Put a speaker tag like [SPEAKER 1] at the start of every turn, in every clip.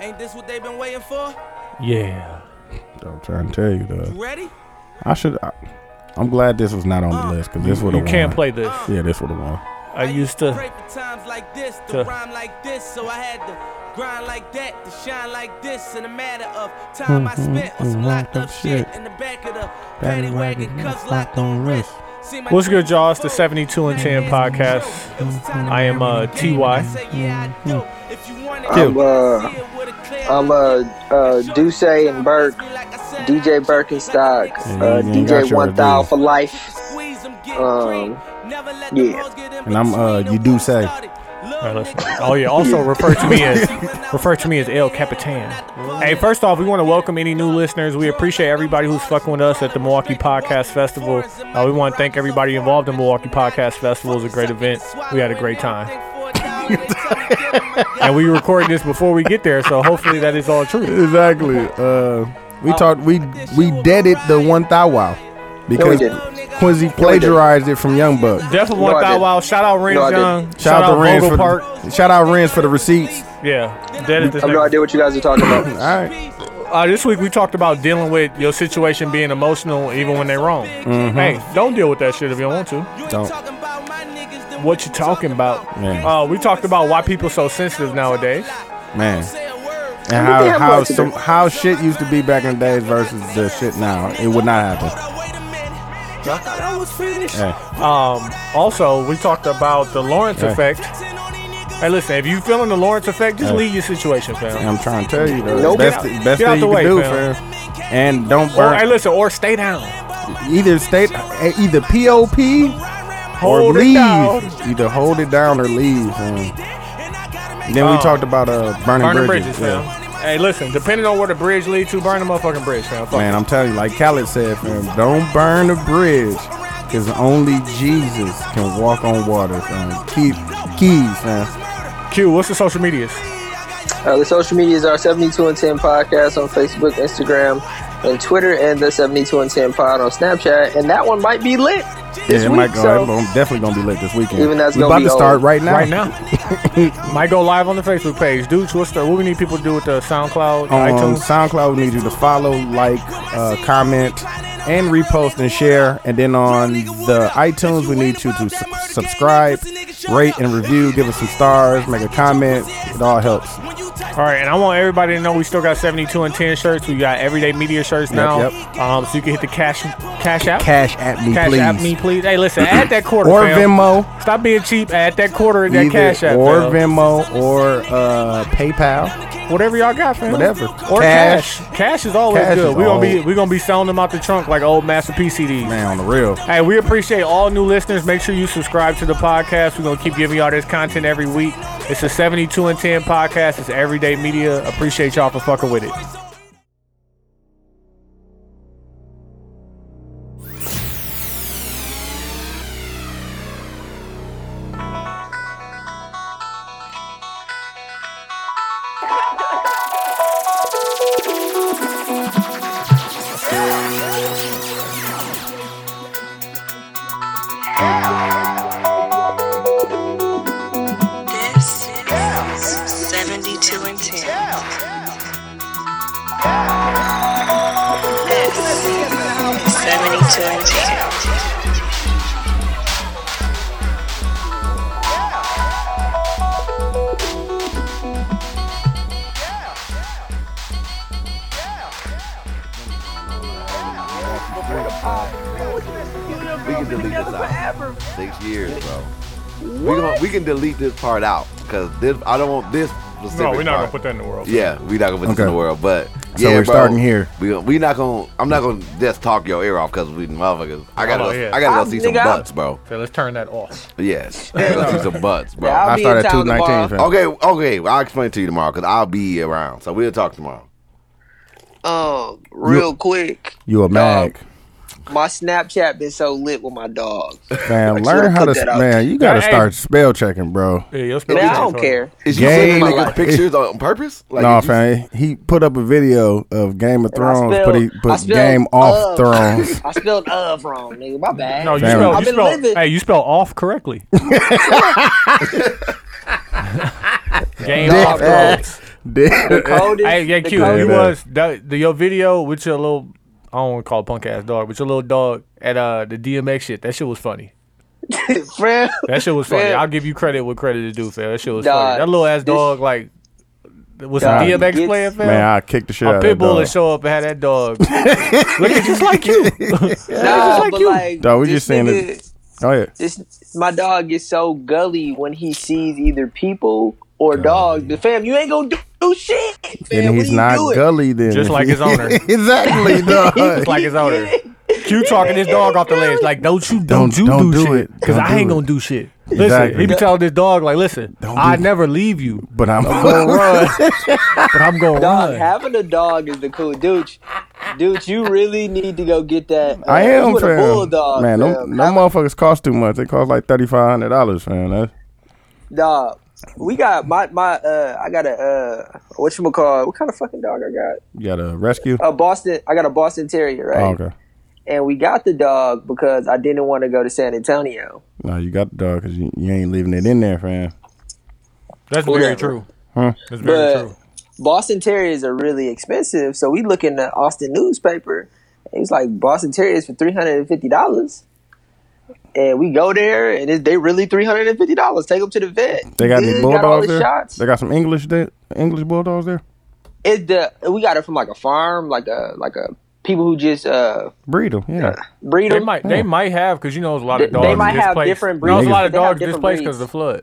[SPEAKER 1] Ain't this what they've been waiting for?
[SPEAKER 2] Yeah.
[SPEAKER 3] I'm trying to tell you though.
[SPEAKER 1] You ready?
[SPEAKER 3] I should. I, I'm glad this was not on the list because this would
[SPEAKER 2] You
[SPEAKER 3] have
[SPEAKER 2] can't play this.
[SPEAKER 1] Uh,
[SPEAKER 3] Yeah, this would have won.
[SPEAKER 2] I used to.
[SPEAKER 1] pray for times like this,
[SPEAKER 2] to-
[SPEAKER 1] to rhyme like this, so I had to grind like that, to shine like this. In a matter of time, I
[SPEAKER 2] Mm-hmm.
[SPEAKER 1] spent on some locked up shit in the back of the paddy wagon, cuffs locked on wrist. See my
[SPEAKER 2] What's good,
[SPEAKER 1] dreams
[SPEAKER 2] y'all? It's the
[SPEAKER 1] unfold.
[SPEAKER 2] 72 and 10 podcast. I am, uh, Mm-hmm. TY.
[SPEAKER 4] I'm, uh, I'm uh, uh, Duce and Burke, DJ Birkenstock,
[SPEAKER 3] Yeah,
[SPEAKER 2] Mm-hmm.
[SPEAKER 4] uh,
[SPEAKER 3] you ain't got
[SPEAKER 4] DJ
[SPEAKER 3] your
[SPEAKER 4] One Thou
[SPEAKER 3] idea.
[SPEAKER 4] for life. Um, yeah.
[SPEAKER 3] And I'm, uh, you do say.
[SPEAKER 2] Alright, let's- Oh yeah. Also refer to me as refer to me as El Capitan. Hey, first off, we want to welcome any new listeners. We appreciate everybody who's fucking with us at the Milwaukee Podcast Festival. Uh, we want to thank everybody involved in Milwaukee Podcast Festival. It was a great event. We had a great time, and we recorded this before we get there, so hopefully that is all true.
[SPEAKER 3] Exactly. Uh, we talked. We we deaded the one thou wow because
[SPEAKER 4] didn't.
[SPEAKER 3] Quincy plagiarized it from Young Buck.
[SPEAKER 2] Definitely
[SPEAKER 4] No,
[SPEAKER 2] one
[SPEAKER 4] I
[SPEAKER 2] thou
[SPEAKER 4] didn't.
[SPEAKER 2] wow. Shout out Renz
[SPEAKER 4] No, I didn't.
[SPEAKER 2] Young. Shout,
[SPEAKER 3] Shout out to Renz
[SPEAKER 2] Vogel
[SPEAKER 3] for
[SPEAKER 2] Park.
[SPEAKER 3] the shout out Renz for the receipts.
[SPEAKER 2] yeah, dead at this.
[SPEAKER 4] I have no
[SPEAKER 2] nigga.
[SPEAKER 4] idea what you guys are talking
[SPEAKER 3] All
[SPEAKER 4] about.
[SPEAKER 3] right.
[SPEAKER 2] Uh, this week we talked about dealing with your situation being emotional even when they're wrong.
[SPEAKER 3] Mm-hmm.
[SPEAKER 2] Hey, don't deal with that shit if you don't want to.
[SPEAKER 3] Don't.
[SPEAKER 2] What you talking about?
[SPEAKER 3] Yeah.
[SPEAKER 2] Uh, we talked about why people so sensitive nowadays.
[SPEAKER 3] Man. And
[SPEAKER 4] What the
[SPEAKER 3] how
[SPEAKER 4] hell
[SPEAKER 3] how
[SPEAKER 4] was it?
[SPEAKER 3] some, how shit used to be back in the days versus the shit now. It would not happen. Hey,
[SPEAKER 2] Um, also, we talked about the Lawrence
[SPEAKER 3] Yeah.
[SPEAKER 2] effect. Hey, listen, if you feeling the Lawrence effect, just
[SPEAKER 3] Yeah.
[SPEAKER 2] leave your situation, fam.
[SPEAKER 3] I'm trying to tell you though.
[SPEAKER 4] Nope.
[SPEAKER 3] Best
[SPEAKER 2] Get out-
[SPEAKER 3] best
[SPEAKER 2] get out
[SPEAKER 3] thing
[SPEAKER 2] the
[SPEAKER 3] you
[SPEAKER 2] way,
[SPEAKER 3] can do,
[SPEAKER 2] fam.
[SPEAKER 3] fam. And don't
[SPEAKER 2] Or hey,
[SPEAKER 3] burn
[SPEAKER 2] listen, or stay down.
[SPEAKER 3] either state either POP or
[SPEAKER 2] Hold it
[SPEAKER 3] leave.
[SPEAKER 2] down.
[SPEAKER 3] Either hold it down or leave. Man. Then we
[SPEAKER 2] Um,
[SPEAKER 3] talked about uh, burning,
[SPEAKER 2] Burn the
[SPEAKER 3] bridges.
[SPEAKER 2] bridges, fam.
[SPEAKER 3] yeah.
[SPEAKER 2] Hey, listen, depending on where the bridge leads to, burn the motherfucking bridge, fam. Fuck
[SPEAKER 3] Man, I'm telling you, like Khaled said, fam, don't burn the bridge, cause only Jesus can walk on water, fam. Keep keys, fam.
[SPEAKER 2] Q, what's the social medias?
[SPEAKER 4] Uh, the social medias are 72 and 10 podcast on Facebook, Instagram, and Twitter, and the 72 and 10 pod on Snapchat. And that one might be lit this
[SPEAKER 3] yeah, it
[SPEAKER 4] week.
[SPEAKER 3] might go.
[SPEAKER 4] so
[SPEAKER 3] it gon- definitely gonna be lit this weekend.
[SPEAKER 4] Even that's
[SPEAKER 3] we
[SPEAKER 4] gonna
[SPEAKER 3] about
[SPEAKER 4] be
[SPEAKER 3] to start
[SPEAKER 4] old.
[SPEAKER 3] right now.
[SPEAKER 2] Right now, might go live on the Facebook page. Dudes, what's the what we need people to do with the
[SPEAKER 3] Um,
[SPEAKER 2] SoundCloud,
[SPEAKER 3] on
[SPEAKER 2] iTunes?
[SPEAKER 3] SoundCloud. We need you to follow, like, uh, comment, and repost and share. And then on the iTunes, we need you to su- subscribe, rate, and review. Give us some stars, make a comment. It all helps.
[SPEAKER 2] All right, and I want everybody to know we still got 72 and 10 shirts. We got everyday media shirts now.
[SPEAKER 3] yep.
[SPEAKER 2] Um, so you can hit the cash cash out.
[SPEAKER 3] Cash at me,
[SPEAKER 2] Cash
[SPEAKER 3] please.
[SPEAKER 2] app me, please. Hey, listen, add that quarter.
[SPEAKER 3] Or
[SPEAKER 2] fam.
[SPEAKER 3] Venmo,
[SPEAKER 2] Stop being cheap. Add that quarter in that
[SPEAKER 3] either,
[SPEAKER 2] cash app.
[SPEAKER 3] or
[SPEAKER 2] fam.
[SPEAKER 3] Venmo, or uh, PayPal.
[SPEAKER 2] Whatever y'all got, fam.
[SPEAKER 3] Whatever.
[SPEAKER 2] Or cash.
[SPEAKER 3] Cash.
[SPEAKER 2] Cash, is always
[SPEAKER 3] Cash
[SPEAKER 2] good.
[SPEAKER 3] is
[SPEAKER 2] we're gonna be
[SPEAKER 3] always-
[SPEAKER 2] we gonna be selling them out the trunk like old Master P CDs.
[SPEAKER 3] Man, on the real.
[SPEAKER 2] Hey, we appreciate all new listeners. Make sure you subscribe to the podcast. We're going to keep giving y'all this content every week. It's a 72 and 10 podcast. It's everyday media. Appreciate y'all for fucking with it.
[SPEAKER 5] This is 72 and 10. This is 72 and 10.
[SPEAKER 6] We can delete this out. Six years, bro. We gonna, we can delete this part out because this I don't want this specific. part.
[SPEAKER 2] that in the world.
[SPEAKER 6] Yeah, we're not gonna put this in
[SPEAKER 3] Okay.
[SPEAKER 6] the world, but
[SPEAKER 3] So
[SPEAKER 6] yeah,
[SPEAKER 3] we're
[SPEAKER 6] bro,
[SPEAKER 3] starting here.
[SPEAKER 6] We gon- we not gonna. I'm not gonna just talk your ear off because we motherfuckers. I gotta
[SPEAKER 2] Oh,
[SPEAKER 6] go,
[SPEAKER 2] yeah.
[SPEAKER 6] I gotta
[SPEAKER 4] I'm-
[SPEAKER 6] go see some
[SPEAKER 4] nigga, I'm-
[SPEAKER 6] butts, bro.
[SPEAKER 2] So let's turn that off.
[SPEAKER 6] Yes, I gotta go see some butts, bro.
[SPEAKER 4] Yeah, I'll
[SPEAKER 3] I
[SPEAKER 4] be
[SPEAKER 3] started
[SPEAKER 4] in
[SPEAKER 3] at
[SPEAKER 4] town tomorrow.
[SPEAKER 3] 219, fam.
[SPEAKER 6] okay, okay. well, I'll explain it to you tomorrow because I'll be around, so we'll talk tomorrow.
[SPEAKER 4] Um, real quick,
[SPEAKER 3] You a mag.
[SPEAKER 4] my Snapchat been so lit with my dogs.
[SPEAKER 3] Man, learn
[SPEAKER 4] should've
[SPEAKER 3] how to.
[SPEAKER 4] put that out
[SPEAKER 3] Man, you gotta
[SPEAKER 2] Hey.
[SPEAKER 3] start spell checking, bro.
[SPEAKER 2] Yeah, your
[SPEAKER 4] Man, I don't care.
[SPEAKER 6] Is you
[SPEAKER 3] Gang.
[SPEAKER 6] sending like
[SPEAKER 4] Nigga.
[SPEAKER 6] pictures on purpose? Like,
[SPEAKER 3] no,
[SPEAKER 6] is you-
[SPEAKER 3] fam. He put up a video of Game of
[SPEAKER 4] And I
[SPEAKER 3] Thrones,
[SPEAKER 4] spelled-
[SPEAKER 3] but he
[SPEAKER 4] I
[SPEAKER 3] put
[SPEAKER 4] spelled
[SPEAKER 3] Game
[SPEAKER 4] of.
[SPEAKER 3] off Thrones.
[SPEAKER 4] I spelled of wrong, nigga. My bad.
[SPEAKER 2] No, you
[SPEAKER 3] Damn.
[SPEAKER 2] spell,
[SPEAKER 3] I've
[SPEAKER 2] you
[SPEAKER 4] been
[SPEAKER 2] spell,
[SPEAKER 4] living.
[SPEAKER 2] hey, you spell off correctly. Game
[SPEAKER 3] Damn.
[SPEAKER 2] off. Thrones.
[SPEAKER 3] Did-
[SPEAKER 4] Coldest,
[SPEAKER 2] Hey, yeah,
[SPEAKER 4] the
[SPEAKER 2] Q,
[SPEAKER 4] coldest-
[SPEAKER 2] you
[SPEAKER 3] Yeah.
[SPEAKER 2] was that, the, your video with your little I don't want to call it punk ass dog, but your little dog at uh the DMX shit. That shit was funny.
[SPEAKER 4] Fam,
[SPEAKER 2] That shit was funny.
[SPEAKER 4] Man.
[SPEAKER 2] I'll give you credit what credit is due, fam. That shit was
[SPEAKER 4] Nah,
[SPEAKER 2] funny. That little ass
[SPEAKER 4] this-
[SPEAKER 2] dog like was
[SPEAKER 3] Nah,
[SPEAKER 2] a
[SPEAKER 3] he
[SPEAKER 2] DMX
[SPEAKER 4] gets-
[SPEAKER 2] player, fam.
[SPEAKER 3] man, I kicked the shit
[SPEAKER 2] a
[SPEAKER 3] out of
[SPEAKER 2] pit
[SPEAKER 3] that
[SPEAKER 2] bull
[SPEAKER 3] dog.
[SPEAKER 2] would show up and had that dog. Look at just like you.
[SPEAKER 4] Nah,
[SPEAKER 2] like
[SPEAKER 4] but
[SPEAKER 2] you.
[SPEAKER 4] like,
[SPEAKER 3] Dog, we
[SPEAKER 4] this
[SPEAKER 3] just saying
[SPEAKER 4] nigga-
[SPEAKER 3] it- Go ahead.
[SPEAKER 4] This my dog is so gully when he sees either people or dogs. The fam, you ain't gonna do, do shit. Fam,
[SPEAKER 3] Then
[SPEAKER 4] What
[SPEAKER 3] he's
[SPEAKER 4] are you
[SPEAKER 3] not
[SPEAKER 4] doing?
[SPEAKER 3] gully then.
[SPEAKER 2] Just like his owner.
[SPEAKER 3] exactly, dog.
[SPEAKER 2] It's like his owner. Q talking his dog off the ledge. Like, don't you, don't,
[SPEAKER 3] Don't-
[SPEAKER 2] you
[SPEAKER 3] don't
[SPEAKER 2] do,
[SPEAKER 3] do
[SPEAKER 2] shit.
[SPEAKER 3] it.
[SPEAKER 2] Because
[SPEAKER 3] Don't
[SPEAKER 2] I
[SPEAKER 3] do
[SPEAKER 2] ain't
[SPEAKER 3] it.
[SPEAKER 2] gonna do shit. Listen,
[SPEAKER 3] Exactly.
[SPEAKER 2] he be telling this dog, like, listen,
[SPEAKER 3] Don't do
[SPEAKER 2] I
[SPEAKER 3] it.
[SPEAKER 2] never leave you,
[SPEAKER 3] but I'm
[SPEAKER 2] gonna run. but I'm gonna
[SPEAKER 4] Dog,
[SPEAKER 2] run.
[SPEAKER 4] having a dog is the cool dude. Dude, you really need to go get that. uh,
[SPEAKER 3] I
[SPEAKER 4] you
[SPEAKER 3] am,
[SPEAKER 4] with a
[SPEAKER 3] fam.
[SPEAKER 4] bulldog,
[SPEAKER 3] man, no,
[SPEAKER 4] fam.
[SPEAKER 3] no motherfuckers cost too much. They cost like thirty five hundred dollars, fam. That's,
[SPEAKER 4] Dog, we got my my. uh I got a uh, what you call? What kind of fucking dog I got?
[SPEAKER 3] you got a rescue.
[SPEAKER 4] A Boston. I got a Boston Terrier, right?
[SPEAKER 3] Oh, okay.
[SPEAKER 4] And we got the dog because I didn't want to go to San Antonio.
[SPEAKER 3] No, you got the dog because you, you ain't leaving it in there, fam.
[SPEAKER 2] That's
[SPEAKER 4] Whatever.
[SPEAKER 2] very true.
[SPEAKER 3] Huh?
[SPEAKER 2] That's very
[SPEAKER 4] But
[SPEAKER 2] true.
[SPEAKER 4] Boston Terriers are really expensive, so we look in the Austin newspaper. It was like Boston Terriers for three hundred and fifty dollars, and we go there, and it, they really three hundred and fifty dollars. Take them to the vet.
[SPEAKER 3] They got
[SPEAKER 4] Dude
[SPEAKER 3] any
[SPEAKER 4] all
[SPEAKER 3] bulldogs
[SPEAKER 4] his
[SPEAKER 3] there?
[SPEAKER 4] Shots.
[SPEAKER 3] They got some English there, English bulldogs there.
[SPEAKER 4] It the we got it from like a farm, like a like a people who just uh
[SPEAKER 3] Breed them, yeah.
[SPEAKER 4] breed
[SPEAKER 2] They
[SPEAKER 4] them.
[SPEAKER 2] might, they might have, because you know, there's a lot of
[SPEAKER 4] They-
[SPEAKER 2] dogs.
[SPEAKER 4] they might have
[SPEAKER 2] displaced.
[SPEAKER 4] different
[SPEAKER 2] You know, there's a lot of
[SPEAKER 4] breeds. They have
[SPEAKER 2] dogs
[SPEAKER 4] different
[SPEAKER 2] displaced because
[SPEAKER 4] breeds.
[SPEAKER 2] of the flood.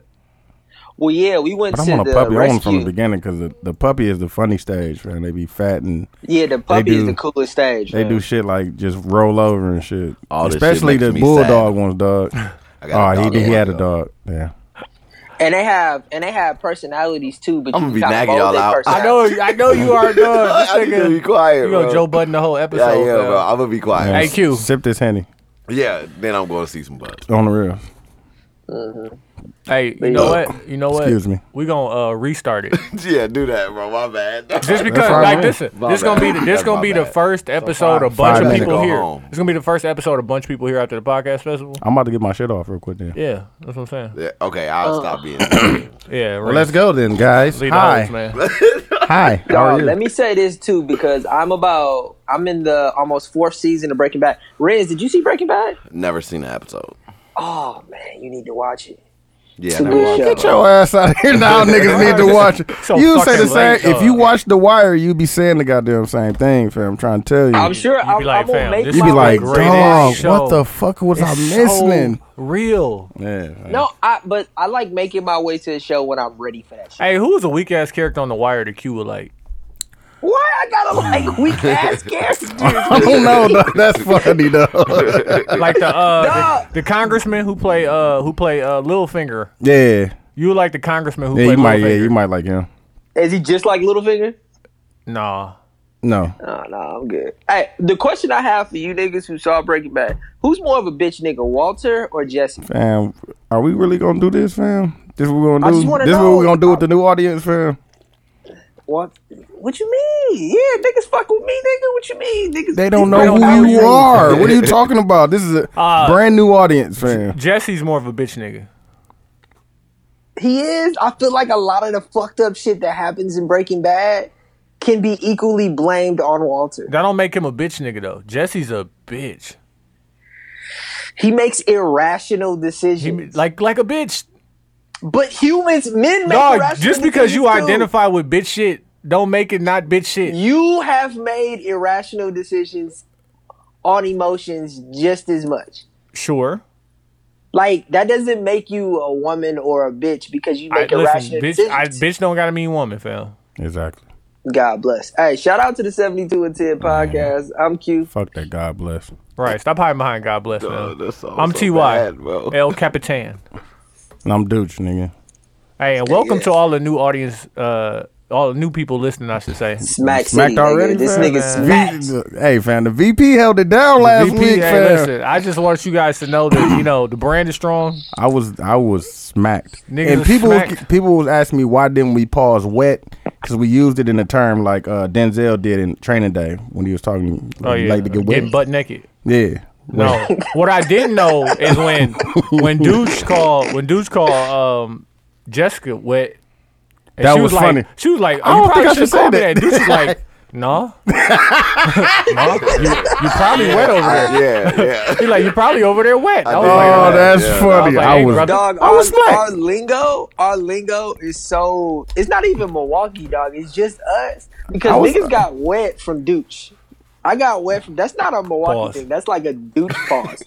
[SPEAKER 4] Well, yeah, we went
[SPEAKER 3] But I
[SPEAKER 4] to
[SPEAKER 3] want a
[SPEAKER 4] the
[SPEAKER 3] puppy. I want 'em
[SPEAKER 4] rescue.
[SPEAKER 3] from the beginning because the, the puppy is the funny stage, man. They be fat and
[SPEAKER 4] yeah, the puppy is
[SPEAKER 3] do-
[SPEAKER 4] the coolest stage.
[SPEAKER 3] they
[SPEAKER 4] man.
[SPEAKER 3] do shit like just roll over and shit.
[SPEAKER 6] All this shit
[SPEAKER 3] Especially
[SPEAKER 6] makes
[SPEAKER 3] the
[SPEAKER 6] me
[SPEAKER 3] bulldog
[SPEAKER 6] sad.
[SPEAKER 3] ones, dog.
[SPEAKER 6] I got a
[SPEAKER 3] Oh, he
[SPEAKER 6] dog
[SPEAKER 3] did.
[SPEAKER 6] that
[SPEAKER 3] He had a
[SPEAKER 6] wanna go.
[SPEAKER 3] dog. Yeah.
[SPEAKER 4] and they have and they have personalities too. But
[SPEAKER 6] I'm
[SPEAKER 4] you
[SPEAKER 6] gonna be
[SPEAKER 4] kinda
[SPEAKER 6] nagging
[SPEAKER 4] mold
[SPEAKER 6] y'all
[SPEAKER 4] their
[SPEAKER 6] out.
[SPEAKER 2] I
[SPEAKER 6] I
[SPEAKER 4] personality.
[SPEAKER 2] know, I know you are a dog.
[SPEAKER 6] I
[SPEAKER 2] This
[SPEAKER 6] need to be
[SPEAKER 2] nigga,
[SPEAKER 6] quiet,
[SPEAKER 2] you gonna
[SPEAKER 6] bro.
[SPEAKER 2] Joe Button the whole
[SPEAKER 6] Yeah,
[SPEAKER 2] episode.
[SPEAKER 6] yeah,
[SPEAKER 2] fam.
[SPEAKER 6] bro. I'm gonna be quiet.
[SPEAKER 2] Hey,
[SPEAKER 3] Yeah,
[SPEAKER 2] Q.
[SPEAKER 3] Sip this henny
[SPEAKER 6] Yeah, then I'm going to see some bugs.
[SPEAKER 3] on the real.
[SPEAKER 2] Hey, you know what? You know what?
[SPEAKER 3] Excuse me.
[SPEAKER 2] We gonna uh, restart it.
[SPEAKER 6] yeah, do that, bro. My bad.
[SPEAKER 2] Just because,
[SPEAKER 3] all
[SPEAKER 2] like,
[SPEAKER 3] right.
[SPEAKER 2] listen,
[SPEAKER 6] My
[SPEAKER 2] this gonna be
[SPEAKER 6] bad.
[SPEAKER 2] the, this
[SPEAKER 6] That's
[SPEAKER 2] gonna
[SPEAKER 6] my
[SPEAKER 2] be the
[SPEAKER 6] bad.
[SPEAKER 2] first episode. A
[SPEAKER 3] five
[SPEAKER 2] bunch of
[SPEAKER 3] minutes
[SPEAKER 2] people
[SPEAKER 6] ago.
[SPEAKER 2] here.
[SPEAKER 6] Home.
[SPEAKER 2] It's gonna be the first episode. A bunch of people here after the podcast festival.
[SPEAKER 3] I'm about to get my shit off real quick then.
[SPEAKER 2] Yeah, that's what I'm saying.
[SPEAKER 6] Yeah, okay, I'll
[SPEAKER 4] Uh.
[SPEAKER 6] stop being.
[SPEAKER 2] Yeah, right.
[SPEAKER 3] Well, let's go then, guys.
[SPEAKER 2] lead the
[SPEAKER 3] Hi.
[SPEAKER 2] hoes, man.
[SPEAKER 3] Hi. How
[SPEAKER 4] Dog,
[SPEAKER 3] are you?
[SPEAKER 4] let me say this too because I'm about I'm in the almost fourth season of Breaking Bad. Riz, did you see Breaking Bad?
[SPEAKER 6] Never seen an episode.
[SPEAKER 4] Oh man, you need to watch it.
[SPEAKER 6] Yeah,
[SPEAKER 4] It's a
[SPEAKER 6] never
[SPEAKER 4] good
[SPEAKER 6] watched
[SPEAKER 4] show.
[SPEAKER 6] an
[SPEAKER 3] Get your ass out of here now, niggas need to watch it.
[SPEAKER 2] So
[SPEAKER 3] you say
[SPEAKER 2] fucking
[SPEAKER 3] the same.
[SPEAKER 2] lame,
[SPEAKER 3] if you
[SPEAKER 2] dog.
[SPEAKER 3] watch The Wire, you be saying the goddamn same thing, fam. I'm trying to tell you.
[SPEAKER 4] I'm sure
[SPEAKER 2] you
[SPEAKER 4] I'm,
[SPEAKER 2] be like,
[SPEAKER 4] I'm gonna
[SPEAKER 2] fam,
[SPEAKER 4] make
[SPEAKER 2] this
[SPEAKER 3] you
[SPEAKER 4] my
[SPEAKER 3] be
[SPEAKER 2] is
[SPEAKER 3] like,
[SPEAKER 2] the
[SPEAKER 3] dog,
[SPEAKER 2] greatest
[SPEAKER 3] what
[SPEAKER 2] show."
[SPEAKER 3] the fuck was I
[SPEAKER 2] It's
[SPEAKER 3] missing?
[SPEAKER 2] so real.
[SPEAKER 3] yeah.
[SPEAKER 4] No, I but I like making my way to the show when I'm ready for that shit.
[SPEAKER 2] Hey, who was a weak ass character on The Wire that Q would like?
[SPEAKER 4] Why I gotta like weak ass characters?
[SPEAKER 3] I don't know, dog. Oh, That's funny, dog.
[SPEAKER 2] Like the uh,
[SPEAKER 4] Dog.
[SPEAKER 2] the, the congressman who play uh who play uh Littlefinger.
[SPEAKER 3] yeah.
[SPEAKER 2] You would like the congressman who
[SPEAKER 3] Yeah, you
[SPEAKER 2] played
[SPEAKER 3] might.
[SPEAKER 2] Littlefinger?
[SPEAKER 3] Yeah, you might like him.
[SPEAKER 4] Is he just like Littlefinger?
[SPEAKER 2] Nah.
[SPEAKER 3] No.
[SPEAKER 4] No, no, I'm good. Hey, the question I have for you niggas who saw Breaking Bad, who's more of a bitch nigga, Walter or Jesse?
[SPEAKER 3] Fam, are we really gonna do this, fam? This what we're
[SPEAKER 4] I
[SPEAKER 3] gonna
[SPEAKER 4] just
[SPEAKER 3] do.
[SPEAKER 4] wanna
[SPEAKER 3] This what we're
[SPEAKER 4] know.
[SPEAKER 3] gonna do with the new audience, fam.
[SPEAKER 4] What? What you mean? Yeah, niggas fuck with me, nigga. What you mean, niggas?
[SPEAKER 3] They don't
[SPEAKER 4] niggas
[SPEAKER 3] know
[SPEAKER 4] fuck with
[SPEAKER 3] who
[SPEAKER 4] me.
[SPEAKER 3] you are. What are you talking about? This is a
[SPEAKER 2] Uh,
[SPEAKER 3] brand new audience, fam.
[SPEAKER 2] Jesse's more of a bitch nigga.
[SPEAKER 4] He is. I feel like a lot of the fucked up shit that happens in Breaking Bad can be equally blamed on Walter.
[SPEAKER 2] That don't make him a bitch nigga though. Jesse's a bitch.
[SPEAKER 4] He makes irrational
[SPEAKER 2] He
[SPEAKER 4] decisions,
[SPEAKER 2] like like a bitch.
[SPEAKER 4] but humans, men make
[SPEAKER 2] Dog,
[SPEAKER 4] irrational
[SPEAKER 2] just because you
[SPEAKER 4] decisions too.
[SPEAKER 2] identify with bitch shit, don't make it not bitch shit.
[SPEAKER 4] you have made irrational decisions on emotions just as much.
[SPEAKER 2] Sure.
[SPEAKER 4] Like that doesn't make you a woman or a bitch because you
[SPEAKER 2] I,
[SPEAKER 4] make
[SPEAKER 2] listen,
[SPEAKER 4] irrational
[SPEAKER 2] bitch,
[SPEAKER 4] decisions.
[SPEAKER 2] I, bitch don't gotta mean woman, fam.
[SPEAKER 3] Exactly.
[SPEAKER 4] God bless. Hey, shout out to the 72 and 10 podcast. I'm Q.
[SPEAKER 3] Fuck that. God bless.
[SPEAKER 2] Right. Stop hiding behind God bless,
[SPEAKER 6] episode.
[SPEAKER 2] fam.
[SPEAKER 6] That's so-
[SPEAKER 2] I'm
[SPEAKER 6] so
[SPEAKER 2] T.Y.
[SPEAKER 6] bad, bro.
[SPEAKER 2] El Capitan.
[SPEAKER 3] And I'm Dooch, nigga.
[SPEAKER 2] Hey, and welcome to all the new audience, uh, all the new people listening, I should say.
[SPEAKER 4] Smack City.
[SPEAKER 3] Smacked already,
[SPEAKER 4] Nigga. This
[SPEAKER 3] fam?
[SPEAKER 4] nigga smacked.
[SPEAKER 3] V- hey, fam, the VP held it down last
[SPEAKER 2] VP,
[SPEAKER 3] week,
[SPEAKER 2] hey,
[SPEAKER 3] fam.
[SPEAKER 2] listen, I just want you guys to know that, you know, the brand is strong.
[SPEAKER 3] I was I was smacked,
[SPEAKER 2] Niggas
[SPEAKER 3] and
[SPEAKER 2] was
[SPEAKER 3] people
[SPEAKER 2] smacked.
[SPEAKER 3] people was asking me why didn't we pause wet because we used it in a term like uh, Denzel did in Training Day when he was talking
[SPEAKER 2] Oh, yeah.
[SPEAKER 3] like to get
[SPEAKER 2] Getting
[SPEAKER 3] wet.
[SPEAKER 2] butt naked.
[SPEAKER 3] yeah,
[SPEAKER 2] No. what I didn't know is when when Dooch called when Dooch called um Jessica wet And
[SPEAKER 3] That
[SPEAKER 2] she
[SPEAKER 3] was
[SPEAKER 2] was,
[SPEAKER 3] funny.
[SPEAKER 2] Like, she was like,
[SPEAKER 3] I
[SPEAKER 2] oh,
[SPEAKER 3] don't
[SPEAKER 2] "You
[SPEAKER 3] think I
[SPEAKER 2] probably
[SPEAKER 3] should
[SPEAKER 2] should
[SPEAKER 3] say
[SPEAKER 2] call me
[SPEAKER 3] that.
[SPEAKER 2] that." Dude, she's like, "No, no, you, you probably wet over there."
[SPEAKER 6] yeah, yeah.
[SPEAKER 2] He's like, "You probably over there wet." I was
[SPEAKER 6] think-
[SPEAKER 2] like, uh,
[SPEAKER 3] Oh, that's
[SPEAKER 6] Yeah.
[SPEAKER 3] funny.
[SPEAKER 2] I was like,
[SPEAKER 3] I
[SPEAKER 2] hey,
[SPEAKER 3] was.
[SPEAKER 2] brother.
[SPEAKER 4] Dog,
[SPEAKER 3] I
[SPEAKER 4] our,
[SPEAKER 3] was black.
[SPEAKER 4] our lingo, our lingo is so. It's not even Milwaukee, dog. It's just us because
[SPEAKER 3] I was-
[SPEAKER 4] niggas got wet from douche. I got wet from. That's not a Milwaukee
[SPEAKER 2] Pause.
[SPEAKER 4] thing. That's like a douche pause.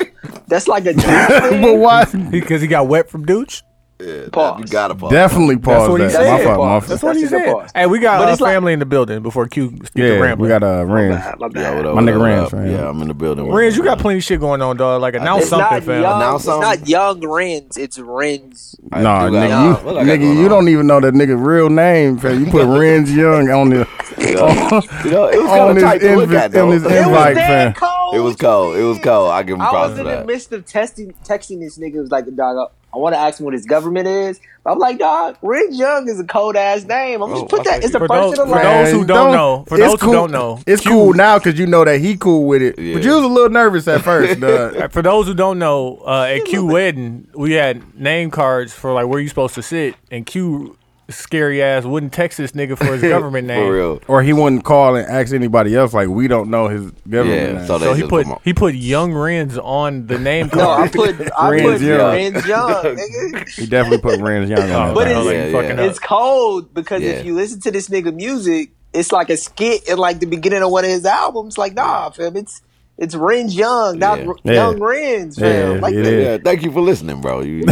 [SPEAKER 4] that's like a douche thing.
[SPEAKER 3] but why?
[SPEAKER 2] because he got wet from douche.
[SPEAKER 4] Pause.
[SPEAKER 6] You gotta pause.
[SPEAKER 3] Definitely pause
[SPEAKER 2] what he
[SPEAKER 3] that.
[SPEAKER 2] said.
[SPEAKER 3] My fault. My
[SPEAKER 4] Pause.
[SPEAKER 3] fault.
[SPEAKER 2] That's what he
[SPEAKER 4] just a
[SPEAKER 2] said.
[SPEAKER 4] pause.
[SPEAKER 2] Hey, we got
[SPEAKER 4] But
[SPEAKER 2] uh,
[SPEAKER 4] it's like-
[SPEAKER 2] family in the building before Q gets to
[SPEAKER 3] Yeah, we
[SPEAKER 2] rambling.
[SPEAKER 3] got uh, Rams.
[SPEAKER 4] Nah, my bad.
[SPEAKER 6] Yeah, what up,
[SPEAKER 3] My
[SPEAKER 6] what
[SPEAKER 3] nigga
[SPEAKER 6] up, what
[SPEAKER 3] Rams,
[SPEAKER 6] up?
[SPEAKER 3] man.
[SPEAKER 6] Yeah, I'm in the building.
[SPEAKER 2] Renz, you got plenty of shit going on, dog. Like announce
[SPEAKER 4] It's
[SPEAKER 2] something,
[SPEAKER 4] not
[SPEAKER 2] fam.
[SPEAKER 4] young.
[SPEAKER 6] Now
[SPEAKER 4] It's
[SPEAKER 6] something.
[SPEAKER 4] not young Renz. It's Renz.
[SPEAKER 3] Nah,
[SPEAKER 6] do got-
[SPEAKER 3] nigga,
[SPEAKER 6] Nah,
[SPEAKER 3] you,
[SPEAKER 6] what I got
[SPEAKER 3] nigga,
[SPEAKER 6] going
[SPEAKER 3] you
[SPEAKER 6] on?
[SPEAKER 3] don't even know that nigga real name, fam. You put Renz Young on the
[SPEAKER 6] You know, it
[SPEAKER 3] on
[SPEAKER 6] was kind of
[SPEAKER 3] his,
[SPEAKER 6] tight to look
[SPEAKER 3] invi-
[SPEAKER 6] at,
[SPEAKER 3] on
[SPEAKER 6] though.
[SPEAKER 3] his
[SPEAKER 4] It was
[SPEAKER 3] invite, fam.
[SPEAKER 4] damn cold.
[SPEAKER 6] It was cold. It was cold. I give him
[SPEAKER 4] I
[SPEAKER 6] props
[SPEAKER 4] was
[SPEAKER 6] for
[SPEAKER 4] in the
[SPEAKER 6] that.
[SPEAKER 4] midst of testing, texting this nigga. It was like, dog, I, I want to ask him what his government is. I'm like, dog, Red Young is a cold ass name. I'm just
[SPEAKER 6] Oh,
[SPEAKER 4] put
[SPEAKER 6] I
[SPEAKER 4] that.
[SPEAKER 6] see.
[SPEAKER 4] It's a
[SPEAKER 2] For
[SPEAKER 4] personal
[SPEAKER 2] those- for
[SPEAKER 4] life.
[SPEAKER 2] those
[SPEAKER 3] Man,
[SPEAKER 2] who don't know- for
[SPEAKER 3] it's
[SPEAKER 2] those who
[SPEAKER 3] cool-
[SPEAKER 2] don't know,
[SPEAKER 3] it's
[SPEAKER 2] Q-
[SPEAKER 3] cool now because you know that he cool with it.
[SPEAKER 6] Yeah.
[SPEAKER 3] But you was a little nervous at first, dog.
[SPEAKER 2] For those who don't know, uh, at Q wedding, we had name cards for like where you supposed to sit, and Q scary ass wouldn't text this nigga for his government name.
[SPEAKER 6] For real.
[SPEAKER 3] or he wouldn't call and ask anybody else. Like we don't know his government.
[SPEAKER 6] Yeah,
[SPEAKER 3] name.
[SPEAKER 6] so they
[SPEAKER 2] So he
[SPEAKER 6] just
[SPEAKER 2] put
[SPEAKER 6] come on.
[SPEAKER 2] he put young Renz on the name
[SPEAKER 4] No, I
[SPEAKER 2] card.
[SPEAKER 4] put I
[SPEAKER 3] Renz
[SPEAKER 4] put
[SPEAKER 3] Young.
[SPEAKER 4] Renz Young. nigga.
[SPEAKER 3] he definitely put Renz Young
[SPEAKER 2] Oh,
[SPEAKER 3] on.
[SPEAKER 4] But
[SPEAKER 3] that.
[SPEAKER 4] it's-
[SPEAKER 2] yeah,
[SPEAKER 6] Yeah,
[SPEAKER 2] fucking
[SPEAKER 6] yeah.
[SPEAKER 2] up.
[SPEAKER 4] It's cold because
[SPEAKER 6] Yeah.
[SPEAKER 4] if you listen to this nigga music, it's like a skit at like the beginning of one of his albums. Like, nah, fam, it's it's Renz Young, not
[SPEAKER 6] Yeah.
[SPEAKER 4] R-
[SPEAKER 3] Yeah.
[SPEAKER 4] Young Renz, fam.
[SPEAKER 3] Yeah,
[SPEAKER 4] like,
[SPEAKER 3] it
[SPEAKER 4] the-
[SPEAKER 3] is.
[SPEAKER 6] Yeah, thank you for listening, bro. You, you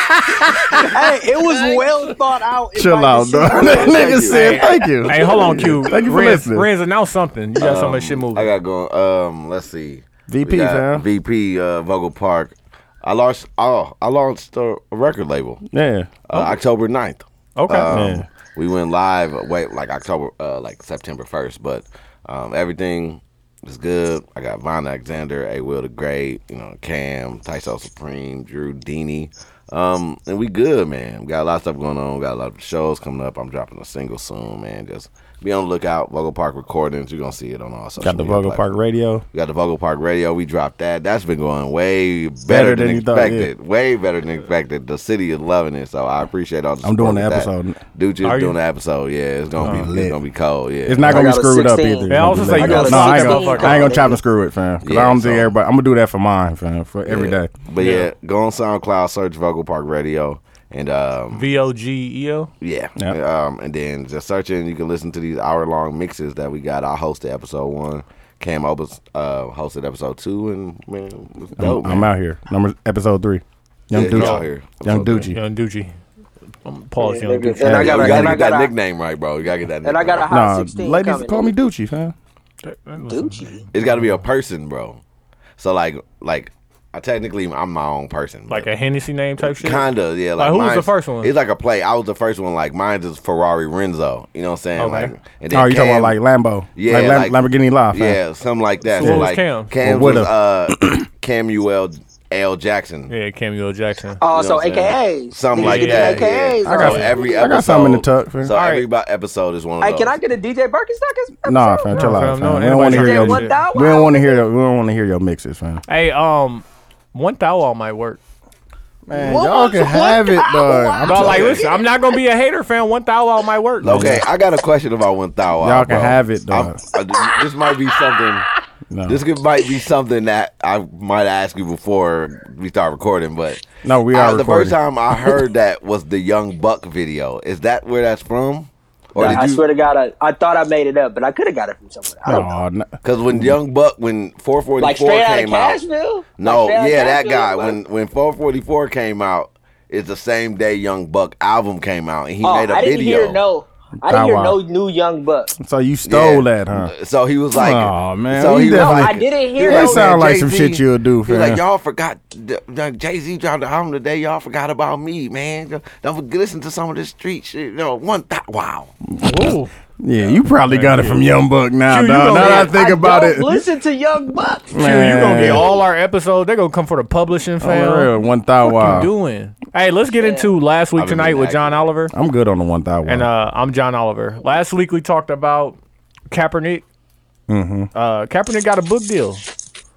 [SPEAKER 4] hey, it was well thought out.
[SPEAKER 3] Chill
[SPEAKER 4] Like,
[SPEAKER 3] out,
[SPEAKER 4] this
[SPEAKER 3] dog.
[SPEAKER 4] shit-
[SPEAKER 3] That nigga
[SPEAKER 6] you.
[SPEAKER 3] said thank you.
[SPEAKER 2] Hey, hold on, Q.
[SPEAKER 3] Thank you for
[SPEAKER 2] Renz,
[SPEAKER 3] listening.
[SPEAKER 2] Renz, announce something. You got so much shit
[SPEAKER 6] Um,
[SPEAKER 2] moving.
[SPEAKER 6] I got going. Um, let's see.
[SPEAKER 3] VP,
[SPEAKER 6] We got
[SPEAKER 3] fam.
[SPEAKER 6] VP uh, Vogel Park. I launched. Oh, I launched a a record label
[SPEAKER 3] Yeah.
[SPEAKER 6] uh, October 9th.
[SPEAKER 2] okay.
[SPEAKER 6] Um,
[SPEAKER 3] Yeah.
[SPEAKER 6] We went live. uh, Wait, like October, uh, like September first. But um, everything is good. I got Von Alexander, A Will the Great, you know, Cam, Tyso Supreme, Drew Deeney. Um, and we good, man. We got a lot of stuff going on. We got a lot of shows coming up. I'm dropping a single soon, man. Just be on the lookout. Vogel Park Recordings. You're gonna see it on all social.
[SPEAKER 3] Got the
[SPEAKER 6] media
[SPEAKER 3] Vogel Park
[SPEAKER 6] platforms.
[SPEAKER 3] radio.
[SPEAKER 6] We got the Vogel Park Radio. We dropped that. That's been going way better,
[SPEAKER 3] Better
[SPEAKER 6] than,
[SPEAKER 3] than you thought, yeah.
[SPEAKER 6] expected. Way better than expected. The city is loving it, so I appreciate all the.
[SPEAKER 3] I'm doing the
[SPEAKER 6] support
[SPEAKER 3] episode.
[SPEAKER 6] with
[SPEAKER 3] Oh,
[SPEAKER 6] That. Dude, just
[SPEAKER 2] Are you?
[SPEAKER 6] doing the episode. Yeah, it's gonna be
[SPEAKER 3] lit.
[SPEAKER 6] it's gonna be cold. Yeah,
[SPEAKER 3] It's not gonna be
[SPEAKER 4] got a
[SPEAKER 3] screwed up
[SPEAKER 4] 16.
[SPEAKER 3] either.
[SPEAKER 2] Yeah, I was just like,
[SPEAKER 3] I
[SPEAKER 2] you gotta
[SPEAKER 3] got- no, I ain't
[SPEAKER 2] suck
[SPEAKER 3] gonna,
[SPEAKER 2] that motherfucker.
[SPEAKER 3] I ain't gonna chop and screw it, fam. 'Cause
[SPEAKER 6] Yeah,
[SPEAKER 3] I don't think
[SPEAKER 6] so-
[SPEAKER 3] everybody. I'm gonna do that for mine, fam, for every
[SPEAKER 6] Yeah.
[SPEAKER 3] day.
[SPEAKER 6] But yeah. go on SoundCloud, search Vogel Park Radio, and um,
[SPEAKER 2] V O G E O.
[SPEAKER 6] yeah,
[SPEAKER 3] Yeah.
[SPEAKER 6] um, and then just search it. and You can listen to these hour long mixes that we got. I hosted episode one. Cam Obus uh, hosted episode two, and man, it was
[SPEAKER 3] I'm,
[SPEAKER 6] dope.
[SPEAKER 3] I'm
[SPEAKER 6] man.
[SPEAKER 3] out here. Number episode three. Young
[SPEAKER 6] Yeah, you out
[SPEAKER 3] Ducci.
[SPEAKER 6] here.
[SPEAKER 3] Young
[SPEAKER 6] Episode
[SPEAKER 3] Ducci.
[SPEAKER 2] Young Doogie. Um, Pause,
[SPEAKER 4] Yeah,
[SPEAKER 2] Young
[SPEAKER 4] nigga.
[SPEAKER 2] Doogie.
[SPEAKER 4] And I got
[SPEAKER 6] Yeah, you
[SPEAKER 4] a-
[SPEAKER 6] gotta
[SPEAKER 4] and I
[SPEAKER 6] get that
[SPEAKER 4] got a-
[SPEAKER 6] nickname right, bro. You gotta get that.
[SPEAKER 4] And I
[SPEAKER 6] nickname
[SPEAKER 4] got a
[SPEAKER 6] right.
[SPEAKER 4] hot
[SPEAKER 3] Nah,
[SPEAKER 4] 16
[SPEAKER 3] ladies,
[SPEAKER 4] coming.
[SPEAKER 3] call me Ducci, fam.
[SPEAKER 4] Gucci.
[SPEAKER 6] It's got to be a person, bro. So like, like, I technically I'm my own person.
[SPEAKER 2] Like a Hennessy name type shit.
[SPEAKER 6] kinda, yeah.
[SPEAKER 2] Like, who was the
[SPEAKER 6] mine's-
[SPEAKER 2] first one?
[SPEAKER 6] It's like a play. I was the first one. Like mine's is Ferrari Renzo. You know what I'm saying?
[SPEAKER 2] Okay.
[SPEAKER 6] Like, and
[SPEAKER 3] Oh, you talking
[SPEAKER 6] Cam-
[SPEAKER 3] about like Lambo?
[SPEAKER 6] yeah,
[SPEAKER 3] like, Lam-
[SPEAKER 6] like-
[SPEAKER 3] Lamborghini Live, fam.
[SPEAKER 6] yeah, something like that.
[SPEAKER 2] So what was
[SPEAKER 6] like,
[SPEAKER 2] Cam?
[SPEAKER 6] Cam
[SPEAKER 3] Well,
[SPEAKER 6] was uh, Camuel L Jackson.
[SPEAKER 2] Yeah, Cameo Jackson.
[SPEAKER 4] Oh,
[SPEAKER 6] You know
[SPEAKER 4] so
[SPEAKER 6] what I'm saying?
[SPEAKER 4] AKA.
[SPEAKER 6] Something
[SPEAKER 4] Niggas
[SPEAKER 6] like
[SPEAKER 4] get the
[SPEAKER 6] that.
[SPEAKER 4] AKAs,
[SPEAKER 6] yeah.
[SPEAKER 4] I
[SPEAKER 3] got-
[SPEAKER 6] so every
[SPEAKER 3] I
[SPEAKER 6] episode,
[SPEAKER 3] got something in the tuck, fam.
[SPEAKER 6] So
[SPEAKER 2] All right.
[SPEAKER 6] every bo- episode is one of
[SPEAKER 4] Hey,
[SPEAKER 6] those.
[SPEAKER 4] can I get a DJ Birkenstock? as-
[SPEAKER 3] Nah,
[SPEAKER 4] episode?
[SPEAKER 3] fam, chill
[SPEAKER 2] No,
[SPEAKER 3] out,
[SPEAKER 2] fam,
[SPEAKER 3] fam.
[SPEAKER 2] no,
[SPEAKER 3] we don't
[SPEAKER 2] everybody
[SPEAKER 3] want to hear your.
[SPEAKER 2] talking
[SPEAKER 3] We
[SPEAKER 2] about
[SPEAKER 4] that.
[SPEAKER 3] don't want to hear. your- We don't want to hear your mixes, fam.
[SPEAKER 2] Hey, um, one thou all might work.
[SPEAKER 3] Man,
[SPEAKER 4] What
[SPEAKER 3] y'all
[SPEAKER 4] was-
[SPEAKER 3] can
[SPEAKER 4] what
[SPEAKER 3] have it,
[SPEAKER 4] the-
[SPEAKER 3] dog.
[SPEAKER 4] what
[SPEAKER 3] I'm
[SPEAKER 2] No, like
[SPEAKER 3] telling
[SPEAKER 2] listen, I'm not gonna be a hater fan. One thou all might work.
[SPEAKER 6] Okay, I got a question about one thousand.
[SPEAKER 3] Y'all can have it, dog.
[SPEAKER 6] uh, This might be something.
[SPEAKER 3] you. No.
[SPEAKER 6] This could, might be something that I might ask you before we start recording, but
[SPEAKER 3] No, we are
[SPEAKER 6] Uh, the
[SPEAKER 3] recording.
[SPEAKER 6] first time I heard that was the Young Buck video. Is that where that's from? Or
[SPEAKER 4] I swear to God, I, I thought I made it up, but I could have got it from somewhere. I don't know.
[SPEAKER 3] Aw, no.
[SPEAKER 6] because when Young Buck, when 444
[SPEAKER 4] Like straight out of
[SPEAKER 6] came out,
[SPEAKER 4] Cashville? Like,
[SPEAKER 6] no,
[SPEAKER 4] straight outta
[SPEAKER 6] yeah, that
[SPEAKER 4] Cashville?
[SPEAKER 6] guy.
[SPEAKER 4] Like,
[SPEAKER 6] When when 444 came out, it's the same day Young Buck album came out, and he
[SPEAKER 4] oh,
[SPEAKER 6] made a
[SPEAKER 4] I didn't
[SPEAKER 6] video.
[SPEAKER 4] hear no. I didn't
[SPEAKER 3] Bow
[SPEAKER 4] hear
[SPEAKER 3] Wow.
[SPEAKER 4] no new Young Buck.
[SPEAKER 3] So you
[SPEAKER 6] Yeah.
[SPEAKER 3] stole that, huh?
[SPEAKER 6] So he was like,
[SPEAKER 3] Aw, man,
[SPEAKER 6] so
[SPEAKER 3] we
[SPEAKER 6] he was
[SPEAKER 3] definitely-
[SPEAKER 6] like,
[SPEAKER 4] I didn't hear
[SPEAKER 3] That
[SPEAKER 4] no.
[SPEAKER 6] Yeah,
[SPEAKER 3] sound like
[SPEAKER 6] Jay-Z.
[SPEAKER 3] some shit you'll do,
[SPEAKER 6] He was
[SPEAKER 3] fam.
[SPEAKER 6] like y'all forgot. Jay Z dropped the album today. Y'all forgot about me, man. Don't forget, listen to some of this street shit. No one thought. Wow.
[SPEAKER 2] Ooh.
[SPEAKER 3] Yeah, you probably got it from Young Buck now,
[SPEAKER 2] Q, you
[SPEAKER 3] dog. Now
[SPEAKER 2] gonna
[SPEAKER 3] that I
[SPEAKER 2] get-
[SPEAKER 3] think
[SPEAKER 4] I
[SPEAKER 3] about
[SPEAKER 4] don't
[SPEAKER 3] it,
[SPEAKER 4] Listen to Young Buck.
[SPEAKER 2] Q, you gonna
[SPEAKER 3] Man.
[SPEAKER 2] get all our episodes. They're gonna come for the publishing
[SPEAKER 3] For real,
[SPEAKER 2] fan.
[SPEAKER 3] one
[SPEAKER 2] What
[SPEAKER 3] thou
[SPEAKER 2] you
[SPEAKER 3] wow.
[SPEAKER 2] doing? Hey, let's get into last week
[SPEAKER 6] I've been
[SPEAKER 2] tonight with
[SPEAKER 6] active.
[SPEAKER 2] John Oliver.
[SPEAKER 3] I'm good on the one thou
[SPEAKER 2] And
[SPEAKER 3] wow.
[SPEAKER 2] uh, I'm John Oliver. Last week we talked about Kaepernick. Mm-hmm. Uh, Kaepernick got a book deal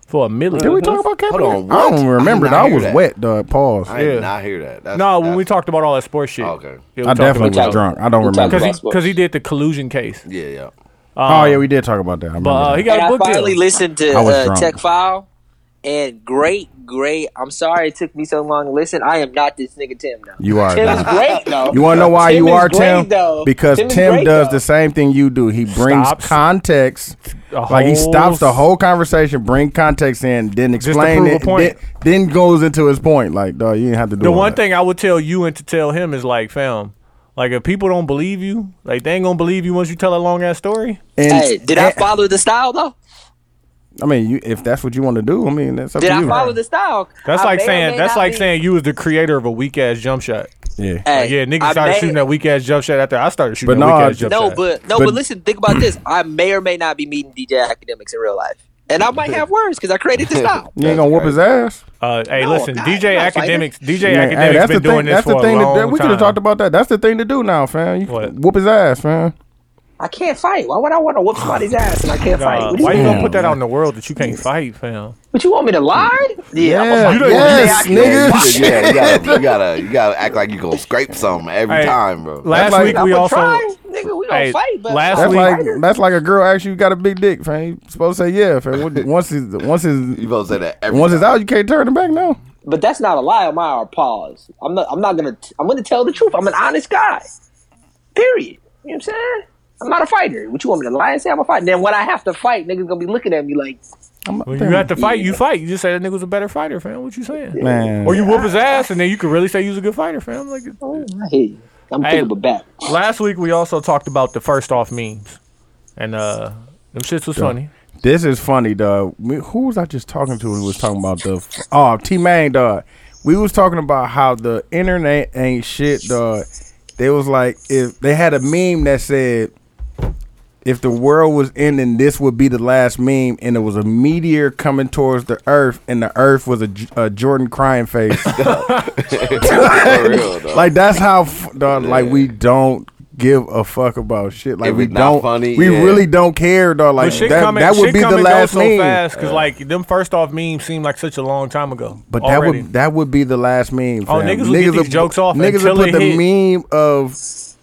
[SPEAKER 2] for a million.
[SPEAKER 3] Did we talk about Kaepernick?
[SPEAKER 6] on,
[SPEAKER 3] I
[SPEAKER 6] what?
[SPEAKER 3] don't
[SPEAKER 6] I
[SPEAKER 3] remember.
[SPEAKER 6] did
[SPEAKER 3] I,
[SPEAKER 6] not hear
[SPEAKER 3] was
[SPEAKER 6] that.
[SPEAKER 3] wet, dog. Pause.
[SPEAKER 6] I did
[SPEAKER 2] Yeah.
[SPEAKER 6] not hear that. That's,
[SPEAKER 2] No, when
[SPEAKER 6] that's-
[SPEAKER 2] we talked about all that sports shit.
[SPEAKER 6] Oh, Okay.
[SPEAKER 2] Yeah, we
[SPEAKER 3] I
[SPEAKER 2] talked
[SPEAKER 3] definitely
[SPEAKER 2] about-
[SPEAKER 3] was drunk. I don't
[SPEAKER 7] We
[SPEAKER 3] remember.
[SPEAKER 7] talked
[SPEAKER 2] Cause
[SPEAKER 7] about
[SPEAKER 2] he, cause he did the collusion case.
[SPEAKER 6] Yeah, yeah.
[SPEAKER 3] oh yeah, we did talk about that. I remember
[SPEAKER 2] But uh,
[SPEAKER 3] that.
[SPEAKER 2] he got
[SPEAKER 4] And
[SPEAKER 2] a
[SPEAKER 4] I
[SPEAKER 2] book
[SPEAKER 4] finally
[SPEAKER 2] deal.
[SPEAKER 4] listened to
[SPEAKER 3] I was
[SPEAKER 4] uh,
[SPEAKER 3] drunk.
[SPEAKER 4] Tech File, and great, great. I'm sorry it took me so long to listen. I am not this nigga Tim now.
[SPEAKER 3] you are.
[SPEAKER 4] Tim
[SPEAKER 3] dog.
[SPEAKER 4] is great though.
[SPEAKER 3] You want to know why
[SPEAKER 4] Tim
[SPEAKER 3] you
[SPEAKER 4] is
[SPEAKER 3] are
[SPEAKER 4] great,
[SPEAKER 3] Tim?
[SPEAKER 4] though.
[SPEAKER 3] Because
[SPEAKER 4] Tim
[SPEAKER 3] Tim,
[SPEAKER 4] is great,
[SPEAKER 3] does
[SPEAKER 4] though.
[SPEAKER 3] the same thing you do. He brings
[SPEAKER 2] Stops.
[SPEAKER 3] context.
[SPEAKER 2] A
[SPEAKER 3] Like he
[SPEAKER 2] whole
[SPEAKER 3] stops the whole conversation, bring context in, then
[SPEAKER 2] to
[SPEAKER 3] explain
[SPEAKER 2] prove a
[SPEAKER 3] it,
[SPEAKER 2] point.
[SPEAKER 3] Then, then goes into his point. Like, dog, you didn't have to do
[SPEAKER 2] The
[SPEAKER 3] all
[SPEAKER 2] one
[SPEAKER 3] that.
[SPEAKER 2] thing I would tell you and to tell him is like, fam, like if people don't believe you, like they ain't gonna believe you once you tell a long ass story.
[SPEAKER 3] And,
[SPEAKER 4] Hey, did I
[SPEAKER 3] and-
[SPEAKER 4] follow the style though?
[SPEAKER 3] I mean, you, if that's what you want to do, I mean, that's up
[SPEAKER 4] Did
[SPEAKER 3] to
[SPEAKER 4] I
[SPEAKER 3] you.
[SPEAKER 4] follow the style?
[SPEAKER 2] That's
[SPEAKER 4] I
[SPEAKER 2] like
[SPEAKER 4] may or
[SPEAKER 2] saying
[SPEAKER 4] may
[SPEAKER 2] that's
[SPEAKER 4] not
[SPEAKER 2] like
[SPEAKER 4] be-
[SPEAKER 2] saying you was the creator of a weak ass jump shot.
[SPEAKER 3] Yeah.
[SPEAKER 4] Hey,
[SPEAKER 2] Like, yeah, niggas
[SPEAKER 4] I
[SPEAKER 2] started
[SPEAKER 4] may-
[SPEAKER 2] shooting that weak ass jump shot after I started shooting
[SPEAKER 3] But
[SPEAKER 2] that
[SPEAKER 3] no,
[SPEAKER 2] weak ass jump
[SPEAKER 4] No,
[SPEAKER 2] shot.
[SPEAKER 4] but no, but,
[SPEAKER 3] But-
[SPEAKER 4] listen, think about this. I may or may not be meeting DJ Academics in real life, and I might have words because I created the style.
[SPEAKER 3] You ain't gonna whoop his ass.
[SPEAKER 2] uh, hey,
[SPEAKER 4] No,
[SPEAKER 2] listen,
[SPEAKER 4] nah,
[SPEAKER 2] DJ
[SPEAKER 4] nah,
[SPEAKER 2] academics, DJ
[SPEAKER 3] Yeah,
[SPEAKER 2] academics been
[SPEAKER 3] the
[SPEAKER 2] doing
[SPEAKER 3] thing.
[SPEAKER 2] this
[SPEAKER 3] That's
[SPEAKER 2] for
[SPEAKER 3] the thing.
[SPEAKER 2] a
[SPEAKER 3] to-
[SPEAKER 2] long
[SPEAKER 3] that, we could
[SPEAKER 2] time.
[SPEAKER 3] have talked about that. That's the thing to do now, fam. You
[SPEAKER 2] What?
[SPEAKER 3] whoop his ass, fam.
[SPEAKER 4] I can't fight. Why would I want to whoop somebody's ass and I can't fight?
[SPEAKER 2] Uh,
[SPEAKER 4] What do you
[SPEAKER 2] why you
[SPEAKER 4] mean?
[SPEAKER 2] gonna put that out in the world that you can't fight, fam?
[SPEAKER 4] But you want me to lie? Yeah,
[SPEAKER 3] Yeah,
[SPEAKER 4] I'm
[SPEAKER 2] you
[SPEAKER 4] a,
[SPEAKER 2] done-
[SPEAKER 3] yes,
[SPEAKER 6] Yeah, you
[SPEAKER 3] nigga.
[SPEAKER 6] gotta- yeah, you gotta, you gotta, you gotta act like you gonna scrape something every
[SPEAKER 2] Hey,
[SPEAKER 6] time, bro.
[SPEAKER 2] Last
[SPEAKER 3] like-
[SPEAKER 2] week
[SPEAKER 4] I'm
[SPEAKER 2] we
[SPEAKER 4] a
[SPEAKER 2] also
[SPEAKER 4] try. Nigga, we gonna
[SPEAKER 2] Hey,
[SPEAKER 4] fight. But
[SPEAKER 2] last
[SPEAKER 3] That's
[SPEAKER 4] I'm a
[SPEAKER 2] week-
[SPEAKER 3] like
[SPEAKER 4] fighter.
[SPEAKER 3] that's like a girl asks you, you got a big dick, fam. You supposed to say yeah, fam. What- Once his once his
[SPEAKER 6] you supposed to say that every
[SPEAKER 3] once it's
[SPEAKER 6] time.
[SPEAKER 3] out, you can't turn it back now.
[SPEAKER 4] But that's not a lie on my or pause. I'm not. I'm not gonna. I'm gonna tell the truth. I'm an honest guy. Period. You know what I'm saying? I'm not a fighter. What you want me to lie and say I'm a fighter? Then when I have to fight, niggas gonna be looking at me like,
[SPEAKER 2] when you have to fight, you fight. You just say that nigga was a better fighter, fam. What you saying?
[SPEAKER 3] Man.
[SPEAKER 2] Or you whoop his ass, and then you can really say you was a good fighter, fam. Like
[SPEAKER 4] "Oh, I hear you. I'm
[SPEAKER 2] Hey.
[SPEAKER 4] thinking but back.
[SPEAKER 2] last week, we also talked about the first off memes, and uh, them shits was funny.
[SPEAKER 3] This is funny, dog. Me- Who was I just talking to? Who was talking about the f- oh T Main, dog? We was talking about how the internet ain't shit, dog. They was like if they had a meme that said if the world was ending, this would be the last meme, and it was a meteor coming towards the Earth, and the Earth was a, J- a Jordan crying face.
[SPEAKER 6] For real, though.
[SPEAKER 3] like that's how, f- dog. Like
[SPEAKER 6] Yeah.
[SPEAKER 3] we don't give a fuck about shit. Like
[SPEAKER 6] If
[SPEAKER 3] we
[SPEAKER 6] it's not
[SPEAKER 3] don't.
[SPEAKER 6] funny,
[SPEAKER 3] we
[SPEAKER 6] yeah.
[SPEAKER 3] really don't care, dog. Like
[SPEAKER 2] But shit
[SPEAKER 3] that,
[SPEAKER 2] coming,
[SPEAKER 3] that would
[SPEAKER 2] shit
[SPEAKER 3] be the
[SPEAKER 2] come and go
[SPEAKER 3] last
[SPEAKER 2] so
[SPEAKER 3] meme.
[SPEAKER 2] fast because like them first off memes seem like such a long time ago.
[SPEAKER 3] But
[SPEAKER 2] already.
[SPEAKER 3] that would that would be the last meme. Fam.
[SPEAKER 2] Oh, niggas would get these jokes off
[SPEAKER 3] Niggas
[SPEAKER 2] until
[SPEAKER 3] would put
[SPEAKER 2] it
[SPEAKER 3] the
[SPEAKER 2] hit.
[SPEAKER 3] meme of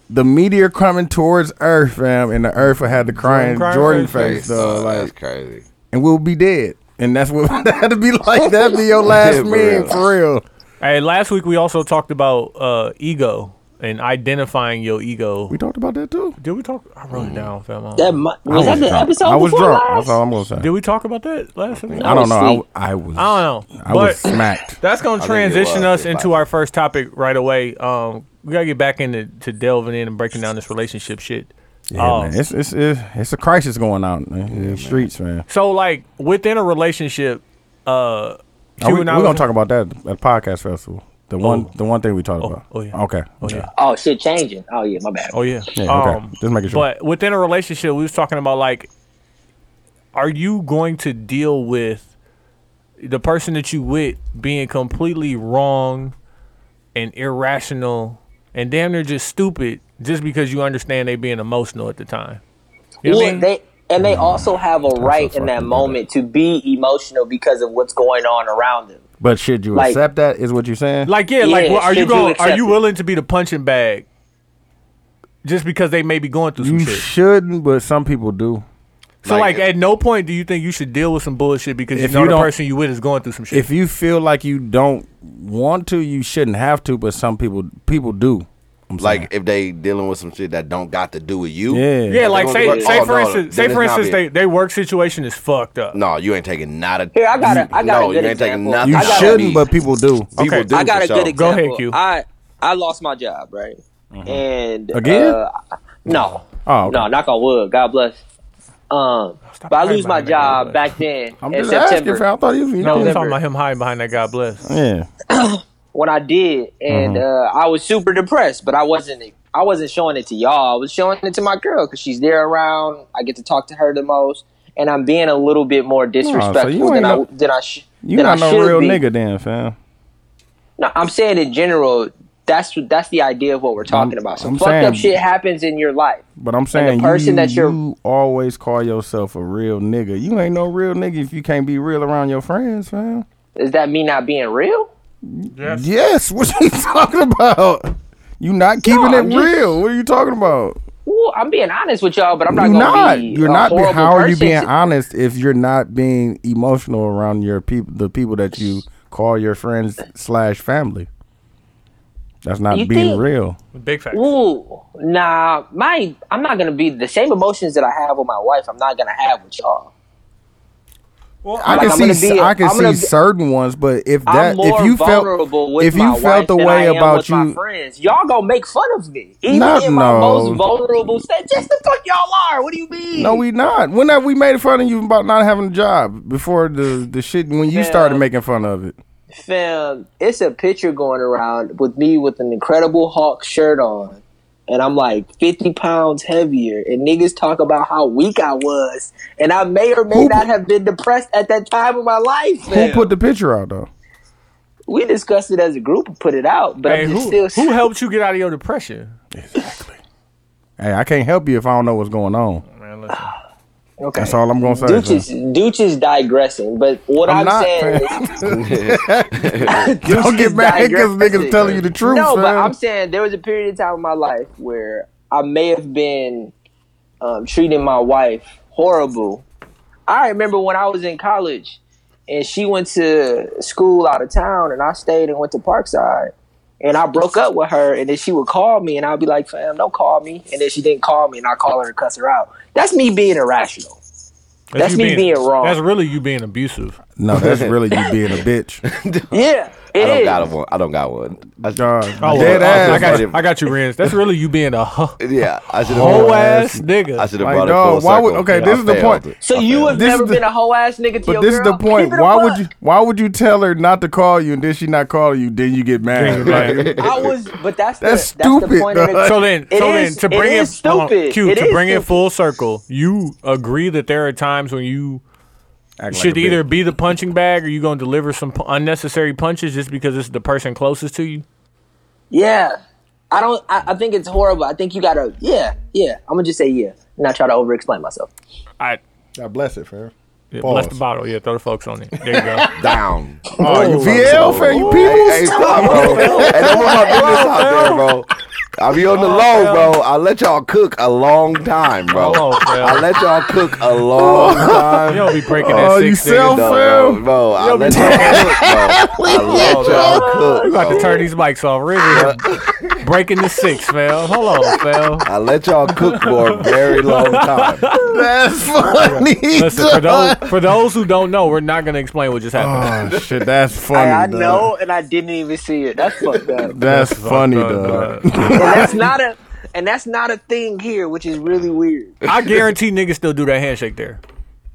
[SPEAKER 3] the meteor coming towards Earth, fam, and the Earth would have the crying
[SPEAKER 2] crying
[SPEAKER 3] Jordan
[SPEAKER 2] face.
[SPEAKER 3] face,
[SPEAKER 6] Crazy, dog,
[SPEAKER 3] though,
[SPEAKER 6] that's
[SPEAKER 3] like,
[SPEAKER 6] crazy.
[SPEAKER 3] and we'll be dead. And that's what that'd be like. That'd be your last
[SPEAKER 6] Yeah, for
[SPEAKER 3] meme
[SPEAKER 6] real.
[SPEAKER 3] for real.
[SPEAKER 2] Hey, last week we also talked about uh, ego and identifying your ego.
[SPEAKER 3] We talked about that too.
[SPEAKER 2] Did we talk? I wrote it down, fam. I don't-
[SPEAKER 4] That mi- was that the
[SPEAKER 3] drunk.
[SPEAKER 4] episode
[SPEAKER 3] I was
[SPEAKER 4] before
[SPEAKER 3] drunk.
[SPEAKER 4] last?
[SPEAKER 3] That's all I'm gonna say.
[SPEAKER 2] Did we talk about that last week?
[SPEAKER 3] I don't know. I, w-
[SPEAKER 4] asleep.
[SPEAKER 3] I was.
[SPEAKER 2] I don't know.
[SPEAKER 3] I
[SPEAKER 2] but
[SPEAKER 3] was smacked.
[SPEAKER 2] That's gonna
[SPEAKER 6] I think it
[SPEAKER 2] transition us
[SPEAKER 6] was. It's
[SPEAKER 2] into
[SPEAKER 6] like-
[SPEAKER 2] our first topic right away. Um, we gotta get back into to delving in and breaking down this relationship shit.
[SPEAKER 3] Yeah,
[SPEAKER 2] Um,
[SPEAKER 3] man. It's, it's it's it's a crisis going on man, in the streets, man.
[SPEAKER 2] So like within a relationship, uh,
[SPEAKER 3] Are
[SPEAKER 2] Q
[SPEAKER 3] we, we're
[SPEAKER 2] and I
[SPEAKER 3] gonna
[SPEAKER 2] was-
[SPEAKER 3] talk about that at the podcast festival. The one the one thing we talked about.
[SPEAKER 2] oh, yeah.
[SPEAKER 3] Okay.
[SPEAKER 2] Oh yeah.
[SPEAKER 4] Oh shit, changing. Oh yeah, my bad.
[SPEAKER 2] Oh yeah.
[SPEAKER 3] Yeah, okay.
[SPEAKER 2] Um,
[SPEAKER 3] Just making sure.
[SPEAKER 2] But within a relationship, we was talking about like, are you going to deal with the person that you with being completely wrong and irrational and damn near just stupid just because you understand they being emotional at the time? You know what I
[SPEAKER 4] yeah,
[SPEAKER 2] mean?
[SPEAKER 4] they and they also have a right in that
[SPEAKER 3] fucking
[SPEAKER 4] moment to be emotional because of what's going on around them.
[SPEAKER 3] But should you
[SPEAKER 4] Like-
[SPEAKER 3] accept that? Is what you're saying?
[SPEAKER 2] Like yeah, like
[SPEAKER 4] Yeah,
[SPEAKER 2] well, are you
[SPEAKER 4] should you
[SPEAKER 2] going? are
[SPEAKER 4] accept
[SPEAKER 2] you
[SPEAKER 4] it?
[SPEAKER 2] willing to be the punching bag just because they may be going through some
[SPEAKER 3] you
[SPEAKER 2] shit?
[SPEAKER 3] shouldn't, but some people do.
[SPEAKER 2] So like,
[SPEAKER 6] Like,
[SPEAKER 2] at no point do you think you should deal with some bullshit because you
[SPEAKER 3] If
[SPEAKER 2] know
[SPEAKER 3] you
[SPEAKER 2] the
[SPEAKER 3] don't-
[SPEAKER 2] person you with is going through some shit.
[SPEAKER 3] If you feel like you don't want to, you shouldn't have to. But some people people do. I'm
[SPEAKER 6] Like
[SPEAKER 3] saying.
[SPEAKER 6] if they dealing with some shit that don't got to do with you.
[SPEAKER 3] yeah,
[SPEAKER 2] yeah, like
[SPEAKER 6] gonna
[SPEAKER 2] say
[SPEAKER 6] work-
[SPEAKER 2] say
[SPEAKER 6] oh,
[SPEAKER 2] for
[SPEAKER 6] no,
[SPEAKER 2] instance
[SPEAKER 6] then
[SPEAKER 2] say
[SPEAKER 6] it's
[SPEAKER 2] for
[SPEAKER 6] not
[SPEAKER 2] instance they,
[SPEAKER 6] being-
[SPEAKER 2] they work situation is fucked up.
[SPEAKER 6] No, you ain't taking not a.
[SPEAKER 4] Here, I got a- I got a
[SPEAKER 6] no,
[SPEAKER 4] good
[SPEAKER 6] you ain't taking
[SPEAKER 4] example.
[SPEAKER 6] nothing.
[SPEAKER 3] you
[SPEAKER 4] I got a-
[SPEAKER 3] shouldn't, but people do.
[SPEAKER 6] people
[SPEAKER 2] Okay.
[SPEAKER 6] do.
[SPEAKER 4] I got
[SPEAKER 6] for
[SPEAKER 4] a
[SPEAKER 6] sure.
[SPEAKER 4] good example.
[SPEAKER 2] ahead, Q.
[SPEAKER 4] I I lost my job, right? And
[SPEAKER 3] Again?
[SPEAKER 4] uh, no,
[SPEAKER 3] Oh, okay.
[SPEAKER 4] no, knock on wood. God bless. Um, but I
[SPEAKER 2] hiding
[SPEAKER 4] lose my
[SPEAKER 2] behind that God
[SPEAKER 4] job
[SPEAKER 2] bless.
[SPEAKER 4] back then
[SPEAKER 3] I'm
[SPEAKER 4] in
[SPEAKER 3] just
[SPEAKER 4] September.
[SPEAKER 3] asking. fam. I thought you. you
[SPEAKER 2] No,
[SPEAKER 3] didn't-
[SPEAKER 2] we're
[SPEAKER 4] November.
[SPEAKER 2] talking about him hiding behind that God bless.
[SPEAKER 3] yeah.
[SPEAKER 4] when I did, and
[SPEAKER 3] Mm-hmm.
[SPEAKER 4] uh, I was super depressed. But I wasn't. I wasn't showing it to y'all. I was showing it to my girl because she's there around. I get to talk to her the most, and I'm being a little bit more disrespectful
[SPEAKER 3] you ain't
[SPEAKER 4] than,
[SPEAKER 3] no-
[SPEAKER 4] I, than I sh-
[SPEAKER 3] You
[SPEAKER 4] than
[SPEAKER 3] not
[SPEAKER 4] I
[SPEAKER 3] no
[SPEAKER 4] should
[SPEAKER 3] real
[SPEAKER 4] be.
[SPEAKER 3] nigga, then, fam.
[SPEAKER 4] No, I'm saying in general. that's that's the idea of what we're talking
[SPEAKER 3] I'm-
[SPEAKER 4] about. So
[SPEAKER 3] I'm
[SPEAKER 4] fucked
[SPEAKER 3] saying-
[SPEAKER 4] up shit happens in your life.
[SPEAKER 3] But I'm saying
[SPEAKER 4] person
[SPEAKER 3] you,
[SPEAKER 4] that you're-
[SPEAKER 3] you always call yourself a real nigga. You ain't no real nigga if you can't be real around your friends, fam.
[SPEAKER 4] Is that me not being real?
[SPEAKER 3] Yes, what you talking about? You not keeping
[SPEAKER 4] No, I'm
[SPEAKER 3] it
[SPEAKER 4] just-
[SPEAKER 3] real. What are you talking about?
[SPEAKER 4] Well, I'm being honest with y'all, but I'm not
[SPEAKER 3] You're
[SPEAKER 4] gonna
[SPEAKER 3] not.
[SPEAKER 4] be.
[SPEAKER 3] You're
[SPEAKER 4] a
[SPEAKER 3] not. Be,
[SPEAKER 4] horrible
[SPEAKER 3] how are you
[SPEAKER 4] person.
[SPEAKER 3] being honest if you're not being emotional around your people, the people that you call your friends slash family? That's not
[SPEAKER 4] You
[SPEAKER 3] being
[SPEAKER 4] think-
[SPEAKER 3] real.
[SPEAKER 2] Big facts.
[SPEAKER 4] Ooh, nah, my I'm not gonna be the same emotions that I have with my wife. I'm not gonna have with y'all.
[SPEAKER 3] I
[SPEAKER 4] Like,
[SPEAKER 3] can
[SPEAKER 4] I'm gonna
[SPEAKER 3] see.
[SPEAKER 4] be-
[SPEAKER 3] I can
[SPEAKER 4] I'm
[SPEAKER 3] see
[SPEAKER 4] gonna be-
[SPEAKER 3] certain ones, but if
[SPEAKER 4] I'm
[SPEAKER 3] that,
[SPEAKER 4] more
[SPEAKER 3] if you
[SPEAKER 4] vulnerable
[SPEAKER 3] felt,
[SPEAKER 4] with
[SPEAKER 3] if
[SPEAKER 4] my
[SPEAKER 3] you felt
[SPEAKER 4] wife
[SPEAKER 3] the
[SPEAKER 4] than
[SPEAKER 3] way
[SPEAKER 4] I am
[SPEAKER 3] about
[SPEAKER 4] with my
[SPEAKER 3] you,
[SPEAKER 4] friends, y'all gonna make fun of me, even
[SPEAKER 3] Not-
[SPEAKER 4] in my
[SPEAKER 3] no.
[SPEAKER 4] most vulnerable state. Just the fuck y'all are. What do you mean?
[SPEAKER 3] no, we not. When have we made fun of you about not having a job before the the shit when you started
[SPEAKER 4] Yeah.
[SPEAKER 3] making fun of it?
[SPEAKER 4] Fam, it's a picture going around with me with an Incredible Hulk shirt on, and I'm like 50 pounds heavier, and niggas talk about how weak I was, and I may or may
[SPEAKER 3] Who-
[SPEAKER 4] not have been depressed at that time of my life.
[SPEAKER 3] Who
[SPEAKER 4] fam.
[SPEAKER 3] put the picture out though?
[SPEAKER 4] we discussed it as a group and put it out, but
[SPEAKER 2] Hey,
[SPEAKER 4] I'm just
[SPEAKER 2] who,
[SPEAKER 4] still.
[SPEAKER 2] who helped you get out of your depression?
[SPEAKER 3] Hey, I can't help you if I don't know what's going on.
[SPEAKER 2] Man, listen.
[SPEAKER 4] okay.
[SPEAKER 3] That's all I'm gonna say.
[SPEAKER 4] Dooch
[SPEAKER 3] son.
[SPEAKER 4] is, Dooch is digressing, but what
[SPEAKER 3] I'm
[SPEAKER 4] I'm,
[SPEAKER 3] not,
[SPEAKER 4] saying
[SPEAKER 3] fam.
[SPEAKER 4] is,
[SPEAKER 3] Don't get
[SPEAKER 4] is
[SPEAKER 3] mad because niggas
[SPEAKER 4] digressing.
[SPEAKER 3] telling you the truth.
[SPEAKER 4] no, but
[SPEAKER 3] fam.
[SPEAKER 4] I'm saying there was a period of time in my life where I may have been um, treating my wife horrible. I remember when I was in college and she went to school out of town and I stayed and went to Parkside. And I broke up with her, and then she would call me, and I'd be like, "Fam, don't call me." And then she didn't call me, and I call her and cuss her out. That's me being irrational. That's
[SPEAKER 2] you
[SPEAKER 4] me being wrong.
[SPEAKER 2] That's really you being abusive.
[SPEAKER 3] No, that's really you being a bitch.
[SPEAKER 4] Yeah, it
[SPEAKER 6] I don't
[SPEAKER 4] is.
[SPEAKER 6] got one. I don't got one. I,
[SPEAKER 3] Dog,
[SPEAKER 2] Oh,
[SPEAKER 3] dead
[SPEAKER 2] I, I
[SPEAKER 3] ass.
[SPEAKER 2] got you, I got you, Renz. That's really you being a huh,
[SPEAKER 6] yeah, I should have.
[SPEAKER 2] whole ass nigga.
[SPEAKER 6] I should have
[SPEAKER 3] Like,
[SPEAKER 6] brought
[SPEAKER 3] dog,
[SPEAKER 6] it full
[SPEAKER 3] why would-
[SPEAKER 6] circle.
[SPEAKER 3] okay, this
[SPEAKER 6] I
[SPEAKER 3] is the
[SPEAKER 6] failed
[SPEAKER 3] point.
[SPEAKER 6] it.
[SPEAKER 4] So
[SPEAKER 6] I
[SPEAKER 4] you
[SPEAKER 6] failed
[SPEAKER 4] have
[SPEAKER 3] This is
[SPEAKER 4] never
[SPEAKER 3] the-
[SPEAKER 4] been a whole ass nigga to
[SPEAKER 3] But
[SPEAKER 4] your
[SPEAKER 3] this is
[SPEAKER 4] girl?
[SPEAKER 3] the point.
[SPEAKER 4] Keep it a
[SPEAKER 3] Why would
[SPEAKER 4] buck.
[SPEAKER 3] you? Why would you tell her not to call you, and then she not call you? Then you get mad.
[SPEAKER 2] Right.
[SPEAKER 4] I was, but that's
[SPEAKER 3] That's
[SPEAKER 4] the, That's
[SPEAKER 3] stupid,
[SPEAKER 4] the point. Of
[SPEAKER 3] dog.
[SPEAKER 4] it.
[SPEAKER 2] So then,
[SPEAKER 4] It
[SPEAKER 2] so
[SPEAKER 4] is-
[SPEAKER 2] then, to bring
[SPEAKER 4] it
[SPEAKER 2] it,
[SPEAKER 4] is
[SPEAKER 2] hold on,
[SPEAKER 4] stupid.
[SPEAKER 2] Q,
[SPEAKER 4] It
[SPEAKER 2] to
[SPEAKER 4] is
[SPEAKER 2] bring it
[SPEAKER 4] stupid.
[SPEAKER 2] full circle, you agree that there are times when you
[SPEAKER 3] Act like
[SPEAKER 2] should
[SPEAKER 3] a bitch.
[SPEAKER 2] either be the punching bag or you gonna deliver some pu- unnecessary punches just because it's the person closest to you.
[SPEAKER 4] Yeah, I don't. I, I think it's horrible. I think you gotta. Yeah, yeah. I'm gonna just say yeah, and not try to over explain myself.
[SPEAKER 2] I
[SPEAKER 3] God bless it, fam.
[SPEAKER 2] yeah,
[SPEAKER 3] Pause.
[SPEAKER 2] bless the bottle. Yeah, throw the folks on it. There you go.
[SPEAKER 6] down.
[SPEAKER 3] Oh, you VL fam, you people.
[SPEAKER 6] Hey, stop, bro. hey, don't want my business out there, bro. I be
[SPEAKER 3] Oh,
[SPEAKER 6] on the low, bro. I let y'all cook a long time,
[SPEAKER 3] Oh,
[SPEAKER 6] bro.
[SPEAKER 2] Hello, fam.
[SPEAKER 6] I let y'all cook a long time.
[SPEAKER 2] you don't be breaking that
[SPEAKER 3] Oh, you
[SPEAKER 2] six. nigga.
[SPEAKER 3] self-
[SPEAKER 6] No,
[SPEAKER 3] fam.
[SPEAKER 6] bro, bro, I let y'all cook,
[SPEAKER 3] Oh,
[SPEAKER 6] bro. I let y'all cook.
[SPEAKER 2] You got
[SPEAKER 6] bro.
[SPEAKER 2] to turn these mics off, really. breaking the six, fam. Hold on, fam.
[SPEAKER 6] I let y'all cook for a very long time.
[SPEAKER 3] That's funny.
[SPEAKER 2] Listen, for those for those who don't know, we're not gonna explain what just happened.
[SPEAKER 3] oh shit, that's funny.
[SPEAKER 4] I, I
[SPEAKER 3] dog.
[SPEAKER 4] know, and I didn't even see it. That's fucked up. and
[SPEAKER 3] That's funny,
[SPEAKER 2] Dun,
[SPEAKER 3] dog.
[SPEAKER 2] dun.
[SPEAKER 4] that's not a. And that's not a thing here, which is really weird.
[SPEAKER 2] I guarantee niggas still do that handshake there.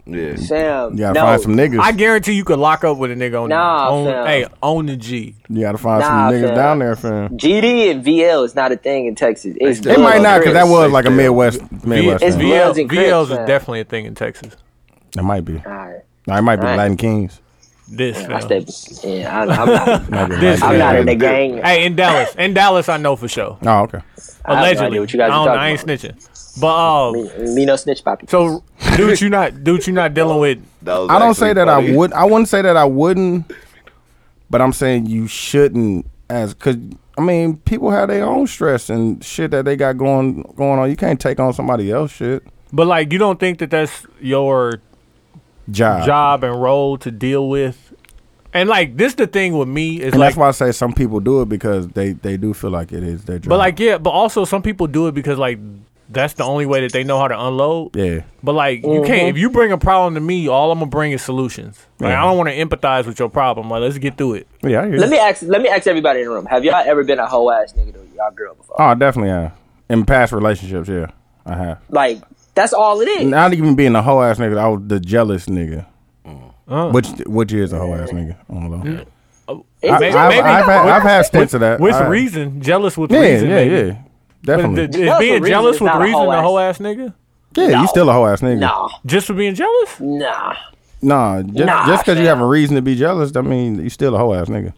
[SPEAKER 6] Yeah.
[SPEAKER 4] Sam,
[SPEAKER 3] You gotta
[SPEAKER 4] no,
[SPEAKER 3] find some niggas.
[SPEAKER 2] I guarantee you could lock up with a nigga on,
[SPEAKER 4] Nah,
[SPEAKER 2] on
[SPEAKER 4] fam.
[SPEAKER 2] hey on the G.
[SPEAKER 3] You gotta find
[SPEAKER 4] Nah,
[SPEAKER 3] some niggas
[SPEAKER 4] fam.
[SPEAKER 3] down there, fam.
[SPEAKER 4] GD and VL is not a thing in Texas. It's
[SPEAKER 3] It
[SPEAKER 6] They
[SPEAKER 3] might
[SPEAKER 4] blood
[SPEAKER 3] not, cause that
[SPEAKER 4] grits.
[SPEAKER 3] was like a Midwest, Midwest.
[SPEAKER 4] it's
[SPEAKER 3] thing.
[SPEAKER 4] V-
[SPEAKER 2] VLs,
[SPEAKER 4] Bloods and Crips,
[SPEAKER 2] VLs is
[SPEAKER 4] fam.
[SPEAKER 2] definitely a thing in Texas.
[SPEAKER 3] It might be.
[SPEAKER 4] All right.
[SPEAKER 3] Nah, it might be
[SPEAKER 4] Right.
[SPEAKER 3] Latin Kings.
[SPEAKER 2] This
[SPEAKER 4] I
[SPEAKER 2] fam.
[SPEAKER 4] step, yeah, I, I'm not.
[SPEAKER 3] Might be
[SPEAKER 2] This
[SPEAKER 3] Latin
[SPEAKER 4] I'm not
[SPEAKER 3] Kings.
[SPEAKER 4] in the gang.
[SPEAKER 2] Hey, in Dallas, in Dallas, I know for sure.
[SPEAKER 3] Oh, okay.
[SPEAKER 4] idea
[SPEAKER 2] Allegedly,
[SPEAKER 4] what you guys are
[SPEAKER 2] I, don't,
[SPEAKER 4] talking
[SPEAKER 2] I ain't snitching. But um,
[SPEAKER 4] Me no snitch poppy.
[SPEAKER 2] so dude, you not dude, you not dealing with.
[SPEAKER 6] That was
[SPEAKER 3] I don't
[SPEAKER 6] actually
[SPEAKER 3] say that
[SPEAKER 6] funny.
[SPEAKER 3] I would. I wouldn't say that I wouldn't. But I'm saying you shouldn't, as because I mean, people have their own stress and shit that they got going going on. You can't take on somebody else's shit.
[SPEAKER 2] But like, you don't think that that's your
[SPEAKER 3] Job.
[SPEAKER 2] job and role to deal with. And like, this the thing with me is
[SPEAKER 3] And
[SPEAKER 2] like,
[SPEAKER 3] that's why I say some people do it because they they do feel like it is their job.
[SPEAKER 2] but like, yeah, but also some people do it because like that's the only way that they know how to unload.
[SPEAKER 3] yeah,
[SPEAKER 2] But like you
[SPEAKER 4] Mm-hmm.
[SPEAKER 2] can't if you bring a problem to me, all I'm gonna bring is solutions. Like
[SPEAKER 3] Yeah.
[SPEAKER 2] I don't want to empathize with your problem. Like let's get through it.
[SPEAKER 3] yeah. I hear
[SPEAKER 4] Let
[SPEAKER 3] you.
[SPEAKER 4] me ask. Let me ask everybody in the room. Have y'all ever been a hoe ass nigga to y'all girl before?
[SPEAKER 3] Oh, definitely. Yeah. In past relationships, yeah, I have.
[SPEAKER 4] Like that's all it is.
[SPEAKER 3] Not even being a whole ass nigga. I was the jealous nigga.
[SPEAKER 2] Oh.
[SPEAKER 3] Which which is a whole ass nigga on the low.
[SPEAKER 4] It's
[SPEAKER 3] I,
[SPEAKER 2] Maybe-
[SPEAKER 3] I've,
[SPEAKER 2] maybe-
[SPEAKER 3] I've had, I've had stints of that
[SPEAKER 2] With
[SPEAKER 3] I-
[SPEAKER 2] reason, jealous with
[SPEAKER 3] Yeah,
[SPEAKER 2] reason.
[SPEAKER 3] yeah,
[SPEAKER 2] maybe.
[SPEAKER 3] yeah.
[SPEAKER 2] But
[SPEAKER 3] Definitely.
[SPEAKER 2] th- th-
[SPEAKER 4] Jealous
[SPEAKER 2] being
[SPEAKER 4] with reason
[SPEAKER 2] jealous
[SPEAKER 4] is
[SPEAKER 2] with
[SPEAKER 4] not a
[SPEAKER 2] reason,
[SPEAKER 4] hoe
[SPEAKER 2] a
[SPEAKER 4] ass.
[SPEAKER 2] whole ass nigga,
[SPEAKER 3] Yeah,
[SPEAKER 4] No.
[SPEAKER 3] you still a whole ass nigga.
[SPEAKER 4] nah,
[SPEAKER 2] just for being jealous.
[SPEAKER 4] nah.
[SPEAKER 3] Nah, just
[SPEAKER 4] Nah,
[SPEAKER 3] just because you
[SPEAKER 4] fam.
[SPEAKER 3] have a reason to be jealous, I mean, you still a whole ass nigga.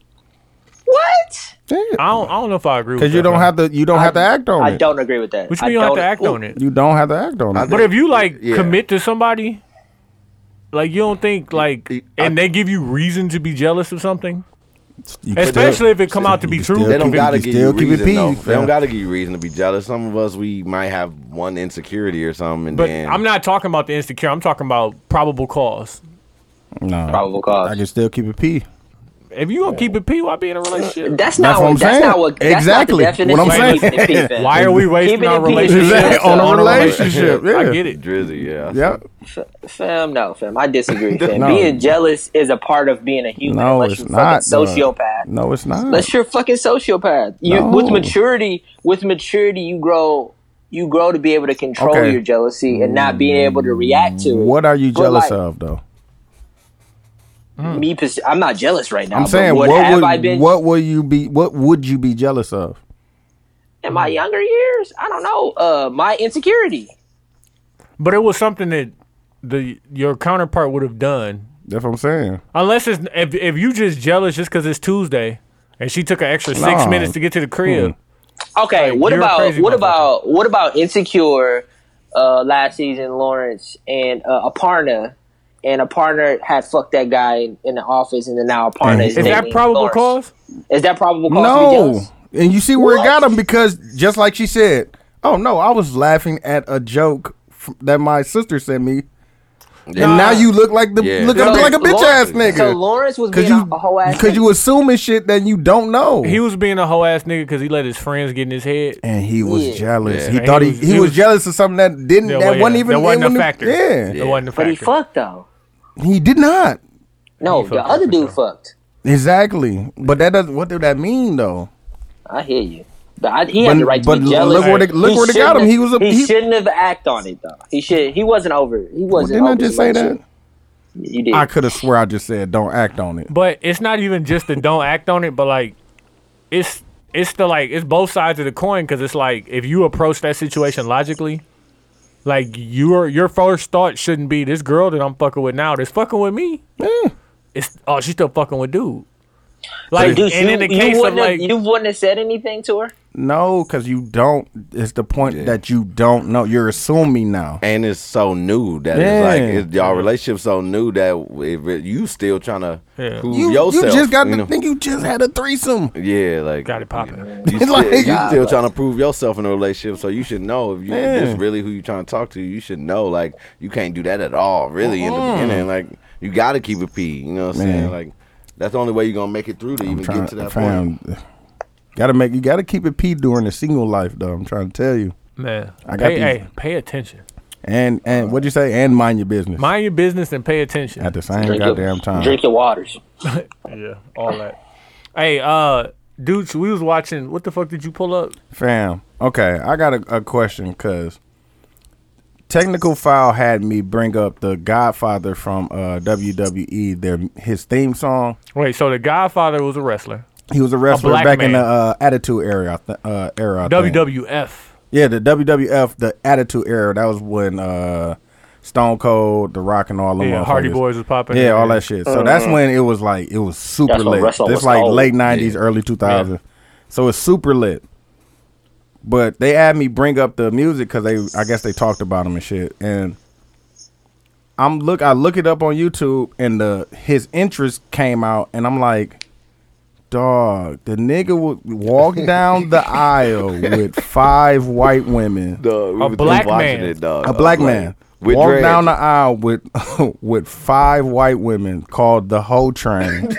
[SPEAKER 4] What?
[SPEAKER 2] I don't, I don't know if I agree with
[SPEAKER 3] Because you
[SPEAKER 2] that,
[SPEAKER 3] don't
[SPEAKER 2] man.
[SPEAKER 3] have to. You don't have to act on
[SPEAKER 4] I
[SPEAKER 3] it.
[SPEAKER 4] don't agree with that.
[SPEAKER 2] Which
[SPEAKER 4] I
[SPEAKER 2] mean you don't have to
[SPEAKER 4] don't-
[SPEAKER 2] act
[SPEAKER 4] Ooh,
[SPEAKER 2] on it.
[SPEAKER 3] You don't have to act on it.
[SPEAKER 2] But if you like
[SPEAKER 6] Yeah.
[SPEAKER 2] commit to somebody, like you don't think like,
[SPEAKER 6] I-
[SPEAKER 2] and they give you reason to be jealous of something,
[SPEAKER 3] You could-
[SPEAKER 2] especially if it come out to be
[SPEAKER 3] You
[SPEAKER 2] true.
[SPEAKER 3] still
[SPEAKER 6] They don't
[SPEAKER 3] keep it-
[SPEAKER 6] gotta
[SPEAKER 3] you
[SPEAKER 6] give you
[SPEAKER 3] still keep it
[SPEAKER 6] reason. though.
[SPEAKER 3] peeved,
[SPEAKER 6] They
[SPEAKER 3] yeah.
[SPEAKER 6] don't gotta give you reason to be jealous. Some of us, we might have one insecurity or something, and
[SPEAKER 2] But
[SPEAKER 6] then
[SPEAKER 2] I'm not talking about the insecure. I'm talking about probable cause.
[SPEAKER 3] no,
[SPEAKER 4] Probable cause.
[SPEAKER 3] I can still keep it p.
[SPEAKER 2] If you gonna keep it p, why be in a relationship?
[SPEAKER 4] That's not
[SPEAKER 3] That's what
[SPEAKER 4] what.
[SPEAKER 3] I'm
[SPEAKER 4] that's
[SPEAKER 3] saying.
[SPEAKER 4] not what. That's
[SPEAKER 3] Exactly.
[SPEAKER 4] Not the definition
[SPEAKER 3] What I'm
[SPEAKER 4] of
[SPEAKER 3] saying.
[SPEAKER 4] keeping it peeping.
[SPEAKER 2] Why are we
[SPEAKER 4] Keep it
[SPEAKER 2] wasting
[SPEAKER 4] in
[SPEAKER 2] our
[SPEAKER 4] peace.
[SPEAKER 2] relationship
[SPEAKER 3] on a
[SPEAKER 4] On a
[SPEAKER 3] relationship. Yeah.
[SPEAKER 2] I get it.
[SPEAKER 6] drizzy. Yeah,
[SPEAKER 3] Yep.
[SPEAKER 4] Fam, no, fam. I disagree, fam.
[SPEAKER 3] No.
[SPEAKER 4] Being jealous is a part of being a human.
[SPEAKER 3] No,
[SPEAKER 4] unless
[SPEAKER 3] it's
[SPEAKER 4] you're
[SPEAKER 3] not.
[SPEAKER 4] fucking sociopath.
[SPEAKER 3] No, No, it's not.
[SPEAKER 4] Unless you're a fucking sociopath. You
[SPEAKER 3] No.
[SPEAKER 4] with maturity, with maturity, you grow. You grow to be able to control
[SPEAKER 3] Okay.
[SPEAKER 4] your jealousy and not being able to react to it.
[SPEAKER 3] What are you
[SPEAKER 4] But,
[SPEAKER 3] jealous
[SPEAKER 4] like,
[SPEAKER 3] of, though?
[SPEAKER 4] Me, pers- I'm not jealous right now.
[SPEAKER 3] I'm
[SPEAKER 4] but
[SPEAKER 3] saying,
[SPEAKER 4] what,
[SPEAKER 3] what,
[SPEAKER 4] have
[SPEAKER 3] would
[SPEAKER 4] I been?
[SPEAKER 3] what would you be? What would you be jealous of?
[SPEAKER 4] in my younger years? I don't know. Uh, my insecurity.
[SPEAKER 2] But it was something that the your counterpart would have done
[SPEAKER 3] That's what I'm saying.
[SPEAKER 2] Unless it's if if you just jealous just because it's Tuesday and she took an extra six
[SPEAKER 3] Nah.
[SPEAKER 2] minutes to get to the crib.
[SPEAKER 4] Okay,
[SPEAKER 2] Like,
[SPEAKER 4] what
[SPEAKER 2] you're a
[SPEAKER 4] about
[SPEAKER 2] crazy
[SPEAKER 4] what
[SPEAKER 2] motherfucker.
[SPEAKER 4] about what about insecure uh, last season? Lawrence and uh, Aparna, and Aparna had fucked that guy in, in the office, and then now Aparna is,
[SPEAKER 2] Is that
[SPEAKER 4] dating
[SPEAKER 2] probable
[SPEAKER 4] Lawrence.
[SPEAKER 2] cause?
[SPEAKER 4] Is that probable cause? To be
[SPEAKER 3] No,
[SPEAKER 4] jealous?
[SPEAKER 3] and you see where it
[SPEAKER 4] What?
[SPEAKER 3] got him because just like she said, oh no, I was laughing at a joke f- that my sister sent me,
[SPEAKER 6] Yeah.
[SPEAKER 3] and now you look like the
[SPEAKER 6] Yeah.
[SPEAKER 3] look
[SPEAKER 6] So,
[SPEAKER 3] like a bitch ass
[SPEAKER 4] Lawrence- So
[SPEAKER 3] nigga
[SPEAKER 4] Lawrence was
[SPEAKER 3] because
[SPEAKER 4] being
[SPEAKER 3] you
[SPEAKER 4] a whole ass.
[SPEAKER 3] because you assuming shit that you don't know.
[SPEAKER 2] He was being a whole ass nigga because he let his friends get in his head.
[SPEAKER 3] and he was
[SPEAKER 4] Yeah.
[SPEAKER 3] jealous.
[SPEAKER 6] Yeah.
[SPEAKER 3] He
[SPEAKER 2] And
[SPEAKER 3] thought
[SPEAKER 2] he
[SPEAKER 3] he,
[SPEAKER 2] was-
[SPEAKER 3] he,
[SPEAKER 2] he
[SPEAKER 3] was,
[SPEAKER 2] was-
[SPEAKER 3] jealous of something that didn't
[SPEAKER 2] There
[SPEAKER 3] that
[SPEAKER 2] wa-
[SPEAKER 3] wasn't
[SPEAKER 2] yeah,
[SPEAKER 3] even
[SPEAKER 2] there wasn't
[SPEAKER 3] it
[SPEAKER 2] a
[SPEAKER 3] wasn't-
[SPEAKER 2] factor.
[SPEAKER 3] Yeah,
[SPEAKER 2] There wasn't a
[SPEAKER 4] but
[SPEAKER 2] factor.
[SPEAKER 4] he fucked though.
[SPEAKER 3] he did not
[SPEAKER 4] No, the
[SPEAKER 2] fucked
[SPEAKER 4] other
[SPEAKER 2] for
[SPEAKER 4] dude fucked.
[SPEAKER 3] exactly. But that doesn't. What did that mean though?
[SPEAKER 4] I hear you. But I, he
[SPEAKER 3] But-
[SPEAKER 4] had the right to
[SPEAKER 3] but
[SPEAKER 4] be jealous.
[SPEAKER 3] look where they- look where they got
[SPEAKER 4] shouldn't
[SPEAKER 3] him.
[SPEAKER 4] have-
[SPEAKER 3] He was a-
[SPEAKER 4] he,
[SPEAKER 3] he-
[SPEAKER 4] shouldn't have acted on it though. He should. He wasn't over. it. He wasn't.
[SPEAKER 3] Didn't I
[SPEAKER 4] over
[SPEAKER 3] just
[SPEAKER 4] the
[SPEAKER 3] say that?
[SPEAKER 4] relationship. You did.
[SPEAKER 3] I could have swear I just said don't act on it.
[SPEAKER 2] But it's not even just the don't act on it, but like it's it's the like it's both sides of the coin because it's like if you approach that situation logically, like your your first thought shouldn't be this girl that I'm fucking with now that's fucking with me. It's oh she's still fucking with dude. Like
[SPEAKER 4] Dude,
[SPEAKER 2] and
[SPEAKER 4] you,
[SPEAKER 2] in the
[SPEAKER 4] you
[SPEAKER 2] case of
[SPEAKER 4] wouldn't have,
[SPEAKER 2] like
[SPEAKER 4] you wouldn't have said anything to her.
[SPEAKER 3] No, because you don't. It's the point that you don't know. You're assuming now.
[SPEAKER 6] and it's so new that
[SPEAKER 3] Yeah.
[SPEAKER 6] it's like it, y'all relationship so new that if it, you still trying to
[SPEAKER 2] Yeah.
[SPEAKER 6] prove
[SPEAKER 3] You,
[SPEAKER 6] yourself.
[SPEAKER 3] you just got
[SPEAKER 6] you
[SPEAKER 3] to
[SPEAKER 6] know?
[SPEAKER 3] think you just had a threesome.
[SPEAKER 6] Yeah, like
[SPEAKER 2] got it popping.
[SPEAKER 6] You still,
[SPEAKER 3] Like,
[SPEAKER 6] you
[SPEAKER 3] God,
[SPEAKER 6] still trying to prove yourself in a relationship, so you should know if you
[SPEAKER 3] Yeah.
[SPEAKER 6] if this really who you trying to talk to. You should know, like you can't do that at all, really, in the beginning. Like you got to keep it p. You know what I'm
[SPEAKER 3] Man.
[SPEAKER 6] saying? Like that's the only way you're gonna make it through to even get to that point.
[SPEAKER 3] Got to make you got to keep it p during the single life though. I'm trying to tell you.
[SPEAKER 2] Man,
[SPEAKER 3] I got
[SPEAKER 2] pay,
[SPEAKER 3] these-
[SPEAKER 2] hey, pay attention.
[SPEAKER 3] And
[SPEAKER 6] Uh,
[SPEAKER 3] and what'd you say? And mind your business
[SPEAKER 2] Mind your business and pay attention.
[SPEAKER 3] at the same
[SPEAKER 4] your-
[SPEAKER 3] goddamn time.
[SPEAKER 4] Drink your waters.
[SPEAKER 2] yeah, all that. Hey, uh, dudes, we was watching. What the fuck did you pull up?
[SPEAKER 3] Fam, okay, I got a, a question because technical file had me bring up the Godfather from uh, WWE. Their his theme song.
[SPEAKER 2] Wait, so the Godfather was a wrestler.
[SPEAKER 3] He was a wrestler
[SPEAKER 2] black
[SPEAKER 3] back in the
[SPEAKER 2] man. E.
[SPEAKER 3] uh, Attitude Era. I th- uh, era. I think.
[SPEAKER 2] WWF.
[SPEAKER 3] Yeah, the WWF, the Attitude Era. That was when uh, Stone Cold, The Rock, and all them.
[SPEAKER 2] Yeah, Hardy
[SPEAKER 3] motherfuckers.
[SPEAKER 2] Boys was popping.
[SPEAKER 3] Yeah, all that shit. So that's when it was like it was super
[SPEAKER 4] Uh-huh. That's when
[SPEAKER 3] lit.
[SPEAKER 4] wrestling
[SPEAKER 3] It's
[SPEAKER 4] was
[SPEAKER 3] like
[SPEAKER 4] old.
[SPEAKER 3] late nineties, early two thousand. So it's super lit. But they had me bring up the music because they, I guess they talked about him and shit. And I'm look, I look it up on YouTube, and the his interest came out, and I'm like, dog, the nigga would walk down the aisle with five white women
[SPEAKER 6] Dog, we
[SPEAKER 2] A
[SPEAKER 6] was just
[SPEAKER 2] black
[SPEAKER 6] watching
[SPEAKER 2] man.
[SPEAKER 6] it, dog.
[SPEAKER 3] a
[SPEAKER 6] I was
[SPEAKER 3] black
[SPEAKER 6] Uh, like,
[SPEAKER 3] man
[SPEAKER 6] with
[SPEAKER 3] walked
[SPEAKER 6] dreads.
[SPEAKER 3] down the aisle with with five white women called the whole train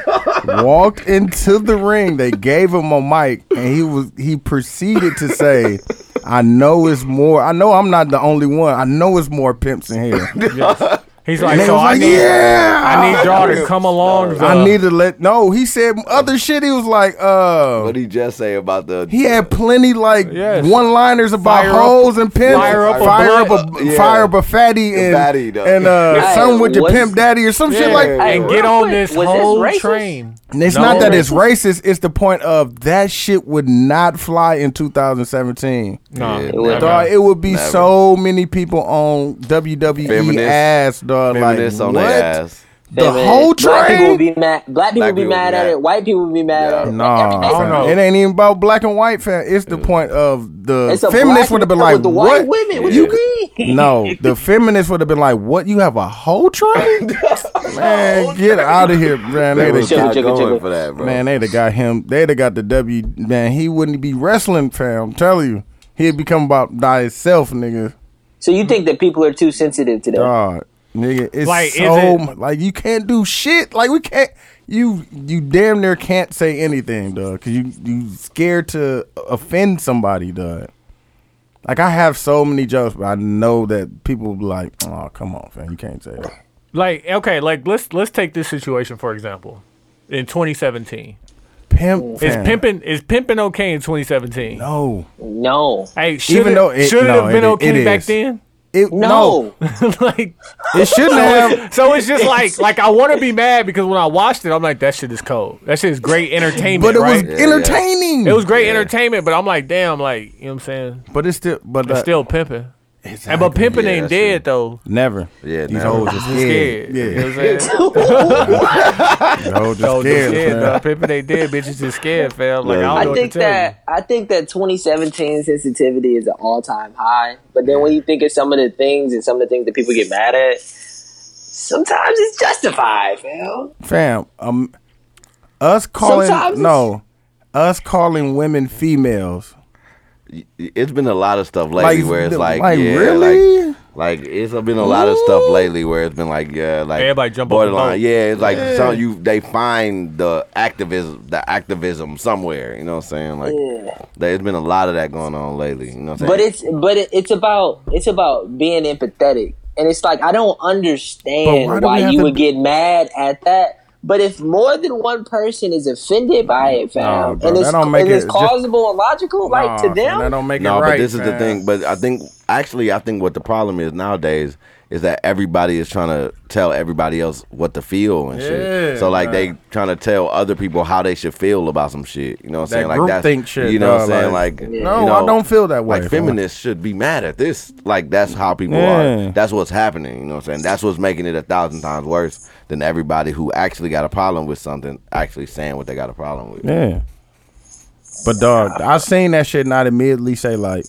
[SPEAKER 3] walked into the ring they gave him a mic and he was he proceeded to say i know it's more i know i'm not the only one i know it's more pimps in here
[SPEAKER 2] He's like,
[SPEAKER 3] and they
[SPEAKER 2] so
[SPEAKER 3] was
[SPEAKER 2] I
[SPEAKER 3] like
[SPEAKER 2] need,
[SPEAKER 3] yeah
[SPEAKER 2] I uh, need y'all to come along. the-
[SPEAKER 3] I need to let no. He said other shit. He was like, uh,
[SPEAKER 6] What did he just say about the?
[SPEAKER 3] he had plenty like
[SPEAKER 2] Yes.
[SPEAKER 3] one liners about
[SPEAKER 2] Fire up-
[SPEAKER 3] hoes and pimps,
[SPEAKER 2] fire up a
[SPEAKER 3] fire
[SPEAKER 2] blood-
[SPEAKER 3] up a,
[SPEAKER 6] yeah.
[SPEAKER 3] fire up a fatty and
[SPEAKER 6] fatty, though.
[SPEAKER 3] and uh,
[SPEAKER 4] Hey,
[SPEAKER 3] something with your
[SPEAKER 4] what's-
[SPEAKER 3] pimp daddy or some shit
[SPEAKER 2] Yeah,
[SPEAKER 3] like.
[SPEAKER 2] and
[SPEAKER 4] Hey,
[SPEAKER 2] get
[SPEAKER 4] real
[SPEAKER 2] on
[SPEAKER 4] quick,
[SPEAKER 2] this
[SPEAKER 4] was this
[SPEAKER 2] whole
[SPEAKER 4] racist?
[SPEAKER 2] train.
[SPEAKER 3] And It's
[SPEAKER 2] No.
[SPEAKER 3] not that it's racist. It's the point of that shit would not fly in 2017.
[SPEAKER 2] Nah,
[SPEAKER 4] was-
[SPEAKER 6] Yeah,
[SPEAKER 2] never.
[SPEAKER 3] Dog, it would be
[SPEAKER 6] Never.
[SPEAKER 3] so many people on WWE
[SPEAKER 6] Feminists.
[SPEAKER 3] ass, dog.
[SPEAKER 6] feminists
[SPEAKER 3] like
[SPEAKER 6] on
[SPEAKER 3] what?
[SPEAKER 6] their ass.
[SPEAKER 3] The whole
[SPEAKER 4] Black people
[SPEAKER 3] train?
[SPEAKER 4] will be mad. Black people
[SPEAKER 6] Black
[SPEAKER 4] will be
[SPEAKER 6] people
[SPEAKER 4] mad at it. White people will be mad
[SPEAKER 6] Yeah.
[SPEAKER 4] at it.
[SPEAKER 3] Nah,
[SPEAKER 4] Everybody-
[SPEAKER 2] don't
[SPEAKER 3] fam.
[SPEAKER 2] know.
[SPEAKER 3] it ain't even about black and white, fam. It's the point of the
[SPEAKER 4] It's a
[SPEAKER 3] feminists
[SPEAKER 4] black
[SPEAKER 3] would have been
[SPEAKER 4] man
[SPEAKER 3] like,
[SPEAKER 4] with the
[SPEAKER 3] "What?
[SPEAKER 4] white women. What do you mean?
[SPEAKER 3] No, the feminists would have been like, "What? You have a whole train? man, get out of here, man!
[SPEAKER 6] They
[SPEAKER 3] They
[SPEAKER 6] was
[SPEAKER 3] done
[SPEAKER 4] Chugga,
[SPEAKER 6] not
[SPEAKER 4] chugga,
[SPEAKER 6] going
[SPEAKER 4] chugga.
[SPEAKER 6] for that, bro.
[SPEAKER 3] Man, they'd have got him. They'd have got the W. Man, he wouldn't be wrestling, fam. I'm telling you, he'd become about by himself, nigga.
[SPEAKER 4] So you think that people are too sensitive today?
[SPEAKER 3] God, nigga, it's
[SPEAKER 2] Like, is
[SPEAKER 3] so
[SPEAKER 2] it-
[SPEAKER 3] mu- like you can't do shit. Like we can't. You you damn near can't say anything, dog, because you you scared to offend somebody, dog. Like I have so many jokes, but I know that people be like, "Oh, come on, fam, you can't say that."
[SPEAKER 2] Like okay, like let's let's take this situation for example. In 2017,
[SPEAKER 3] Pimp,
[SPEAKER 2] is
[SPEAKER 3] fam.
[SPEAKER 2] pimping is pimping okay in 2017?
[SPEAKER 3] No,
[SPEAKER 4] No.
[SPEAKER 2] Hey, should
[SPEAKER 3] Even
[SPEAKER 2] it,
[SPEAKER 3] though it-
[SPEAKER 2] should it
[SPEAKER 3] no,
[SPEAKER 2] have been
[SPEAKER 3] it-
[SPEAKER 2] okay
[SPEAKER 3] it
[SPEAKER 2] back
[SPEAKER 3] is.
[SPEAKER 2] then?
[SPEAKER 3] it no,
[SPEAKER 4] No.
[SPEAKER 2] like
[SPEAKER 3] it shouldn't have.
[SPEAKER 2] so it's just like like I want to be mad because when I watched it, I'm like that shit is cold. That shit is great entertainment,
[SPEAKER 3] But it was
[SPEAKER 2] right?
[SPEAKER 6] Yeah, yeah.
[SPEAKER 3] entertaining.
[SPEAKER 2] it was great
[SPEAKER 6] Yeah.
[SPEAKER 2] entertainment, but I'm like damn, like you know what I'm saying?
[SPEAKER 3] but it's still, but
[SPEAKER 2] It's
[SPEAKER 3] uh,
[SPEAKER 2] still pimping.
[SPEAKER 3] exactly.
[SPEAKER 2] And but pimping
[SPEAKER 6] Yeah,
[SPEAKER 2] ain't
[SPEAKER 6] that's
[SPEAKER 2] dead though.
[SPEAKER 3] never.
[SPEAKER 6] Yeah,
[SPEAKER 3] these
[SPEAKER 6] never.
[SPEAKER 3] hoes are scared.
[SPEAKER 2] Scared. You know
[SPEAKER 3] Yeah,
[SPEAKER 2] what I'm saying?
[SPEAKER 3] these hoes
[SPEAKER 2] So
[SPEAKER 3] are
[SPEAKER 2] scared,
[SPEAKER 3] scared.
[SPEAKER 2] scared
[SPEAKER 3] fam.
[SPEAKER 2] dog. Pimping ain't dead. Bitches is scared, fam. Like I
[SPEAKER 6] Yeah.
[SPEAKER 2] don't know
[SPEAKER 4] I
[SPEAKER 2] what to
[SPEAKER 4] think
[SPEAKER 2] tell you.
[SPEAKER 4] that I think that 2017 sensitivity is an all time high. But then when you think of some of the things and some of the things that people get mad at, sometimes it's justified, fam.
[SPEAKER 3] Fam, um, us calling
[SPEAKER 4] Sometimes-
[SPEAKER 3] no, us calling women females.
[SPEAKER 6] it's been a lot of stuff lately where it's
[SPEAKER 3] the-
[SPEAKER 6] like,
[SPEAKER 3] like,
[SPEAKER 6] yeah,
[SPEAKER 3] really?
[SPEAKER 6] like, like it's been a lot of stuff lately where it's been like, yeah, like
[SPEAKER 2] Everybody jump on the
[SPEAKER 6] borderline.
[SPEAKER 2] boat.
[SPEAKER 6] yeah, it's like some you they find the activism, the activism somewhere. You know what I'm saying? Like, there's been a lot of that going on lately. You know what I'm saying?
[SPEAKER 4] But it's but it, it's about it's about being empathetic, and it's like I don't
[SPEAKER 3] But
[SPEAKER 4] understand
[SPEAKER 3] why
[SPEAKER 4] why,
[SPEAKER 3] do we have
[SPEAKER 4] you
[SPEAKER 3] to-
[SPEAKER 4] would get mad at that. But if more than one person is offended by it, fam,
[SPEAKER 3] Nah, bro,
[SPEAKER 4] and it's,
[SPEAKER 3] that don't make
[SPEAKER 4] and
[SPEAKER 3] it-
[SPEAKER 4] it's plausible and logical, like to
[SPEAKER 3] Nah,
[SPEAKER 4] them,
[SPEAKER 3] fam, that don't make
[SPEAKER 6] no,
[SPEAKER 3] it right.
[SPEAKER 6] but this is the
[SPEAKER 3] fam.
[SPEAKER 6] thing. But I think actually, I think what the problem is nowadays is that everybody is trying to tell everybody else what to feel and
[SPEAKER 3] Yeah,
[SPEAKER 6] shit. So like they trying to tell other people how they should feel about some shit. You know what
[SPEAKER 3] That
[SPEAKER 6] I'm saying? Like
[SPEAKER 3] group
[SPEAKER 6] that's
[SPEAKER 3] think shit,
[SPEAKER 6] You know what I'm
[SPEAKER 3] dog,
[SPEAKER 6] saying?
[SPEAKER 3] like,
[SPEAKER 6] Like,
[SPEAKER 3] No,
[SPEAKER 6] you
[SPEAKER 3] I
[SPEAKER 6] know,
[SPEAKER 3] don't feel that way.
[SPEAKER 6] Like
[SPEAKER 3] fam.
[SPEAKER 6] feminists should be mad at this. Like that's how people
[SPEAKER 3] Yeah.
[SPEAKER 6] are. That's what's happening. You know what I'm saying? That's what's making it a thousand times worse than everybody who actually got a problem with something actually saying what they got a problem with.
[SPEAKER 3] Yeah. But dog, I seen that shit and I immediately say like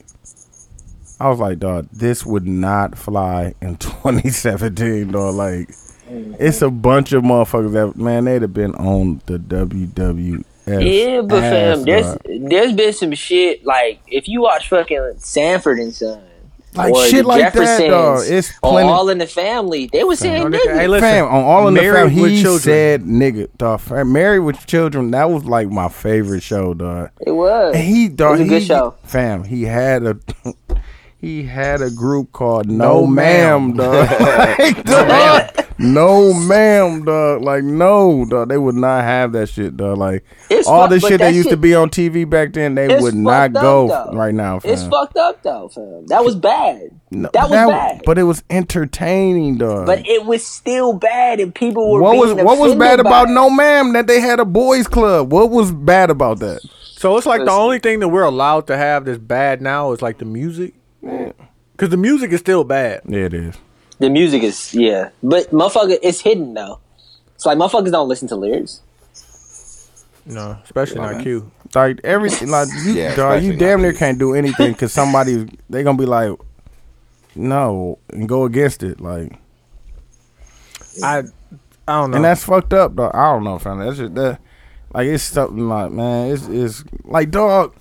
[SPEAKER 3] I was like, dog, this would not fly in 2017, dog. Like, it's a bunch of motherfuckers that man, they'd have been on the WWF.
[SPEAKER 4] Yeah, but
[SPEAKER 3] ass,
[SPEAKER 4] fam, there's
[SPEAKER 3] dog.
[SPEAKER 4] there's been some shit like if you watch fucking Sanford and Son,
[SPEAKER 3] Like,
[SPEAKER 4] or
[SPEAKER 3] shit
[SPEAKER 4] the
[SPEAKER 3] like that, dog, it's
[SPEAKER 4] or
[SPEAKER 3] plenty-
[SPEAKER 4] All in the Family, they were saying
[SPEAKER 2] Don't
[SPEAKER 4] nigga.
[SPEAKER 2] nigga- Hey, listen,
[SPEAKER 3] fam, on all in the
[SPEAKER 2] Married
[SPEAKER 3] fam,
[SPEAKER 2] with
[SPEAKER 3] he
[SPEAKER 2] Children.
[SPEAKER 3] said, "Nigga, dog, fam, Married with Children." That was like my favorite show, dog.
[SPEAKER 4] it was.
[SPEAKER 3] And he, dog,
[SPEAKER 4] it was a
[SPEAKER 3] he,
[SPEAKER 4] good show.
[SPEAKER 3] fam. He had a, he had a group called No, Ma'am, dog. Like, dog, no Ma'am, dog. Like no, dog. They would not have that shit, dog. Like
[SPEAKER 4] It's
[SPEAKER 3] all
[SPEAKER 4] fuck-
[SPEAKER 3] this
[SPEAKER 4] but
[SPEAKER 3] shit that,
[SPEAKER 4] that
[SPEAKER 3] used to
[SPEAKER 4] shit-
[SPEAKER 3] be on TV back then, they
[SPEAKER 4] It's
[SPEAKER 3] would not
[SPEAKER 4] fucked up,
[SPEAKER 3] go
[SPEAKER 4] though.
[SPEAKER 3] right now, fam.
[SPEAKER 4] It's fucked up though, fam. That was bad.
[SPEAKER 3] No,
[SPEAKER 4] that was bad. But,
[SPEAKER 3] but it was entertaining, dog.
[SPEAKER 4] it was still bad, and people were.
[SPEAKER 3] what was
[SPEAKER 4] being
[SPEAKER 3] what was bad
[SPEAKER 4] offended by
[SPEAKER 3] about
[SPEAKER 4] it.
[SPEAKER 3] No Ma'am that they had a boys club? What was bad about that?
[SPEAKER 2] So it's like the
[SPEAKER 4] Listen.
[SPEAKER 2] only thing that we're allowed to have that's bad now is like the music. Because the music is still bad.
[SPEAKER 3] Yeah, it is.
[SPEAKER 4] The music is yeah, but motherfucker, it's hidden though. It's like motherfuckers don't listen to lyrics.
[SPEAKER 2] No, especially not Q.
[SPEAKER 3] Like everything, like you,
[SPEAKER 6] Yeah,
[SPEAKER 3] dog, you
[SPEAKER 6] especially
[SPEAKER 3] damn
[SPEAKER 6] not
[SPEAKER 3] near
[SPEAKER 6] these.
[SPEAKER 3] can't do anything because somebody they gonna be like, no, and go against it, like,
[SPEAKER 2] I I don't know.
[SPEAKER 3] and that's fucked up, dog. I don't know, fam. That's just that, like, it's something like, man, it's it's like, dog.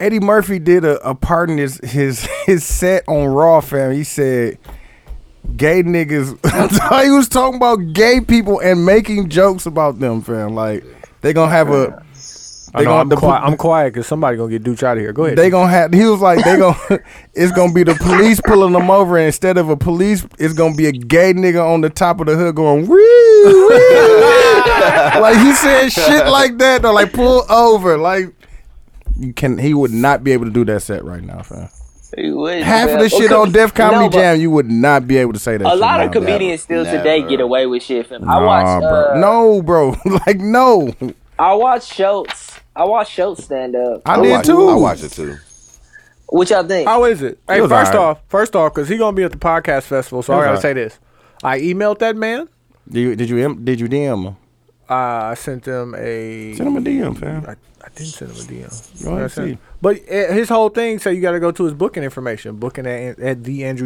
[SPEAKER 3] Eddie Murphy did a, a part in his his his set on Raw, fam. He said. Gay niggas. he was talking about gay people and making jokes about them, fam. Like they gonna have a.
[SPEAKER 2] I
[SPEAKER 3] They
[SPEAKER 2] know, I'm,
[SPEAKER 3] the-
[SPEAKER 2] quiet, I'm quiet because somebody gonna get Dooch out of here. Go ahead.
[SPEAKER 3] They gonna have. He was like, they gonna. it's gonna be the police pulling them over and instead of a police. It's gonna be a gay nigga on the top of the hood going woo woo. woo." like he said shit like that. Though, like pull over. Like you can. He would not be able to do that set right now, fam. Half of the shit on Def Comedy
[SPEAKER 4] No, but-
[SPEAKER 3] Jam, you would not be able to say that.
[SPEAKER 4] A
[SPEAKER 3] shit
[SPEAKER 4] lot
[SPEAKER 3] now,
[SPEAKER 4] of
[SPEAKER 3] fam.
[SPEAKER 4] comedians still
[SPEAKER 6] Never.
[SPEAKER 4] today get away with shit. Fam. I
[SPEAKER 3] Nah,
[SPEAKER 4] watched.
[SPEAKER 3] bro.
[SPEAKER 4] Uh,
[SPEAKER 3] no, bro. like no.
[SPEAKER 4] I watched Schultz. I watched Schultz stand up.
[SPEAKER 3] I,
[SPEAKER 6] I
[SPEAKER 3] did
[SPEAKER 6] watched-
[SPEAKER 3] too.
[SPEAKER 6] I watched it too.
[SPEAKER 4] What y'all think?
[SPEAKER 2] How is it? Hey,
[SPEAKER 3] was
[SPEAKER 2] first
[SPEAKER 3] alright.
[SPEAKER 2] off, first off, because he gonna be at the podcast festival, so I
[SPEAKER 3] was
[SPEAKER 2] gotta
[SPEAKER 3] alright.
[SPEAKER 2] say this. I emailed that man.
[SPEAKER 3] Did you did you em- did you DM him?
[SPEAKER 2] Uh, I sent them a.
[SPEAKER 3] Send him a DM, fam.
[SPEAKER 2] I, I didn't send him a DM.
[SPEAKER 3] Go ahead and
[SPEAKER 2] That's it.
[SPEAKER 3] see.
[SPEAKER 2] But uh, his whole thing said you got to go to his booking information, booking at, at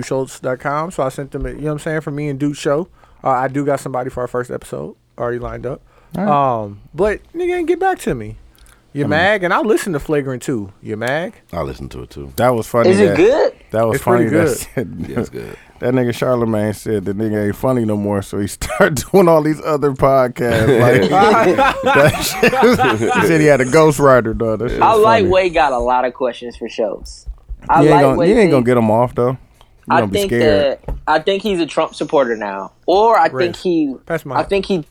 [SPEAKER 2] theandrewschultz.com. So I sent them, a- you know what I'm saying, for me and Duke show. Uh, I do got somebody for our first episode already lined up. Um, but nigga ain't get back to me. You mag, and I listen to Flagrant too. You mag?
[SPEAKER 6] I listened to it too.
[SPEAKER 3] That was funny.
[SPEAKER 4] Is it
[SPEAKER 3] that-
[SPEAKER 4] good?
[SPEAKER 3] That was
[SPEAKER 2] It's
[SPEAKER 3] funny.
[SPEAKER 2] pretty
[SPEAKER 3] That,
[SPEAKER 2] good.
[SPEAKER 3] said-
[SPEAKER 6] Yeah, it's good.
[SPEAKER 3] that nigga Charlemagne said the nigga ain't funny no more, so he started doing all these other podcasts. Like that shit- he said he had a ghostwriter, though. That shit
[SPEAKER 4] I
[SPEAKER 3] was
[SPEAKER 4] like
[SPEAKER 3] funny.
[SPEAKER 4] Way got a lot of questions for shows. I
[SPEAKER 3] You ain't
[SPEAKER 4] like
[SPEAKER 3] gonna,
[SPEAKER 4] Way
[SPEAKER 3] you ain't
[SPEAKER 4] think-
[SPEAKER 3] gonna get him off though. You
[SPEAKER 4] I
[SPEAKER 3] gonna be
[SPEAKER 4] think
[SPEAKER 3] scared.
[SPEAKER 4] that I think he's a Trump supporter now, or I think
[SPEAKER 2] Rest.
[SPEAKER 4] he.
[SPEAKER 2] Pass my-
[SPEAKER 4] I think he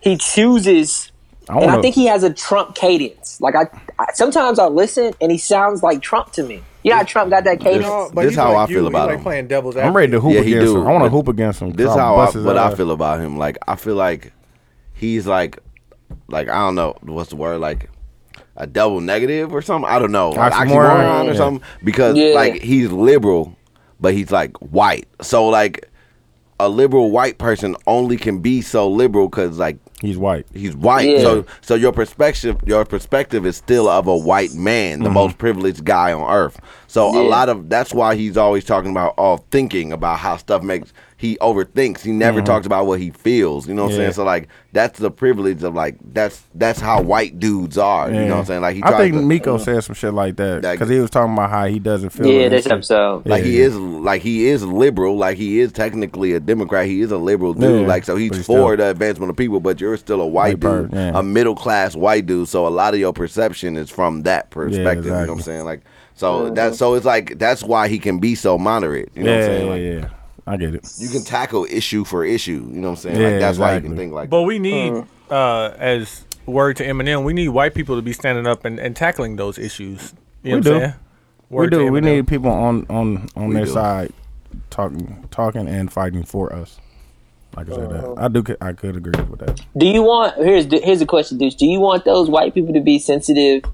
[SPEAKER 4] he chooses,
[SPEAKER 3] I don't
[SPEAKER 4] and
[SPEAKER 3] know.
[SPEAKER 4] I think he has a Trump cadence. Like I, I sometimes I listen and he sounds like Trump to me. Yeah, Trump got that cadence.
[SPEAKER 6] No, but This he's how like I feel you, about like him.
[SPEAKER 2] playing devil's
[SPEAKER 3] I'm ready to hoop
[SPEAKER 6] Yeah, he
[SPEAKER 3] against
[SPEAKER 6] do.
[SPEAKER 3] him. I want to
[SPEAKER 6] But
[SPEAKER 3] hoop against him.
[SPEAKER 6] This is
[SPEAKER 3] I'll
[SPEAKER 6] how I,
[SPEAKER 3] bust his
[SPEAKER 6] what I
[SPEAKER 3] ass.
[SPEAKER 6] feel about him. Like I feel like he's like like I don't know what's the word like a double negative or something. I don't know like
[SPEAKER 3] Oxymoron,
[SPEAKER 6] oxymoron or
[SPEAKER 3] yeah.
[SPEAKER 6] something because
[SPEAKER 4] Yeah.
[SPEAKER 6] like he's liberal, but he's like white. So like a liberal white person only can be so liberal because like
[SPEAKER 3] He's white.
[SPEAKER 6] he's white.
[SPEAKER 4] Yeah.
[SPEAKER 6] So so your perspective your perspective is still of a white man,
[SPEAKER 3] Mm-hmm.
[SPEAKER 6] the most privileged guy on earth. So a
[SPEAKER 4] Yeah.
[SPEAKER 6] lot of that's why he's always talking about all thinking about how stuff makes he overthinks. He never talks about what he feels. You know what I'm
[SPEAKER 3] Mm-hmm. Yeah.
[SPEAKER 6] saying? So like that's the privilege of like that's that's how white dudes are. You know what I'm saying? Like he
[SPEAKER 3] I
[SPEAKER 6] tries
[SPEAKER 3] think
[SPEAKER 6] to,
[SPEAKER 3] Miko said some shit like that
[SPEAKER 6] That-
[SPEAKER 3] because he was talking about how he doesn't feel.
[SPEAKER 4] yeah,
[SPEAKER 3] it.
[SPEAKER 4] this episode.
[SPEAKER 6] Like he
[SPEAKER 3] Yeah.
[SPEAKER 6] is like he is liberal, like he is technically a Democrat. He is a liberal dude.
[SPEAKER 3] Yeah,
[SPEAKER 6] like so he's
[SPEAKER 3] but he's
[SPEAKER 6] for
[SPEAKER 3] still-
[SPEAKER 6] the advancement of people, but you're still a
[SPEAKER 3] White
[SPEAKER 6] white
[SPEAKER 3] bird,
[SPEAKER 6] dude,
[SPEAKER 3] yeah.
[SPEAKER 6] a middle class white dude. So a lot of your perception is from that perspective. You know
[SPEAKER 3] exactly.
[SPEAKER 6] what I'm saying? Like so that so it's like that's why he can be so moderate. You know
[SPEAKER 3] Yeah,
[SPEAKER 6] what I'm saying?
[SPEAKER 3] yeah,
[SPEAKER 6] Like
[SPEAKER 3] yeah. I get it.
[SPEAKER 6] you can tackle issue for issue. You know what I'm saying?
[SPEAKER 3] Yeah,
[SPEAKER 6] like that's why you
[SPEAKER 3] exactly.
[SPEAKER 6] can think like
[SPEAKER 2] But we need, uh, as word to Eminem, we need white people to be standing up and, and tackling those issues. You know
[SPEAKER 3] We
[SPEAKER 2] what I'm
[SPEAKER 3] do.
[SPEAKER 2] saying?
[SPEAKER 3] we
[SPEAKER 2] Word to
[SPEAKER 3] do. We
[SPEAKER 2] Eminem.
[SPEAKER 3] need people on on on their
[SPEAKER 6] do.
[SPEAKER 3] side talking talking and fighting for us. Like I said,
[SPEAKER 6] Uh-huh.
[SPEAKER 3] that. I do. I could agree with that.
[SPEAKER 4] Do you want here's the- here's a question, Deuce. Do you want those white people to be sensitive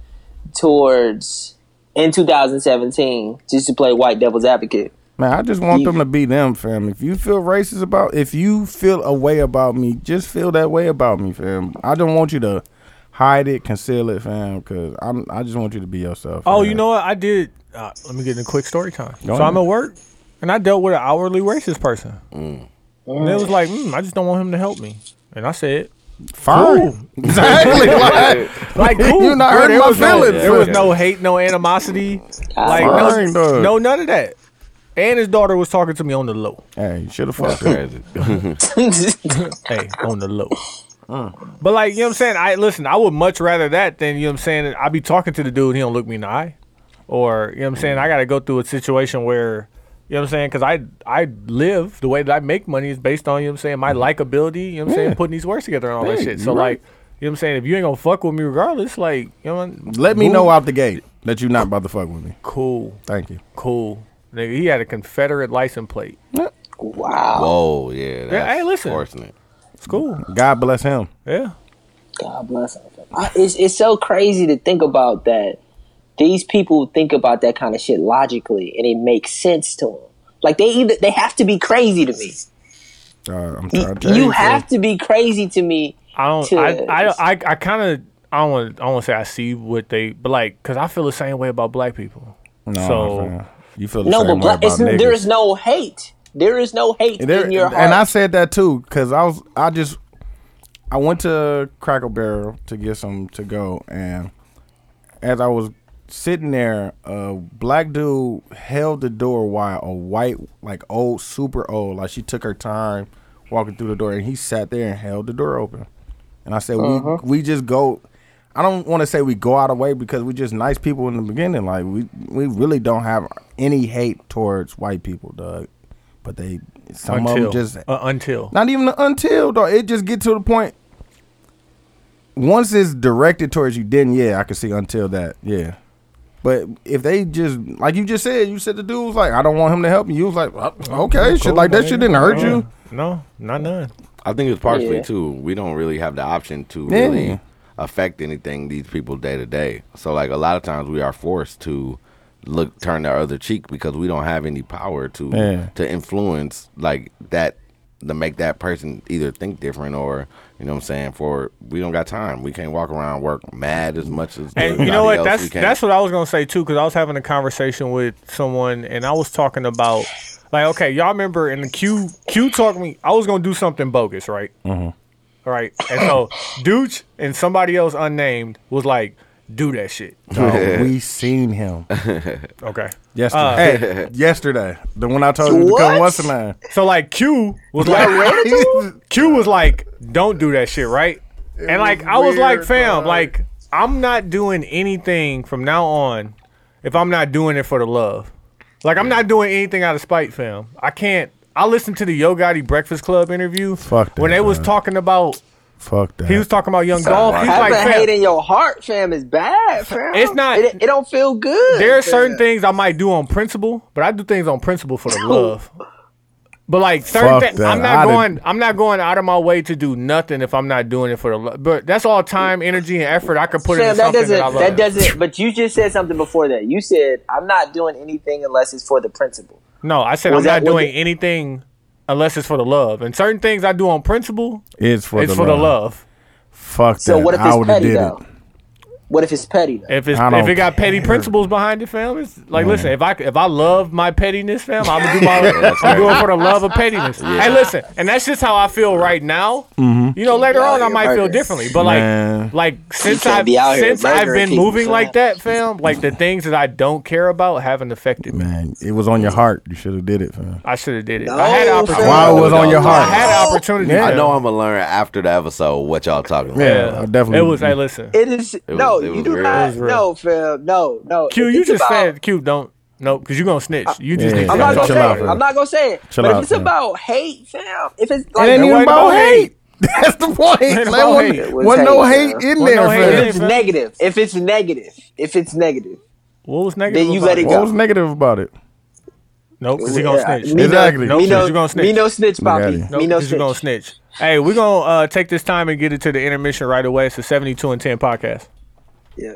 [SPEAKER 4] towards in 2017 just to play white devil's advocate?
[SPEAKER 3] Man, I just want
[SPEAKER 4] You-
[SPEAKER 3] them to be them, fam. If you feel racist about, if you feel a way about me, just feel that way about me, fam. I don't want you to hide it, conceal it, fam. Because I'm, I just want you to be yourself.
[SPEAKER 2] Oh,
[SPEAKER 3] fam.
[SPEAKER 2] you know what? I did. Uh, let me get in a quick story time. so
[SPEAKER 3] ahead.
[SPEAKER 2] I'm at work, and I dealt with an hourly racist person. And it was like, mm, I just don't want him to help me. And I said,
[SPEAKER 3] fine. exactly. Like,
[SPEAKER 2] like, cool.
[SPEAKER 3] You're not hurting
[SPEAKER 2] there
[SPEAKER 3] my
[SPEAKER 2] was no-
[SPEAKER 3] feelings,
[SPEAKER 2] there was
[SPEAKER 3] man.
[SPEAKER 2] no hate, no animosity, like no,
[SPEAKER 3] Fine, dog.
[SPEAKER 2] no, none of that. And his daughter was talking to me on the low.
[SPEAKER 3] hey, you should have fucked her.
[SPEAKER 6] crazy.
[SPEAKER 2] hey, on the low.
[SPEAKER 3] Mm.
[SPEAKER 2] But like, you know what I'm saying? I listen, I would much rather that than you know what I'm saying, I be talking to the dude, he don't look me in the eye. Or, you know what I'm saying, I gotta go through a situation where you know what I'm saying? Because I I live the way that I make money is based on you know what I'm saying my likability. You know what I'm saying
[SPEAKER 3] Mm-hmm. Yeah.
[SPEAKER 2] putting these words together and all that
[SPEAKER 3] Yeah,
[SPEAKER 2] shit. So
[SPEAKER 3] you right.
[SPEAKER 2] like, you know what I'm saying if you ain't gonna fuck with me regardless, like you know, what
[SPEAKER 3] Let me
[SPEAKER 2] move-
[SPEAKER 3] know out the gate that you're not about to fuck with me.
[SPEAKER 2] Cool,
[SPEAKER 3] Thank you.
[SPEAKER 2] cool, nigga. He had a Confederate license plate.
[SPEAKER 4] Wow.
[SPEAKER 6] Whoa, yeah. That's
[SPEAKER 2] hey, listen.
[SPEAKER 6] Fortunate.
[SPEAKER 2] It's cool.
[SPEAKER 3] God bless him.
[SPEAKER 2] Yeah.
[SPEAKER 4] God bless him. I- It's it's so crazy to think about that. These people think about that kind of shit logically, and it makes sense to them. Like they either they have to be crazy to me.
[SPEAKER 3] Uh, I'm trying to tell
[SPEAKER 4] You
[SPEAKER 3] fam.
[SPEAKER 4] have to be crazy to me.
[SPEAKER 2] I don't.
[SPEAKER 4] to-
[SPEAKER 2] I I I, I kind of. I don't want. I don't want to say I see what they, but like, cause I feel the same way about black people.
[SPEAKER 3] No,
[SPEAKER 2] so
[SPEAKER 3] fam. you feel the
[SPEAKER 4] No,
[SPEAKER 3] same
[SPEAKER 4] but
[SPEAKER 3] way
[SPEAKER 4] black,
[SPEAKER 3] about
[SPEAKER 4] it's, there
[SPEAKER 3] niggas.
[SPEAKER 4] is no hate. There is no hate
[SPEAKER 3] There-
[SPEAKER 4] in your heart.
[SPEAKER 3] And I said that too because I was I just I went to Crackle Barrel to get some to go, and as I was sitting there, a black dude held the door while a white, like old, super old, like she took her time walking through the door, and he sat there and held the door open. And I said, we we just go. I don't want to say we go out of way because we just nice people in the beginning. Like we we really don't have any hate towards white people, dog. But they some
[SPEAKER 2] until
[SPEAKER 3] of them just
[SPEAKER 2] uh, until
[SPEAKER 3] not even the until though. It just get to the point. Once it's directed towards you, then yeah, I can see until that. Yeah. But if they just like you just said, you said the dude was like, I don't want him to help me. You was like, "Uh, okay, shit like that shit didn't hurt you.
[SPEAKER 2] No, not none.
[SPEAKER 6] I think it's partially
[SPEAKER 4] Yeah.
[SPEAKER 6] too. We don't really have the option to
[SPEAKER 3] Yeah.
[SPEAKER 6] really affect anything these people day to day. So like a lot of times we are forced to look turn the other cheek because we don't have any power to
[SPEAKER 3] Yeah.
[SPEAKER 6] to influence like that to make that person either think different or you know what I'm saying for we don't got time. We can't walk around work mad as much as
[SPEAKER 2] And you
[SPEAKER 6] everybody
[SPEAKER 2] know what?
[SPEAKER 6] else.
[SPEAKER 2] That's
[SPEAKER 6] We can't-
[SPEAKER 2] that's what I was gonna say too, because I was having a conversation with someone, and I was talking about like, okay, y'all remember in the Q Q talked me. I was gonna do something bogus, right? Mm-hmm. Right, and so Dooch and somebody else unnamed was like, "Do that shit."
[SPEAKER 3] Dog, we seen him
[SPEAKER 2] Okay,
[SPEAKER 3] yesterday. hey, yesterday, the one I told you to come
[SPEAKER 4] What?
[SPEAKER 3] once and nine.
[SPEAKER 2] so like Q was like, Q was like, "Don't do that shit," right? and like, I was like,
[SPEAKER 3] weird,
[SPEAKER 2] "Fam,
[SPEAKER 3] dog.
[SPEAKER 2] like, I'm not doing anything from now on if I'm not doing it for the love. Like, I'm not doing anything out of spite, fam. I can't. I listened to the Yo Gotti Breakfast Club interview
[SPEAKER 3] Fuck that,
[SPEAKER 2] when they was
[SPEAKER 3] man.
[SPEAKER 2] talking about
[SPEAKER 3] Fuck that.
[SPEAKER 2] he was talking about Young
[SPEAKER 6] Sound
[SPEAKER 2] Dolph.
[SPEAKER 6] right.
[SPEAKER 2] He's
[SPEAKER 6] Have
[SPEAKER 2] like,
[SPEAKER 4] Having hate
[SPEAKER 2] fam,
[SPEAKER 4] in your heart, fam, is bad, fam.
[SPEAKER 2] It's not-
[SPEAKER 4] It, it don't feel good.
[SPEAKER 2] there are
[SPEAKER 4] fam.
[SPEAKER 2] certain things I might do on principle, but I do things on principle for the love. But like certain
[SPEAKER 3] Fuck
[SPEAKER 2] things,
[SPEAKER 3] that.
[SPEAKER 2] I'm not
[SPEAKER 3] I done-
[SPEAKER 2] going. I'm not going out of my way to do nothing if I'm not doing it for the love. But that's all time, energy, and effort I could put
[SPEAKER 4] Fam,
[SPEAKER 2] into
[SPEAKER 4] that
[SPEAKER 2] something
[SPEAKER 4] doesn't.
[SPEAKER 2] that I
[SPEAKER 4] That,
[SPEAKER 2] love.
[SPEAKER 4] doesn't. But you just said something before that. You said I'm not doing anything unless it's for the principle.
[SPEAKER 2] No, I said
[SPEAKER 4] Was
[SPEAKER 2] I'm
[SPEAKER 4] that-
[SPEAKER 2] not
[SPEAKER 4] was
[SPEAKER 2] doing
[SPEAKER 4] it-
[SPEAKER 2] anything unless it's for the love. And certain things I do on principle,
[SPEAKER 3] It's for
[SPEAKER 2] it's
[SPEAKER 3] the
[SPEAKER 2] for
[SPEAKER 3] love.
[SPEAKER 2] the love.
[SPEAKER 3] Fuck
[SPEAKER 4] So
[SPEAKER 3] that.
[SPEAKER 4] what if
[SPEAKER 3] I
[SPEAKER 4] it's
[SPEAKER 3] would have
[SPEAKER 4] petty
[SPEAKER 3] did
[SPEAKER 4] though?
[SPEAKER 3] it.
[SPEAKER 4] What if it's petty though?
[SPEAKER 2] If it's
[SPEAKER 3] I
[SPEAKER 2] if
[SPEAKER 3] don't
[SPEAKER 2] it got petty
[SPEAKER 3] care.
[SPEAKER 2] principles behind it, fam, it's like listen, if I if I love my pettiness, fam, I'm gonna do my I'm doing it for the love of pettiness. Hey, listen, and that's just how I feel right now. You know, later
[SPEAKER 4] Yeah,
[SPEAKER 2] on I
[SPEAKER 4] you're
[SPEAKER 2] might feel
[SPEAKER 4] murderous.
[SPEAKER 2] differently, but like
[SPEAKER 3] Mm-hmm. Man.
[SPEAKER 2] like since
[SPEAKER 4] can't
[SPEAKER 2] I
[SPEAKER 4] be out here
[SPEAKER 2] since I've
[SPEAKER 4] murdering
[SPEAKER 2] been
[SPEAKER 4] people,
[SPEAKER 2] moving
[SPEAKER 4] fam.
[SPEAKER 2] like that, fam, like the things that I don't care about haven't affected me.
[SPEAKER 3] Man, it was on your heart. You should have did it, man.
[SPEAKER 2] I should have did it. I had an
[SPEAKER 4] No,
[SPEAKER 2] opportunity.
[SPEAKER 4] Oh, fam.
[SPEAKER 3] Why it was on your
[SPEAKER 2] I
[SPEAKER 3] heart?
[SPEAKER 2] had an opportunity.
[SPEAKER 3] Yeah.
[SPEAKER 6] I
[SPEAKER 2] fam.
[SPEAKER 6] know I'm gonna learn after the episode what y'all talking about.
[SPEAKER 3] Yeah. I definitely-
[SPEAKER 2] It was. Hey, listen,
[SPEAKER 4] It is
[SPEAKER 6] was-
[SPEAKER 4] no.
[SPEAKER 6] it
[SPEAKER 4] you
[SPEAKER 6] was
[SPEAKER 4] do
[SPEAKER 6] real. It
[SPEAKER 4] not.
[SPEAKER 6] was
[SPEAKER 2] real.
[SPEAKER 4] No, fam. No, no.
[SPEAKER 2] Q,
[SPEAKER 4] If
[SPEAKER 2] you
[SPEAKER 4] it's
[SPEAKER 2] just
[SPEAKER 4] about-
[SPEAKER 2] said Q, don't. No, because you're gonna snitch. You just
[SPEAKER 3] Yeah.
[SPEAKER 2] need to
[SPEAKER 4] I'm not
[SPEAKER 2] talk
[SPEAKER 4] gonna
[SPEAKER 3] Chill
[SPEAKER 4] say
[SPEAKER 2] about
[SPEAKER 3] out,
[SPEAKER 4] it.
[SPEAKER 2] it.
[SPEAKER 3] fam.
[SPEAKER 4] I'm not gonna say it.
[SPEAKER 3] Chill
[SPEAKER 4] but
[SPEAKER 3] out,
[SPEAKER 4] if it's
[SPEAKER 3] fam.
[SPEAKER 4] about hate, fam. If it's
[SPEAKER 3] It ain't
[SPEAKER 4] like
[SPEAKER 2] There
[SPEAKER 3] even
[SPEAKER 2] wasn't
[SPEAKER 3] about
[SPEAKER 2] no
[SPEAKER 3] hate. That's the point. There
[SPEAKER 2] Wasn't no hate.
[SPEAKER 3] wasn't,
[SPEAKER 2] It
[SPEAKER 4] was
[SPEAKER 3] wasn't no hate
[SPEAKER 4] hate, yeah.
[SPEAKER 3] in
[SPEAKER 2] Wasn't
[SPEAKER 3] there,
[SPEAKER 2] no hate in it.
[SPEAKER 3] fam.
[SPEAKER 4] if it's
[SPEAKER 2] fam.
[SPEAKER 4] negative, if it's negative, if it's negative,
[SPEAKER 2] What was negative?
[SPEAKER 4] Then you
[SPEAKER 2] about
[SPEAKER 4] let it
[SPEAKER 3] What
[SPEAKER 4] go.
[SPEAKER 3] was negative about it?
[SPEAKER 2] Nope, because you gonna
[SPEAKER 4] Yeah,
[SPEAKER 2] snitch.
[SPEAKER 4] Me
[SPEAKER 3] Exactly.
[SPEAKER 4] No,
[SPEAKER 2] Nope,
[SPEAKER 4] me
[SPEAKER 2] because
[SPEAKER 4] no,
[SPEAKER 2] you gonna snitch.
[SPEAKER 4] Me no snitch,
[SPEAKER 3] at
[SPEAKER 4] Poppy.
[SPEAKER 3] it.
[SPEAKER 2] Nope,
[SPEAKER 4] me no
[SPEAKER 2] 'cause you
[SPEAKER 4] snitch.
[SPEAKER 2] gonna snitch. Hey, we're gonna uh, take this time and get into the intermission right away. It's a 72 and 10 podcast.
[SPEAKER 4] Yeah.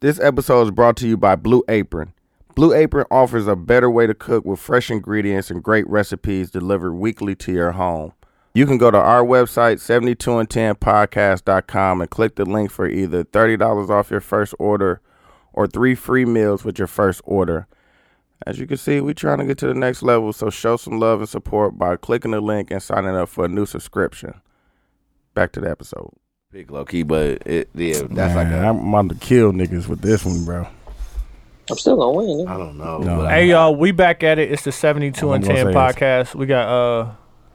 [SPEAKER 3] This episode is brought to you by Blue Apron. Blue Apron offers a better way to cook with fresh ingredients and great recipes delivered weekly to your home. You can go to our website, 72and10podcast.com, and click the link for either $30 off your first order or three free meals with your first order. As you can see, we're trying to get to the next level, so show some love and support by clicking the link and signing up for a new subscription. Back to the episode.
[SPEAKER 6] Big low key, but it yeah, that's like a,
[SPEAKER 3] Man, I'm about to kill niggas with this one, bro.
[SPEAKER 4] I'm still gonna win. you know?
[SPEAKER 6] I don't know. but I-
[SPEAKER 2] Hey, y'all, we back at it. It's the 72 and
[SPEAKER 3] I'm
[SPEAKER 2] 10
[SPEAKER 3] gonna say
[SPEAKER 2] podcast. We got uh,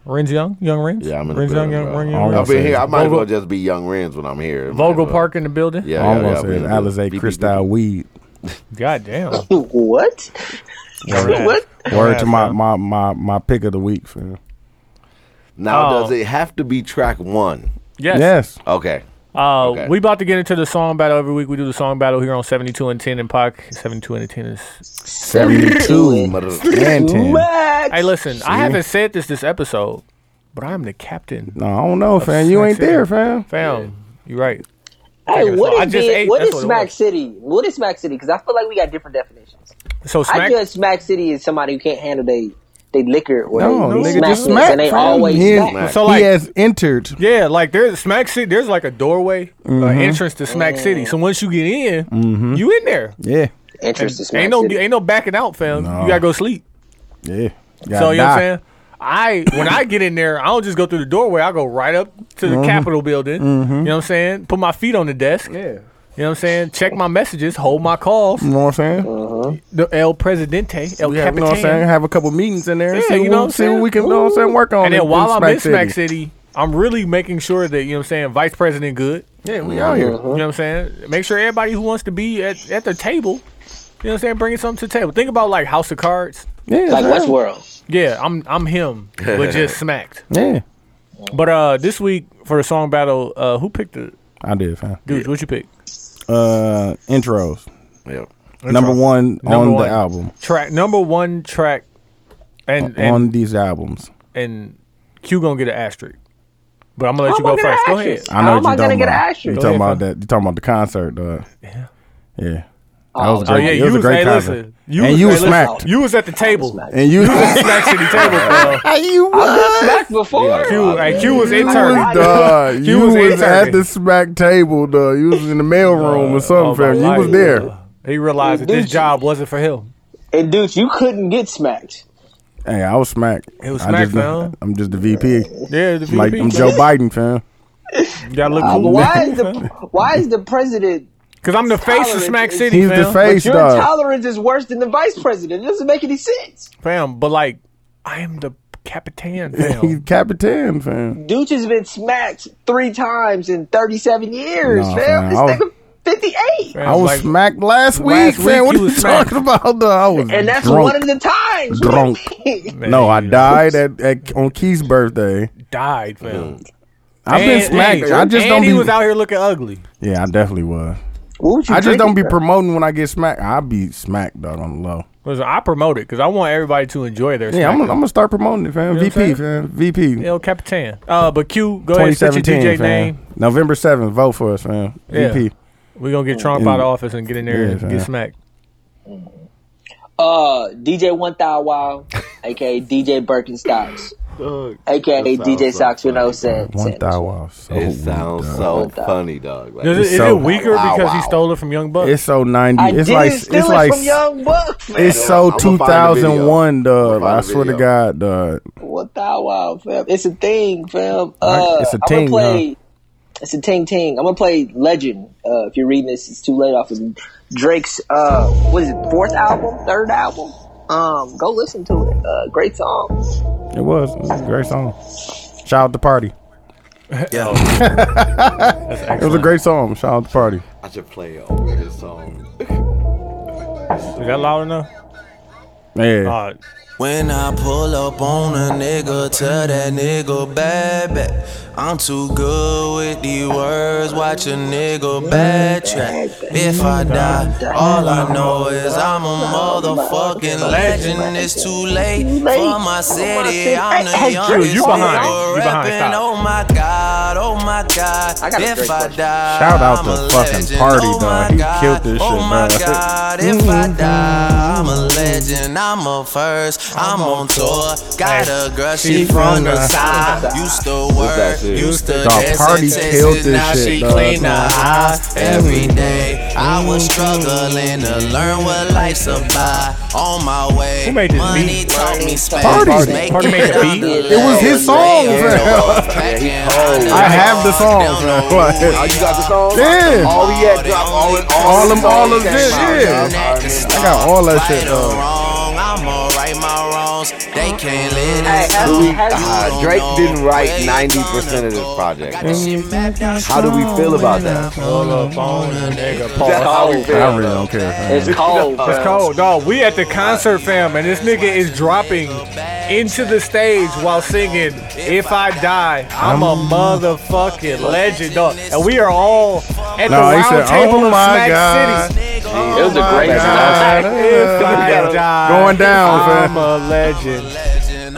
[SPEAKER 2] Renz Young, Young Renz.
[SPEAKER 6] Yeah, I'm in the
[SPEAKER 2] Renz Young,
[SPEAKER 6] building,
[SPEAKER 2] Young,
[SPEAKER 6] bro.
[SPEAKER 2] Young,
[SPEAKER 3] I'm
[SPEAKER 2] Young
[SPEAKER 3] gonna
[SPEAKER 6] I've
[SPEAKER 2] Renz.
[SPEAKER 3] say
[SPEAKER 6] been here. I might as
[SPEAKER 2] Vogel-
[SPEAKER 6] well just be Young Rens when I'm here.
[SPEAKER 2] Vogel
[SPEAKER 6] Might as well.
[SPEAKER 2] Park in the building.
[SPEAKER 6] Yeah,
[SPEAKER 3] All I'm
[SPEAKER 6] yeah,
[SPEAKER 3] gonna
[SPEAKER 6] yeah,
[SPEAKER 3] say
[SPEAKER 6] we
[SPEAKER 3] is
[SPEAKER 6] in the
[SPEAKER 3] Alizé
[SPEAKER 6] building.
[SPEAKER 3] Cristal Weed.
[SPEAKER 2] God damn.
[SPEAKER 4] What? what?
[SPEAKER 3] Word to my,
[SPEAKER 2] fam.
[SPEAKER 3] my my my pick of the week, fam.
[SPEAKER 6] Now,
[SPEAKER 2] Oh.
[SPEAKER 6] does it have to be track one?
[SPEAKER 2] Yes.
[SPEAKER 3] Yes.
[SPEAKER 6] Okay.
[SPEAKER 2] Uh,
[SPEAKER 6] Okay.
[SPEAKER 2] We about to get into the song battle every week. We do the song battle here on 72 and 10 and Pac. 72 and 10 is.
[SPEAKER 3] 72
[SPEAKER 6] Mother-
[SPEAKER 3] and 10. No,
[SPEAKER 4] Max.
[SPEAKER 2] Hey, listen, I haven't said this this episode, but I'm the captain.
[SPEAKER 3] I don't know, fam. You ain't there, fam.
[SPEAKER 2] Fam, you right.
[SPEAKER 4] Hey, what
[SPEAKER 2] I
[SPEAKER 4] is
[SPEAKER 2] just
[SPEAKER 4] being-
[SPEAKER 2] ate,
[SPEAKER 4] what
[SPEAKER 2] that's
[SPEAKER 4] is
[SPEAKER 2] what it
[SPEAKER 4] Smack
[SPEAKER 2] was.
[SPEAKER 4] City? What is Smack City? Because I feel like we got different definitions.
[SPEAKER 2] So,
[SPEAKER 4] I
[SPEAKER 2] Smack.
[SPEAKER 4] judge Smack City as somebody who can't handle they they liquor or
[SPEAKER 3] No,
[SPEAKER 4] they, they
[SPEAKER 3] nigga, just
[SPEAKER 4] smackness,
[SPEAKER 3] smack,
[SPEAKER 4] and they
[SPEAKER 3] fam.
[SPEAKER 4] always
[SPEAKER 3] he, is-
[SPEAKER 4] smack.
[SPEAKER 2] So,
[SPEAKER 3] he
[SPEAKER 2] like-
[SPEAKER 3] has entered.
[SPEAKER 2] Yeah, like there's Smack City. There's like a doorway,
[SPEAKER 3] Mm-hmm.
[SPEAKER 2] an entrance to
[SPEAKER 4] Oh.
[SPEAKER 2] Smack City. So once you get in, you in there.
[SPEAKER 3] Yeah.
[SPEAKER 4] Interest in Smack
[SPEAKER 2] Ain't no,
[SPEAKER 4] City.
[SPEAKER 2] ain't no backing out, fam.
[SPEAKER 3] No.
[SPEAKER 2] You gotta go sleep.
[SPEAKER 3] Yeah.
[SPEAKER 2] so you
[SPEAKER 3] Gotta
[SPEAKER 2] know what I'm
[SPEAKER 3] die.
[SPEAKER 2] saying? I when I get in there, I don't just go through the doorway. I go right up to the
[SPEAKER 3] Mm-hmm.
[SPEAKER 2] Capitol building. You know what I'm saying? Put my feet on the desk. You
[SPEAKER 3] Yeah.
[SPEAKER 2] know what I'm saying? Check my messages, hold my calls.
[SPEAKER 3] You know what I'm saying?
[SPEAKER 4] Uh-huh.
[SPEAKER 2] The El Presidente, El
[SPEAKER 3] We have, you
[SPEAKER 2] Capitan.
[SPEAKER 3] know what I'm saying? Have a couple meetings in there and
[SPEAKER 2] Yeah,
[SPEAKER 3] see,
[SPEAKER 2] you
[SPEAKER 3] what-
[SPEAKER 2] know what I'm
[SPEAKER 3] see what
[SPEAKER 2] saying?
[SPEAKER 3] we can you know what I'm saying, work on.
[SPEAKER 2] and then
[SPEAKER 3] in-
[SPEAKER 2] while
[SPEAKER 3] in
[SPEAKER 2] I'm in Smack City, I'm really making sure that you know what I'm saying, Vice President Good.
[SPEAKER 3] Yeah, we out here.
[SPEAKER 2] You
[SPEAKER 4] Uh-huh.
[SPEAKER 2] know what I'm saying? Make sure everybody who wants to be at, at the table, you know what I'm saying, bringing something to the table. Think about like House of Cards.
[SPEAKER 3] Yeah.
[SPEAKER 4] like
[SPEAKER 3] fam.
[SPEAKER 4] Westworld.
[SPEAKER 2] Yeah, I'm I'm him, but just smacked.
[SPEAKER 3] Yeah.
[SPEAKER 2] But uh, this week for the song battle, uh, who picked the
[SPEAKER 3] I did, fam.
[SPEAKER 2] dude? What you pick?
[SPEAKER 3] Uh, intros.
[SPEAKER 6] Yep.
[SPEAKER 3] Number one
[SPEAKER 2] Number
[SPEAKER 3] on
[SPEAKER 2] one.
[SPEAKER 3] the album.
[SPEAKER 2] Track number one track, and and
[SPEAKER 3] on these albums.
[SPEAKER 2] and Q gonna get an asterisk. But I'm gonna let
[SPEAKER 4] How
[SPEAKER 2] you
[SPEAKER 4] am I
[SPEAKER 2] go
[SPEAKER 4] gonna
[SPEAKER 2] first. Go
[SPEAKER 4] ask
[SPEAKER 2] ahead.
[SPEAKER 4] you? How am I gonna get an
[SPEAKER 3] about.
[SPEAKER 4] asterisk?
[SPEAKER 3] You
[SPEAKER 2] Go ahead,
[SPEAKER 3] talking about that? You talking about the concert, dog? Yeah. Yeah. That was a
[SPEAKER 2] Oh
[SPEAKER 3] great.
[SPEAKER 2] yeah,
[SPEAKER 3] it
[SPEAKER 2] you
[SPEAKER 3] was a
[SPEAKER 2] was,
[SPEAKER 3] great
[SPEAKER 2] hey,
[SPEAKER 3] conversation.
[SPEAKER 2] listen, you
[SPEAKER 3] And
[SPEAKER 2] was,
[SPEAKER 3] you
[SPEAKER 2] hey,
[SPEAKER 3] was
[SPEAKER 2] listen,
[SPEAKER 3] smacked.
[SPEAKER 2] You was at the table.
[SPEAKER 4] Smacked.
[SPEAKER 3] And you,
[SPEAKER 2] Smack city table, bro.
[SPEAKER 3] you
[SPEAKER 4] I've been
[SPEAKER 3] was,
[SPEAKER 4] smacked before.
[SPEAKER 2] Q, hey, Q was
[SPEAKER 3] you was,
[SPEAKER 2] interning.
[SPEAKER 3] dog.
[SPEAKER 2] You
[SPEAKER 3] you
[SPEAKER 2] was
[SPEAKER 3] was
[SPEAKER 2] interning.
[SPEAKER 3] at the smack table, though. You was in the mail room or
[SPEAKER 2] Oh,
[SPEAKER 3] something,
[SPEAKER 2] my
[SPEAKER 3] fam. You
[SPEAKER 2] life,
[SPEAKER 3] was there.
[SPEAKER 2] bro. He realized that this
[SPEAKER 4] Dude.
[SPEAKER 2] job wasn't for him.
[SPEAKER 4] And dude, you couldn't get smacked.
[SPEAKER 3] Hey, I was smacked.
[SPEAKER 2] It was
[SPEAKER 3] I
[SPEAKER 2] smacked,
[SPEAKER 3] just-
[SPEAKER 2] fam.
[SPEAKER 3] I'm just the VP.
[SPEAKER 2] Yeah, the VP.
[SPEAKER 3] Like I'm Joe Biden, fam.
[SPEAKER 2] Y'all look
[SPEAKER 4] But
[SPEAKER 2] cool.
[SPEAKER 4] why is the why is the president?
[SPEAKER 2] Because I'm the face of Smack
[SPEAKER 4] Tolerance.
[SPEAKER 2] City,
[SPEAKER 3] He's
[SPEAKER 2] fam.
[SPEAKER 3] the face,
[SPEAKER 4] Your
[SPEAKER 3] dog.
[SPEAKER 4] tolerance is worse than the vice president. It doesn't make any sense.
[SPEAKER 2] fam. But like, I am the Capitan,
[SPEAKER 3] He's
[SPEAKER 2] fam.
[SPEAKER 3] Capitan, fam.
[SPEAKER 4] Dooch has been smacked three times in 37 years,
[SPEAKER 3] Nah,
[SPEAKER 4] fam.
[SPEAKER 3] fam,
[SPEAKER 4] This
[SPEAKER 3] I was-
[SPEAKER 4] nigga 58.
[SPEAKER 2] Fam,
[SPEAKER 3] I was
[SPEAKER 2] like,
[SPEAKER 3] smacked last week,
[SPEAKER 2] last
[SPEAKER 3] man.
[SPEAKER 2] week
[SPEAKER 3] What
[SPEAKER 2] you
[SPEAKER 3] are you
[SPEAKER 2] was smacked.
[SPEAKER 3] talking about? Though I was
[SPEAKER 4] And that's
[SPEAKER 3] drunk.
[SPEAKER 4] one of the times. What do you
[SPEAKER 3] Drunk.
[SPEAKER 4] mean?
[SPEAKER 2] man,
[SPEAKER 3] no, I
[SPEAKER 2] you
[SPEAKER 3] died at, at on Keith's birthday.
[SPEAKER 2] died, fam.
[SPEAKER 6] Mm.
[SPEAKER 3] I've been
[SPEAKER 2] And-
[SPEAKER 3] smacked.
[SPEAKER 2] and-
[SPEAKER 3] I just
[SPEAKER 2] and
[SPEAKER 3] don't
[SPEAKER 2] he
[SPEAKER 3] be.
[SPEAKER 2] was out here looking ugly.
[SPEAKER 3] yeah, I definitely was.
[SPEAKER 4] What would you
[SPEAKER 3] I just
[SPEAKER 4] drink
[SPEAKER 3] don't be
[SPEAKER 4] it, bro?
[SPEAKER 3] promoting when I get smacked. I be smacked dog on the low.
[SPEAKER 2] Listen, I promote it because I want everybody to enjoy their.
[SPEAKER 3] Yeah, I'm,
[SPEAKER 2] Smack
[SPEAKER 3] gonna- I'm gonna start promoting it, fam.
[SPEAKER 2] You know what
[SPEAKER 3] VP,
[SPEAKER 2] I'm
[SPEAKER 3] fam. VP.
[SPEAKER 2] El Capitan. Uh, but Q, go ahead and set your
[SPEAKER 3] 2017,
[SPEAKER 2] DJ
[SPEAKER 3] fam.
[SPEAKER 2] name.
[SPEAKER 3] November 7th. Vote for us, fam.
[SPEAKER 2] Yeah.
[SPEAKER 3] VP.
[SPEAKER 2] We're gonna get Trump
[SPEAKER 3] Yeah.
[SPEAKER 2] out of office and get in there
[SPEAKER 3] Yeah,
[SPEAKER 2] and
[SPEAKER 3] fam.
[SPEAKER 2] get smacked.
[SPEAKER 4] Uh, DJ One Thou Wow, aka DJ Birkenstocks, aka
[SPEAKER 6] that sounds
[SPEAKER 4] DJ
[SPEAKER 6] so
[SPEAKER 4] Socks with no
[SPEAKER 6] funny.
[SPEAKER 4] sense.
[SPEAKER 3] One thou off. So
[SPEAKER 2] Oh
[SPEAKER 6] It
[SPEAKER 3] weak,
[SPEAKER 6] sounds
[SPEAKER 3] dog.
[SPEAKER 6] so
[SPEAKER 4] What the-
[SPEAKER 6] funny, dog. Like,
[SPEAKER 2] Is it,
[SPEAKER 3] It's
[SPEAKER 2] is
[SPEAKER 3] so-
[SPEAKER 2] it weaker
[SPEAKER 6] Wow,
[SPEAKER 2] because he
[SPEAKER 6] wow.
[SPEAKER 2] stole it from Young Buck?
[SPEAKER 3] It's so 90.
[SPEAKER 4] I
[SPEAKER 3] it's
[SPEAKER 4] didn't
[SPEAKER 3] like
[SPEAKER 4] steal
[SPEAKER 3] it's
[SPEAKER 4] it
[SPEAKER 3] like
[SPEAKER 4] from Young Buck, fam.
[SPEAKER 3] it's so
[SPEAKER 6] I'ma find the video.
[SPEAKER 3] 2001, dog.
[SPEAKER 6] I'ma
[SPEAKER 3] I
[SPEAKER 6] find the
[SPEAKER 3] swear to
[SPEAKER 6] video.
[SPEAKER 3] God, dog.
[SPEAKER 4] One Thou Wow, fam. It's a thing, fam. Uh,
[SPEAKER 3] Right, it's a
[SPEAKER 4] I'm
[SPEAKER 3] ting,
[SPEAKER 4] gonna play. It's a ting ting. I'm gonna play Legend. Uh, if you're reading this, it's too late off of Drake's. Uh, what is it? Fourth album, third album. Um, go listen to it. Uh, great song.
[SPEAKER 3] It was. It was a great song. Shout out to Party. It was a great song. Shout out to Party.
[SPEAKER 6] I should play over his song.
[SPEAKER 2] Is that loud enough?
[SPEAKER 3] Yeah.
[SPEAKER 2] Uh,
[SPEAKER 7] When I pull up on a nigga, tell that nigga bad back. I'm too good with the words, watch a nigga backtrack. If I die, all I know is I'm a motherfucking legend. It's too late for my city. I'm the youngest
[SPEAKER 2] you behind.
[SPEAKER 7] nigga
[SPEAKER 2] You behind.
[SPEAKER 7] rapping.
[SPEAKER 2] Stop.
[SPEAKER 7] Oh my god, oh my god.
[SPEAKER 4] got a
[SPEAKER 7] If
[SPEAKER 4] great
[SPEAKER 7] I
[SPEAKER 4] question.
[SPEAKER 7] die,
[SPEAKER 3] Shout out
[SPEAKER 7] I'm
[SPEAKER 3] to
[SPEAKER 7] a
[SPEAKER 3] fucking
[SPEAKER 7] legend.
[SPEAKER 3] Party,
[SPEAKER 7] oh
[SPEAKER 3] dog.
[SPEAKER 7] my
[SPEAKER 3] He
[SPEAKER 7] god,
[SPEAKER 3] killed this
[SPEAKER 7] oh
[SPEAKER 3] shit,
[SPEAKER 7] my
[SPEAKER 3] bro.
[SPEAKER 7] god, if I
[SPEAKER 3] Mm-hmm.
[SPEAKER 7] die, I'm a legend. I'm a first. I'm on tour. Got a girl, she from the side. Used to work,
[SPEAKER 6] shit?
[SPEAKER 7] used to
[SPEAKER 3] Dog,
[SPEAKER 7] dance
[SPEAKER 3] Party
[SPEAKER 7] in
[SPEAKER 3] killed
[SPEAKER 7] Texas.
[SPEAKER 3] this
[SPEAKER 7] Now
[SPEAKER 3] shit,
[SPEAKER 7] she
[SPEAKER 3] dog. Mm-hmm.
[SPEAKER 7] clean her eyes every day. I was struggling to learn what life's about. On my way,
[SPEAKER 2] Who made this
[SPEAKER 7] money
[SPEAKER 2] beat?
[SPEAKER 7] taught me space.
[SPEAKER 3] Party.
[SPEAKER 7] Make
[SPEAKER 2] Party made
[SPEAKER 7] it
[SPEAKER 2] the
[SPEAKER 7] on
[SPEAKER 2] beat?
[SPEAKER 7] the
[SPEAKER 3] It was his song, fam. I have the song, fam.
[SPEAKER 6] Oh,
[SPEAKER 3] Like,
[SPEAKER 6] you got the song?
[SPEAKER 3] Yeah.
[SPEAKER 6] All he had dropped all in all.
[SPEAKER 3] all them, all of
[SPEAKER 6] that
[SPEAKER 3] this,
[SPEAKER 6] shit,
[SPEAKER 3] yeah.
[SPEAKER 6] dog.
[SPEAKER 3] I got all that shit,
[SPEAKER 7] or
[SPEAKER 3] dog.
[SPEAKER 7] wrong, I'ma right my wrongs. They can't let
[SPEAKER 4] Hey,
[SPEAKER 7] us
[SPEAKER 4] have
[SPEAKER 7] know.
[SPEAKER 4] you- have you-
[SPEAKER 6] Uh, Drake didn't write 90% of this project. How do we feel about that?
[SPEAKER 2] pull up on a nigga.
[SPEAKER 6] That's
[SPEAKER 2] Paul.
[SPEAKER 6] how we
[SPEAKER 3] I
[SPEAKER 6] feel.
[SPEAKER 3] really don't care, fam.
[SPEAKER 4] It's cold.
[SPEAKER 2] It's cold, dog. We at the concert, fam, and this nigga is dropping into the stage while singing "If I Die, I'm a
[SPEAKER 3] Mm.
[SPEAKER 2] motherfucking legend," dog. And we are all at the
[SPEAKER 3] No, he
[SPEAKER 2] round
[SPEAKER 3] said,
[SPEAKER 2] table
[SPEAKER 3] "Oh
[SPEAKER 2] of
[SPEAKER 3] my
[SPEAKER 2] Smack
[SPEAKER 3] God,
[SPEAKER 2] City."
[SPEAKER 4] It was a great
[SPEAKER 3] God.
[SPEAKER 4] song.
[SPEAKER 2] If I die,
[SPEAKER 3] Going down,
[SPEAKER 2] I'm
[SPEAKER 3] fam.
[SPEAKER 2] a legend.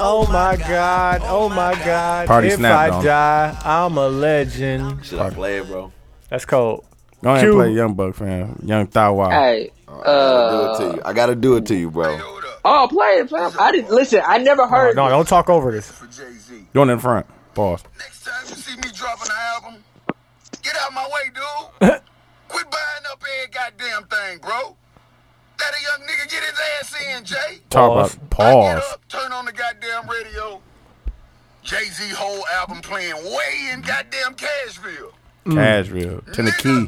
[SPEAKER 2] Oh my god, oh my god.
[SPEAKER 3] Party
[SPEAKER 2] if
[SPEAKER 3] snapped
[SPEAKER 2] I
[SPEAKER 3] on.
[SPEAKER 2] die, I'm a legend.
[SPEAKER 6] Should I play it, bro?
[SPEAKER 2] That's cold.
[SPEAKER 3] Go ahead and
[SPEAKER 2] Q.
[SPEAKER 3] play Young Buck, fam. Young Thou Wow.
[SPEAKER 4] Hey,
[SPEAKER 6] I gotta do it to you. I gotta do it to you, bro.
[SPEAKER 4] Uh, oh, play it, fam. I didn't listen. I never
[SPEAKER 2] No,
[SPEAKER 4] heard.
[SPEAKER 2] no, don't talk over this.
[SPEAKER 3] Going in front. Pause.
[SPEAKER 8] Next time you see me dropping an album, get out my way, dude. Quit buying up every goddamn thing, bro. Let a young nigga get his ass in, Jay.
[SPEAKER 3] Talk
[SPEAKER 2] Pause.
[SPEAKER 3] about
[SPEAKER 8] I get
[SPEAKER 3] pause.
[SPEAKER 8] up, turn on the goddamn radio. Jay Z whole album playing way in goddamn Cashville.
[SPEAKER 2] Mm.
[SPEAKER 3] Cashville. Tennessee.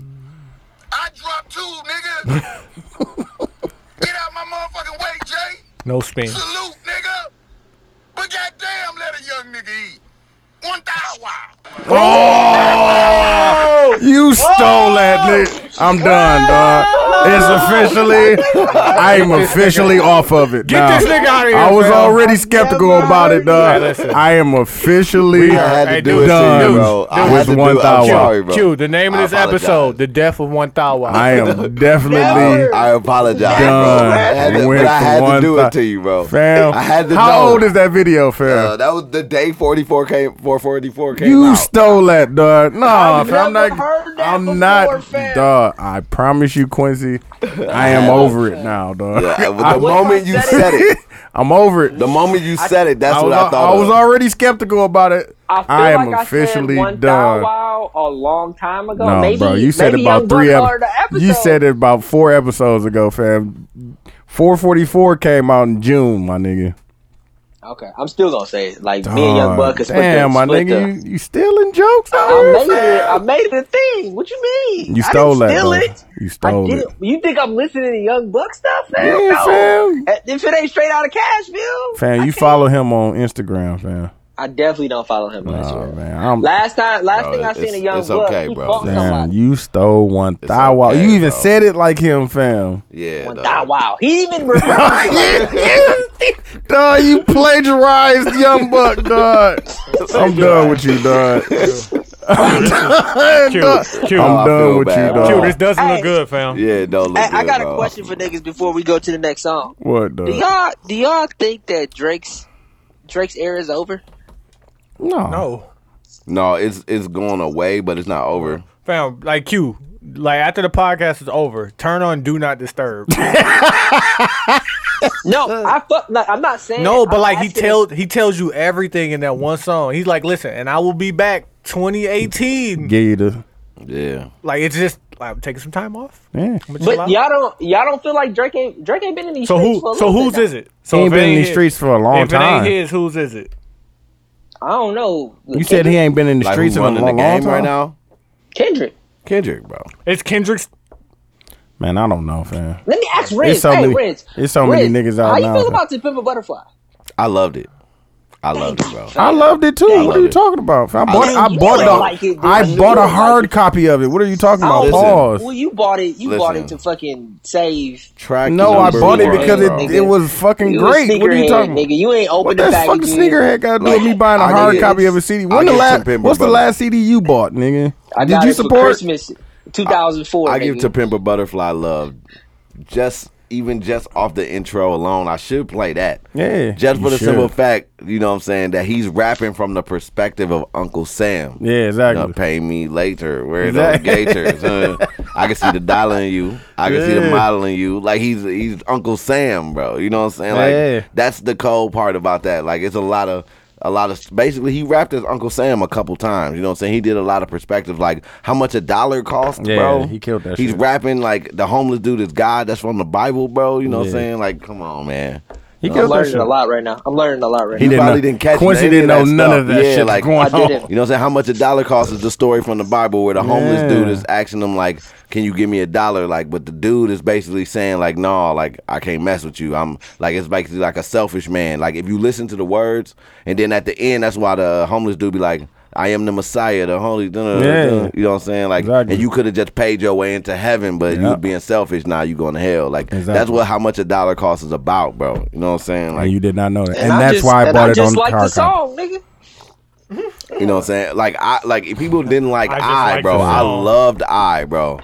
[SPEAKER 8] I dropped two, nigga. get out my motherfucking way, Jay.
[SPEAKER 2] No spin.
[SPEAKER 8] Salute, nigga. But goddamn, let a young nigga eat. One thou wow.
[SPEAKER 3] You stole that, nigga. I'm done, dog. It's officially. I'm officially off of it.
[SPEAKER 2] Get
[SPEAKER 3] now.
[SPEAKER 2] this nigga outta here,
[SPEAKER 3] I was
[SPEAKER 2] fam.
[SPEAKER 3] already skeptical
[SPEAKER 4] never
[SPEAKER 3] about
[SPEAKER 4] heard
[SPEAKER 3] it,
[SPEAKER 2] that.
[SPEAKER 3] dog.
[SPEAKER 2] Listen.
[SPEAKER 3] I am officially
[SPEAKER 6] I had to
[SPEAKER 2] Hey,
[SPEAKER 6] do it
[SPEAKER 3] done
[SPEAKER 6] to you, bro. I
[SPEAKER 3] with
[SPEAKER 6] had to
[SPEAKER 3] one
[SPEAKER 6] do it. I'm
[SPEAKER 3] thou Oh, wow.
[SPEAKER 6] sorry, bro.
[SPEAKER 2] Q, the name of
[SPEAKER 6] I
[SPEAKER 2] this
[SPEAKER 6] apologize.
[SPEAKER 2] episode, The Death of One Thawa.
[SPEAKER 3] I am definitely.
[SPEAKER 6] I apologize, bro.
[SPEAKER 3] Done.
[SPEAKER 6] I had to,
[SPEAKER 3] Went
[SPEAKER 6] but I
[SPEAKER 3] for
[SPEAKER 6] had
[SPEAKER 3] one
[SPEAKER 6] to do
[SPEAKER 3] thou-
[SPEAKER 6] it to you, bro.
[SPEAKER 3] Fam,
[SPEAKER 6] I had to
[SPEAKER 3] how
[SPEAKER 6] know.
[SPEAKER 3] old is that video, fam?
[SPEAKER 6] Uh, that was the day 44 came, 444 came
[SPEAKER 3] you
[SPEAKER 6] out.
[SPEAKER 3] stole that, dog. No,
[SPEAKER 4] I've
[SPEAKER 3] fam, I'm
[SPEAKER 4] never
[SPEAKER 3] not.
[SPEAKER 4] heard that
[SPEAKER 3] I'm
[SPEAKER 4] before,
[SPEAKER 3] not,
[SPEAKER 4] fam.
[SPEAKER 3] dog. I promise you, Quincy. crazy. I am over it now, dog.
[SPEAKER 6] Yeah,
[SPEAKER 3] I,
[SPEAKER 6] but the moment you said it,
[SPEAKER 3] am over it.
[SPEAKER 6] the moment you said it, that's
[SPEAKER 3] I was,
[SPEAKER 6] what I
[SPEAKER 3] I,
[SPEAKER 6] thought.
[SPEAKER 3] was
[SPEAKER 6] of.
[SPEAKER 3] already skeptical about it.
[SPEAKER 4] I, feel
[SPEAKER 3] I am
[SPEAKER 4] like
[SPEAKER 3] officially
[SPEAKER 4] I said one
[SPEAKER 3] done.
[SPEAKER 4] Bow Wow a long time ago.
[SPEAKER 3] No,
[SPEAKER 4] maybe,
[SPEAKER 3] bro, you said
[SPEAKER 4] maybe
[SPEAKER 3] about
[SPEAKER 4] Young
[SPEAKER 3] three.
[SPEAKER 4] Buck
[SPEAKER 3] ep-
[SPEAKER 4] or the episode.
[SPEAKER 3] you said it about four episodes ago, fam. Four forty four came out in June, my nigga.
[SPEAKER 4] Okay, I'm still gonna say it. Like me and Young Buck is
[SPEAKER 3] Dog,
[SPEAKER 4] split
[SPEAKER 3] damn,
[SPEAKER 4] the,
[SPEAKER 3] my
[SPEAKER 4] split the-
[SPEAKER 3] nigga, you, you stealing jokes out
[SPEAKER 4] I
[SPEAKER 3] here,
[SPEAKER 4] made it.
[SPEAKER 3] fam?
[SPEAKER 4] I made it a thing. What you mean?
[SPEAKER 3] You
[SPEAKER 4] I
[SPEAKER 3] stole
[SPEAKER 4] didn't
[SPEAKER 3] that,
[SPEAKER 4] steal
[SPEAKER 3] bro.
[SPEAKER 4] it.
[SPEAKER 3] You
[SPEAKER 4] I
[SPEAKER 3] stole it.
[SPEAKER 4] didn't. You think I'm listening to Young Buck stuff, fam?
[SPEAKER 3] Yeah,
[SPEAKER 4] no.
[SPEAKER 3] fam.
[SPEAKER 4] Uh, If it ain't straight out of Cashville,
[SPEAKER 3] Fam, you follow him on Instagram, fam.
[SPEAKER 4] I definitely don't follow him. on
[SPEAKER 3] Nah,
[SPEAKER 4] Instagram.
[SPEAKER 3] man, I'm
[SPEAKER 4] Last time, last
[SPEAKER 6] Bro,
[SPEAKER 4] thing I
[SPEAKER 6] it's-
[SPEAKER 4] seen a Young
[SPEAKER 6] it's
[SPEAKER 4] Buck,
[SPEAKER 6] okay,
[SPEAKER 4] he
[SPEAKER 6] bro.
[SPEAKER 4] fought
[SPEAKER 6] Damn.
[SPEAKER 3] Fam,
[SPEAKER 4] somebody.
[SPEAKER 3] you stole one thigh wow.
[SPEAKER 6] okay,
[SPEAKER 3] You even
[SPEAKER 6] bro.
[SPEAKER 3] said it like him, fam.
[SPEAKER 6] Yeah,
[SPEAKER 4] One
[SPEAKER 6] dog.
[SPEAKER 4] thigh, wow, he even referred to it.
[SPEAKER 3] dog, you plagiarized Young Buck, dog. I'm done with you, dog. I'm done,
[SPEAKER 2] Q,
[SPEAKER 3] dog.
[SPEAKER 2] Q,
[SPEAKER 3] Uh, I'm uh, done
[SPEAKER 6] I feel
[SPEAKER 3] with you,
[SPEAKER 6] bad, bro.
[SPEAKER 2] Q,
[SPEAKER 3] dog.
[SPEAKER 2] this doesn't
[SPEAKER 4] Hey.
[SPEAKER 2] look good, fam.
[SPEAKER 6] Yeah, don't look
[SPEAKER 4] Hey, I
[SPEAKER 6] good,
[SPEAKER 4] got a
[SPEAKER 6] bro.
[SPEAKER 4] question for niggas before we go to the next song.
[SPEAKER 3] What, dog?
[SPEAKER 4] Do y'all do y'all think that Drake's Drake's era is over?
[SPEAKER 3] No.
[SPEAKER 2] No,
[SPEAKER 6] No, it's it's going away, but it's not over.
[SPEAKER 2] fam. Like Q, like after the podcast is over, turn on Do Not Disturb.
[SPEAKER 4] No, I fuck. No, I'm not saying
[SPEAKER 2] No, but
[SPEAKER 4] I'm
[SPEAKER 2] like he
[SPEAKER 4] asking
[SPEAKER 2] tells he tells you everything in that one song. He's like, listen, and I will be back 2018.
[SPEAKER 3] Gator.
[SPEAKER 6] Yeah.
[SPEAKER 2] Like it's just like I'm taking some time off.
[SPEAKER 3] Yeah.
[SPEAKER 2] I'm
[SPEAKER 4] if-
[SPEAKER 2] gonna chill
[SPEAKER 4] But
[SPEAKER 2] out.
[SPEAKER 4] y'all don't y'all don't feel like Drake ain't Drake ain't been in these
[SPEAKER 2] so
[SPEAKER 4] streets for
[SPEAKER 2] who
[SPEAKER 4] a
[SPEAKER 2] so
[SPEAKER 4] little
[SPEAKER 2] whose
[SPEAKER 4] bit
[SPEAKER 2] is it? So if
[SPEAKER 3] he ain't
[SPEAKER 2] it
[SPEAKER 3] been in these
[SPEAKER 2] his-
[SPEAKER 3] streets for a long
[SPEAKER 2] If it ain't
[SPEAKER 3] time.
[SPEAKER 2] his, whose is it?
[SPEAKER 4] now. I don't know.
[SPEAKER 3] You said he ain't been in the
[SPEAKER 6] Like
[SPEAKER 3] streets
[SPEAKER 6] who's
[SPEAKER 3] in a long,
[SPEAKER 6] running the
[SPEAKER 3] long
[SPEAKER 6] game
[SPEAKER 3] time.
[SPEAKER 6] right now?
[SPEAKER 4] Kendrick.
[SPEAKER 6] Kendrick, bro.
[SPEAKER 2] It's Kendrick's.
[SPEAKER 3] Man, I don't know, fam.
[SPEAKER 4] Let me ask Riz.
[SPEAKER 3] so
[SPEAKER 4] hey,
[SPEAKER 3] many-
[SPEAKER 4] Riz.
[SPEAKER 3] there's so many
[SPEAKER 4] Riz,
[SPEAKER 3] niggas out
[SPEAKER 4] How you
[SPEAKER 3] now,
[SPEAKER 4] feel
[SPEAKER 3] man.
[SPEAKER 4] about the Pimple Butterfly?
[SPEAKER 6] I loved it. I loved it, bro.
[SPEAKER 3] I loved it too. what
[SPEAKER 6] love
[SPEAKER 3] are you
[SPEAKER 6] it.
[SPEAKER 3] talking about? I bought.
[SPEAKER 4] Man,
[SPEAKER 3] I
[SPEAKER 4] you
[SPEAKER 3] bought
[SPEAKER 4] don't
[SPEAKER 3] the.
[SPEAKER 4] like it, dude.
[SPEAKER 3] I
[SPEAKER 4] You
[SPEAKER 3] bought a
[SPEAKER 4] don't like
[SPEAKER 3] hard
[SPEAKER 4] it. Oh,
[SPEAKER 3] copy of it. What are you talking
[SPEAKER 4] I
[SPEAKER 3] about?
[SPEAKER 4] don't- Well,
[SPEAKER 3] Pause.
[SPEAKER 4] you bought it. You bought it
[SPEAKER 6] Listen.
[SPEAKER 4] to fucking save.
[SPEAKER 6] Track
[SPEAKER 3] No, I
[SPEAKER 6] number
[SPEAKER 3] bought it
[SPEAKER 6] one,
[SPEAKER 3] because
[SPEAKER 6] bro.
[SPEAKER 3] it, it was fucking
[SPEAKER 4] You a
[SPEAKER 3] great. What are you
[SPEAKER 4] sneakerhead,
[SPEAKER 3] talking about?
[SPEAKER 4] Nigga, you ain't
[SPEAKER 3] What
[SPEAKER 4] opened the
[SPEAKER 3] that
[SPEAKER 4] package.
[SPEAKER 3] fucking sneakerhead got to do with me buying a
[SPEAKER 6] I
[SPEAKER 3] hard
[SPEAKER 6] get-
[SPEAKER 3] copy of a CD?
[SPEAKER 6] I
[SPEAKER 3] When the
[SPEAKER 6] get
[SPEAKER 3] last?
[SPEAKER 6] some Pimp My
[SPEAKER 3] What's the
[SPEAKER 6] Butterfly.
[SPEAKER 3] last CD you bought, nigga?
[SPEAKER 4] I
[SPEAKER 3] Did
[SPEAKER 4] got
[SPEAKER 3] you
[SPEAKER 4] it for
[SPEAKER 3] support?
[SPEAKER 4] Christmas 2004?
[SPEAKER 6] I give
[SPEAKER 4] nigga.
[SPEAKER 6] to Pimper Butterfly love. Just even just off the intro alone, I should play that.
[SPEAKER 3] Yeah,
[SPEAKER 6] Just
[SPEAKER 3] you
[SPEAKER 6] for the
[SPEAKER 3] should.
[SPEAKER 6] simple fact, you know what I'm saying, that he's rapping from the perspective of Uncle Sam.
[SPEAKER 3] Yeah,
[SPEAKER 6] You know,
[SPEAKER 3] exactly.
[SPEAKER 6] pay me later. Where are those
[SPEAKER 3] Exactly.
[SPEAKER 6] gators? huh? I can see the dollar in you. I can see the
[SPEAKER 3] Yeah.
[SPEAKER 6] model in you. Like he's he's Uncle Sam, bro. You know what I'm saying? Like
[SPEAKER 3] Yeah.
[SPEAKER 6] that's the cold part about that. Like it's a lot of a lot of basically he rapped as Uncle Sam a couple times. You know what I'm saying? He did a lot of perspective, like how much a dollar cost,
[SPEAKER 3] Yeah,
[SPEAKER 6] bro.
[SPEAKER 3] he killed that
[SPEAKER 6] He's
[SPEAKER 3] shit.
[SPEAKER 6] rapping like the homeless dude is God. That's from the Bible, bro. You know what
[SPEAKER 3] Yeah.
[SPEAKER 6] I'm saying? Like, come on, man.
[SPEAKER 3] He
[SPEAKER 4] I'm
[SPEAKER 3] killed that
[SPEAKER 4] learning
[SPEAKER 3] shit.
[SPEAKER 4] a lot right now. I'm learning a lot right
[SPEAKER 6] He,
[SPEAKER 4] now.
[SPEAKER 3] didn't
[SPEAKER 6] probably
[SPEAKER 3] know-
[SPEAKER 6] didn't catch
[SPEAKER 3] Quincy
[SPEAKER 6] any
[SPEAKER 3] didn't know
[SPEAKER 6] of that
[SPEAKER 3] none
[SPEAKER 6] stuff.
[SPEAKER 3] of that
[SPEAKER 6] yeah,
[SPEAKER 3] shit
[SPEAKER 6] like
[SPEAKER 3] going
[SPEAKER 4] I didn't.
[SPEAKER 3] on.
[SPEAKER 6] you know what I'm saying? How much a dollar costs is the story from the Bible where the homeless
[SPEAKER 3] Yeah.
[SPEAKER 6] dude is asking him like, Can you give me a dollar? Like, but the dude is basically saying, like, no, like I can't mess with you. I'm like it's basically like a selfish man. Like if you listen to the words and then at the end that's why the homeless dude be like I am the Messiah, the holy. duh, duh,
[SPEAKER 3] Yeah.
[SPEAKER 6] duh." You know what I'm saying? Like,
[SPEAKER 3] Exactly.
[SPEAKER 6] and you could have just paid your way into heaven, but
[SPEAKER 3] Yeah.
[SPEAKER 6] you being selfish. Now you going to hell. Like, that's
[SPEAKER 3] Exactly.
[SPEAKER 6] what how much a dollar cost is about, bro. You know what I'm saying? Like,
[SPEAKER 3] And you did not know that, and,
[SPEAKER 4] I
[SPEAKER 3] that's
[SPEAKER 4] just-
[SPEAKER 3] why I
[SPEAKER 4] and
[SPEAKER 3] bought it
[SPEAKER 4] just
[SPEAKER 3] on
[SPEAKER 4] like
[SPEAKER 3] car
[SPEAKER 4] the song, nigga.
[SPEAKER 6] You know what I'm saying? Like I like if people didn't like
[SPEAKER 2] I
[SPEAKER 6] I,
[SPEAKER 2] just like
[SPEAKER 6] bro.
[SPEAKER 2] the
[SPEAKER 6] I
[SPEAKER 2] song.
[SPEAKER 6] loved I, bro. You know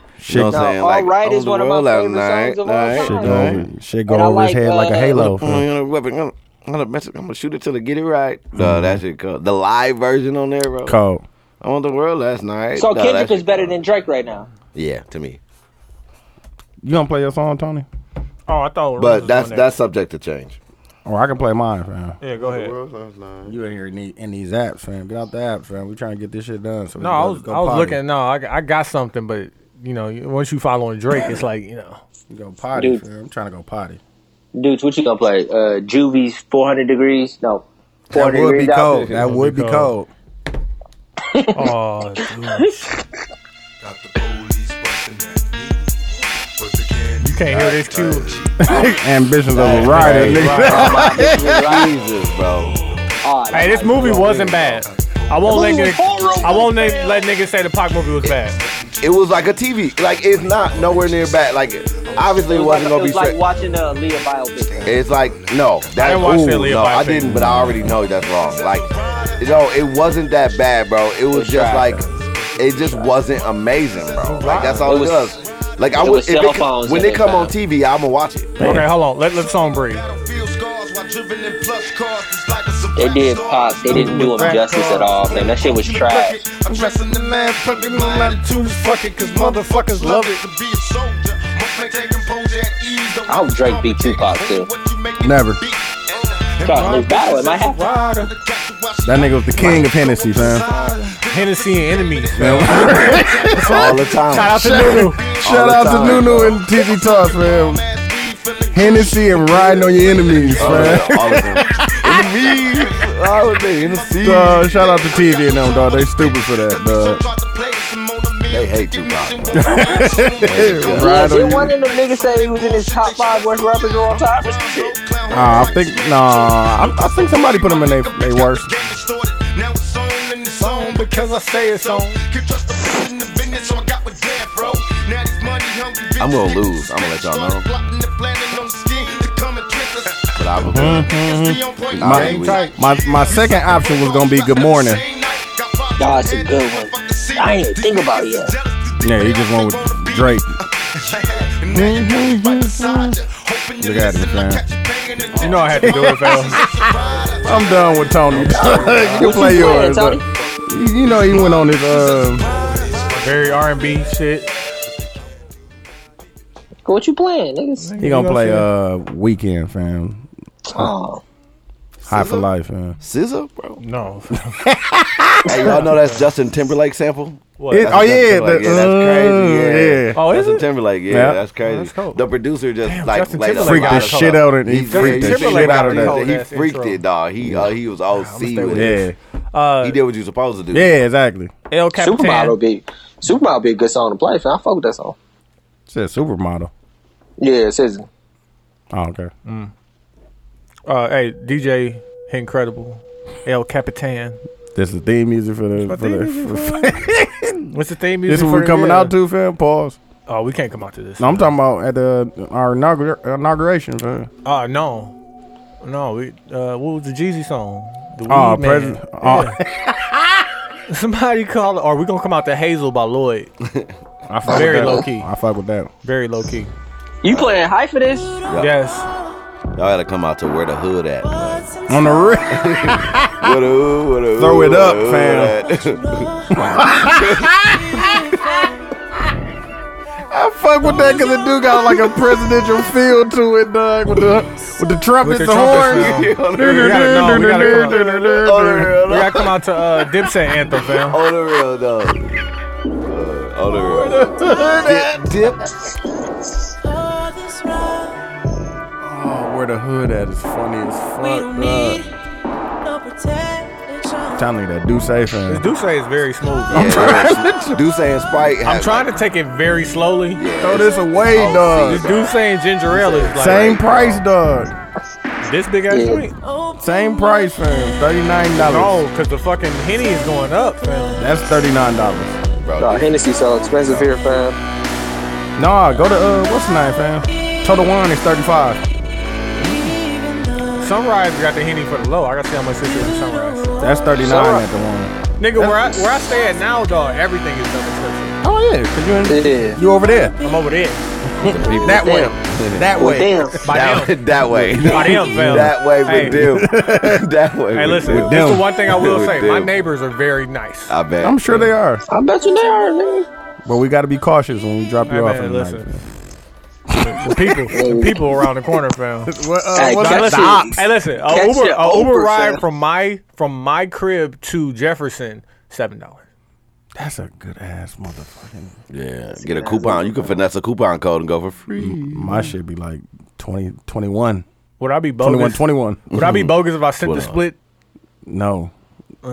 [SPEAKER 6] what I'm
[SPEAKER 4] No,
[SPEAKER 6] saying?
[SPEAKER 4] All
[SPEAKER 6] Like
[SPEAKER 4] Right is
[SPEAKER 6] on the
[SPEAKER 4] one of my
[SPEAKER 6] road at
[SPEAKER 4] favorite
[SPEAKER 6] night,
[SPEAKER 4] songs of all
[SPEAKER 6] night,
[SPEAKER 4] time.
[SPEAKER 3] Shit go
[SPEAKER 6] night.
[SPEAKER 3] over, shit go
[SPEAKER 4] And I
[SPEAKER 3] over his
[SPEAKER 4] like,
[SPEAKER 3] head like a
[SPEAKER 4] uh,
[SPEAKER 3] halo. fam.
[SPEAKER 6] Mm, you know, weapon, I'm gonna mess it. I'm gonna shoot it till I get it right.
[SPEAKER 2] Mm-hmm.
[SPEAKER 6] Duh, that shit cool. The live version on there, bro.
[SPEAKER 3] Cold.
[SPEAKER 6] I'm on the world last night.
[SPEAKER 4] So
[SPEAKER 6] Duh,
[SPEAKER 4] Kendrick
[SPEAKER 6] that
[SPEAKER 4] is
[SPEAKER 6] shit
[SPEAKER 4] better
[SPEAKER 6] cold.
[SPEAKER 4] than Drake right now.
[SPEAKER 6] yeah to me.
[SPEAKER 3] You gonna play your song, Tony?
[SPEAKER 2] Oh, I thought. Rose was
[SPEAKER 6] But
[SPEAKER 2] on
[SPEAKER 6] that's
[SPEAKER 2] there.
[SPEAKER 6] that's subject to change.
[SPEAKER 3] Or I can play mine, fam.
[SPEAKER 2] Yeah, go ahead.
[SPEAKER 3] You in here in, the- in these apps, fam? Get out the apps, fam. We trying to get this shit done. So we
[SPEAKER 2] No,
[SPEAKER 3] can
[SPEAKER 2] I
[SPEAKER 3] go-
[SPEAKER 2] was
[SPEAKER 3] go
[SPEAKER 2] I was
[SPEAKER 3] potty.
[SPEAKER 2] looking. No, I, I got something, but you know, you- once you following Drake, it's like you know.
[SPEAKER 3] We Go potty,
[SPEAKER 4] Dude.
[SPEAKER 3] fam. I'm trying to go potty.
[SPEAKER 4] Dudes, what you gonna play? Uh, Juvie's 400 degrees? No.
[SPEAKER 3] That
[SPEAKER 4] 400
[SPEAKER 3] would be
[SPEAKER 4] degrees out.
[SPEAKER 3] cold. That would be cold.
[SPEAKER 2] Oh, dude.
[SPEAKER 9] Got the police busting at me, but they can't.
[SPEAKER 2] you can't hear this too.
[SPEAKER 3] Ambitions of a rider, nigga.
[SPEAKER 6] Jesus, bro.
[SPEAKER 4] Oh,
[SPEAKER 2] Hey, this movie wasn't bad. I won't let niggas, I won't let, let niggas say the Pac movie was bad.
[SPEAKER 6] It was like a TV. Like it's not nowhere near back. Like obviously
[SPEAKER 4] It
[SPEAKER 6] it
[SPEAKER 4] was like,
[SPEAKER 6] wasn't
[SPEAKER 4] it
[SPEAKER 6] gonna be
[SPEAKER 4] was like
[SPEAKER 6] straight.
[SPEAKER 4] watching a Leah biopic.
[SPEAKER 6] It's like no, that
[SPEAKER 2] didn't watch
[SPEAKER 6] ooh,
[SPEAKER 2] that Lil
[SPEAKER 6] no,
[SPEAKER 2] Bic
[SPEAKER 6] I
[SPEAKER 2] thing.
[SPEAKER 6] didn't, but I already know that's wrong. Like, you know, it wasn't that bad, bro. It was just like, it just wasn't amazing, bro. Like that's all
[SPEAKER 4] It
[SPEAKER 6] it,
[SPEAKER 4] was-
[SPEAKER 6] does. Like I
[SPEAKER 4] it
[SPEAKER 6] would,
[SPEAKER 4] was
[SPEAKER 6] if
[SPEAKER 4] cell
[SPEAKER 6] it,
[SPEAKER 4] phones
[SPEAKER 6] come- when
[SPEAKER 4] and
[SPEAKER 6] it come on
[SPEAKER 4] it-
[SPEAKER 6] TV, I'ma watch it.
[SPEAKER 2] Okay, hold on. Let let the song breathe.
[SPEAKER 9] Battlefield scars while driven in plus cars. It's like a surprise.
[SPEAKER 4] They did pop. They didn't do him justice at all, man. That shit was trash.
[SPEAKER 9] I'm dressing the man perfect, no attitude, fuck it, cause motherfuckers love it. To be a soldier, my
[SPEAKER 8] I
[SPEAKER 4] hope Drake beat Tupac, too.
[SPEAKER 3] Never.
[SPEAKER 4] Trying to look back, it might happen.
[SPEAKER 3] That nigga was the king of Hennessy, fam.
[SPEAKER 2] Hennessy and enemies.
[SPEAKER 6] all the time.
[SPEAKER 2] Shout out to Nunu.
[SPEAKER 3] Shout out to Nunu and TG Toss, man. Hennessy and riding on your enemies,
[SPEAKER 6] All
[SPEAKER 3] man.
[SPEAKER 6] of them. All of them. Enemies. All of them. Enemies.
[SPEAKER 3] So, shout out to TV and them, dog. They stupid for that, dog.
[SPEAKER 6] They hate Tupac. bro.
[SPEAKER 3] Ride on
[SPEAKER 4] Did
[SPEAKER 3] your-
[SPEAKER 4] one of them niggas say he was in his top five worst rappers of all time or some shit?
[SPEAKER 3] Nah, I think nah. I, I think somebody put them in their they worst.
[SPEAKER 2] Because I say it's on.
[SPEAKER 6] I'm gonna lose. I'm gonna let y'all know. But I would.
[SPEAKER 4] Mm-hmm.
[SPEAKER 3] My, my my second option was gonna be Good Morning.
[SPEAKER 4] Nah, it's a good one. I ain't even think about it yet.
[SPEAKER 3] Yeah, he just went with Drake. Look at him, fam.
[SPEAKER 2] You know I had to do it, fam.
[SPEAKER 3] I'm done with Tony. you can
[SPEAKER 4] What
[SPEAKER 3] play
[SPEAKER 4] you playing,
[SPEAKER 3] yours.
[SPEAKER 4] Tony?
[SPEAKER 3] but You know he went on his uh.
[SPEAKER 2] Very R&B shit.
[SPEAKER 4] What you playing, niggas?
[SPEAKER 3] He gonna play uh Weekend, fam.
[SPEAKER 4] Oh,
[SPEAKER 3] High for life, man.
[SPEAKER 6] Scissor, bro.
[SPEAKER 2] No.
[SPEAKER 6] Hey, y'all know that's Justin Timberlake sample.
[SPEAKER 2] What?
[SPEAKER 3] It- oh
[SPEAKER 6] That's Justin
[SPEAKER 3] yeah, the-
[SPEAKER 6] Timberlake. yeah, that's
[SPEAKER 3] uh,
[SPEAKER 6] crazy. Yeah.
[SPEAKER 3] yeah.
[SPEAKER 2] Oh, is
[SPEAKER 6] Justin
[SPEAKER 2] it? Oh,
[SPEAKER 6] Timberlake. Yeah,
[SPEAKER 3] Yeah.
[SPEAKER 6] that's crazy.
[SPEAKER 2] That's dope.
[SPEAKER 6] the producer just
[SPEAKER 2] Damn,
[SPEAKER 6] like
[SPEAKER 2] Justin
[SPEAKER 6] laid a
[SPEAKER 2] Timberlake
[SPEAKER 6] lot
[SPEAKER 3] Freaked the
[SPEAKER 6] of
[SPEAKER 2] Hold up.
[SPEAKER 3] shit out of He
[SPEAKER 6] He
[SPEAKER 3] freaked the
[SPEAKER 2] Timberlake
[SPEAKER 3] shit
[SPEAKER 2] got
[SPEAKER 3] out of
[SPEAKER 2] this
[SPEAKER 3] that.
[SPEAKER 2] whole-
[SPEAKER 6] He
[SPEAKER 2] ass
[SPEAKER 6] freaked
[SPEAKER 2] intro.
[SPEAKER 6] it, dog. He uh, he was all C
[SPEAKER 2] stay
[SPEAKER 6] with
[SPEAKER 2] with
[SPEAKER 6] it.
[SPEAKER 3] Yeah.
[SPEAKER 6] He
[SPEAKER 2] Uh,
[SPEAKER 6] did what you supposed to do.
[SPEAKER 3] Yeah, exactly.
[SPEAKER 2] El Capitan.
[SPEAKER 4] Supermodel would be Supermodel would be a good song to play. Fam. I fuck with that song.
[SPEAKER 3] Said supermodel.
[SPEAKER 4] Yeah, it says
[SPEAKER 3] Oh, okay.
[SPEAKER 2] Uh, hey, DJ Incredible. El Capitan.
[SPEAKER 3] This is theme music for the. For
[SPEAKER 2] theme
[SPEAKER 3] the
[SPEAKER 2] music,
[SPEAKER 3] for-
[SPEAKER 2] What's the theme music
[SPEAKER 3] this what
[SPEAKER 2] for
[SPEAKER 3] we
[SPEAKER 2] the
[SPEAKER 3] coming
[SPEAKER 2] year?
[SPEAKER 3] out to, fam. Pause.
[SPEAKER 2] Oh, we can't come out to this.
[SPEAKER 3] No, I'm talking about at the our inaugur- inauguration, fam.
[SPEAKER 2] Oh, no. No, we, uh, what was the Jeezy song? The
[SPEAKER 6] Ah,
[SPEAKER 3] Oh,
[SPEAKER 2] Weed Man.
[SPEAKER 3] president. Oh,
[SPEAKER 2] Somebody call it. Or we going to come out to Hazel by Lloyd.
[SPEAKER 3] I fuck
[SPEAKER 2] Very
[SPEAKER 3] with that.
[SPEAKER 2] low key.
[SPEAKER 3] I fuck with that.
[SPEAKER 2] Very low key.
[SPEAKER 4] you playing high for this?
[SPEAKER 2] Yes.
[SPEAKER 6] Y'all had to come out to where the hood at.
[SPEAKER 3] On the re-
[SPEAKER 6] Where the hood, where the hood,
[SPEAKER 3] Throw it
[SPEAKER 6] where the
[SPEAKER 3] up,
[SPEAKER 6] hood
[SPEAKER 3] fam.
[SPEAKER 6] at.
[SPEAKER 3] I fuck with that because it do got like a presidential feel to it, dog. With the with the trumpets,
[SPEAKER 2] With the trumpets,
[SPEAKER 3] the, horns. Oh,
[SPEAKER 2] fam.
[SPEAKER 6] on the
[SPEAKER 2] We
[SPEAKER 6] real,
[SPEAKER 2] gotta- no, we gotta come out-
[SPEAKER 6] on the real,
[SPEAKER 2] we
[SPEAKER 6] though.
[SPEAKER 2] gotta come out to uh, Dipset Anthem, fam.
[SPEAKER 6] on the real, dog. Uh, On the real. Dip.
[SPEAKER 3] Oh, where the hood at is funny as fuck. dog. Tell me that do say fam.
[SPEAKER 2] Duce is very smooth.
[SPEAKER 6] Yeah, yeah. Duce and Spike.
[SPEAKER 2] I'm trying to take it very slowly.
[SPEAKER 3] Throw this away,
[SPEAKER 6] Oh,
[SPEAKER 3] dog.
[SPEAKER 2] This Duce and ginger ale is like
[SPEAKER 3] Same price, dog.
[SPEAKER 2] this big ass drink.
[SPEAKER 3] Same price, fam. Thirty nine dollars.
[SPEAKER 2] No, because Oh, the fucking henny is going up, fam.
[SPEAKER 3] That's thirty nine dollars.
[SPEAKER 4] Nah,
[SPEAKER 6] bro.
[SPEAKER 4] Hennessy so expensive here, fam.
[SPEAKER 3] Nah, go to uh, what's the name, fam? Total wine is thirty five.
[SPEAKER 2] Sunrise got the henny for the low. I gotta see how much this is in Sunrise.
[SPEAKER 3] That's thirty nine at the wine.
[SPEAKER 2] Nigga, where I where I stay at now, dog, everything is double expensive.
[SPEAKER 3] Oh yeah, cause you in,
[SPEAKER 4] Yeah.
[SPEAKER 3] you over there.
[SPEAKER 2] I'm over there.
[SPEAKER 3] That way. That
[SPEAKER 4] Well,
[SPEAKER 3] way.
[SPEAKER 4] damn.
[SPEAKER 2] By
[SPEAKER 6] That,
[SPEAKER 2] now.
[SPEAKER 6] that way.
[SPEAKER 2] By them, fam.
[SPEAKER 6] That way with
[SPEAKER 2] Hey.
[SPEAKER 6] them. that way
[SPEAKER 2] Hey,
[SPEAKER 6] with
[SPEAKER 2] listen,
[SPEAKER 6] them.
[SPEAKER 2] this is
[SPEAKER 3] them.
[SPEAKER 2] the one thing I will
[SPEAKER 6] With
[SPEAKER 2] say. My
[SPEAKER 6] them.
[SPEAKER 2] neighbors are very nice.
[SPEAKER 6] I bet.
[SPEAKER 3] I'm sure they are,
[SPEAKER 4] I bet you they are, nigga.
[SPEAKER 3] but we got to be cautious when we drop you
[SPEAKER 2] Hey,
[SPEAKER 3] off.
[SPEAKER 2] man,
[SPEAKER 3] in the
[SPEAKER 2] listen.
[SPEAKER 3] night.
[SPEAKER 2] The people, the people around the corner, fam.
[SPEAKER 3] What, uh,
[SPEAKER 4] Hey,
[SPEAKER 3] what's
[SPEAKER 4] got
[SPEAKER 2] Nah,
[SPEAKER 3] that?
[SPEAKER 4] That's
[SPEAKER 2] listen, hey, listen.
[SPEAKER 4] it.
[SPEAKER 2] A
[SPEAKER 4] That's
[SPEAKER 2] Uber,
[SPEAKER 4] your
[SPEAKER 2] a Uber
[SPEAKER 4] Uber,
[SPEAKER 2] ride
[SPEAKER 4] fam.
[SPEAKER 2] from my from my crib to Jefferson, seven dollars.
[SPEAKER 3] That's a good ass motherfucking.
[SPEAKER 6] Yeah. Get a coupon. You can finesse a coupon code and go for
[SPEAKER 3] Mm,
[SPEAKER 6] free.
[SPEAKER 3] My shit be like 20, 21,
[SPEAKER 2] Would I be bogus?
[SPEAKER 3] 21, 21.
[SPEAKER 2] Would I be bogus if I sent the
[SPEAKER 6] Hmm. Well,
[SPEAKER 2] split?
[SPEAKER 3] No.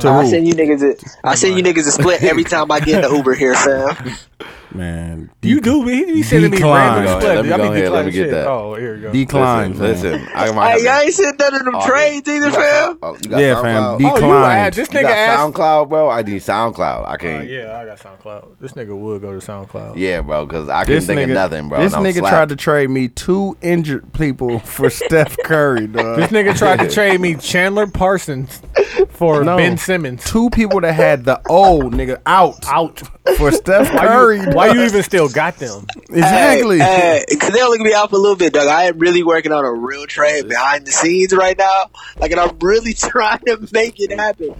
[SPEAKER 3] To
[SPEAKER 4] Uh, I
[SPEAKER 3] who?
[SPEAKER 4] send you niggas a, I send you niggas a split every time I get in the Uber here, fam.
[SPEAKER 3] man.
[SPEAKER 2] You do. He be sending me
[SPEAKER 3] Decline.
[SPEAKER 2] random
[SPEAKER 6] Go ahead,
[SPEAKER 2] split.
[SPEAKER 6] let me
[SPEAKER 2] I be
[SPEAKER 6] go ahead, let me
[SPEAKER 2] declining
[SPEAKER 6] get
[SPEAKER 2] shit.
[SPEAKER 6] that.
[SPEAKER 2] Oh, here you go.
[SPEAKER 3] Decline.
[SPEAKER 6] Listen,
[SPEAKER 3] man.
[SPEAKER 6] listen. I might
[SPEAKER 4] Hey,
[SPEAKER 6] have to-
[SPEAKER 4] y'all ain't seen none of them
[SPEAKER 6] Oh,
[SPEAKER 4] trades
[SPEAKER 6] yeah.
[SPEAKER 4] either,
[SPEAKER 6] You got
[SPEAKER 4] fam.
[SPEAKER 6] Sound- oh, you got
[SPEAKER 3] Yeah, fam.
[SPEAKER 6] SoundCloud?
[SPEAKER 2] Oh, you
[SPEAKER 3] Decline.
[SPEAKER 2] add this
[SPEAKER 6] You
[SPEAKER 2] nigga
[SPEAKER 6] got
[SPEAKER 2] ass.
[SPEAKER 6] SoundCloud, bro. I need SoundCloud. I can't. yeah.
[SPEAKER 2] Uh, Yeah, I got SoundCloud. This nigga would go to SoundCloud.
[SPEAKER 6] bro, because I couldn't
[SPEAKER 3] This
[SPEAKER 6] think
[SPEAKER 3] nigga,
[SPEAKER 6] of nothing, bro.
[SPEAKER 3] this
[SPEAKER 6] and I'm
[SPEAKER 3] nigga
[SPEAKER 6] slapped.
[SPEAKER 3] tried to trade me two injured people for Steph Curry, dog.
[SPEAKER 2] This nigga tried to trade me Chandler Parsons for
[SPEAKER 3] No.
[SPEAKER 2] Ben Simmons.
[SPEAKER 3] two people that had the old nigga out
[SPEAKER 2] Out.
[SPEAKER 3] for Steph
[SPEAKER 2] Why
[SPEAKER 3] Curry.
[SPEAKER 2] you, why
[SPEAKER 3] dog.
[SPEAKER 2] you even still got them?
[SPEAKER 3] exactly?
[SPEAKER 4] Hey, hey, cause they only gonna be out for a little bit, Doug. I am really working on a real trade behind the scenes right now. Like, and I'm really trying to make it happen.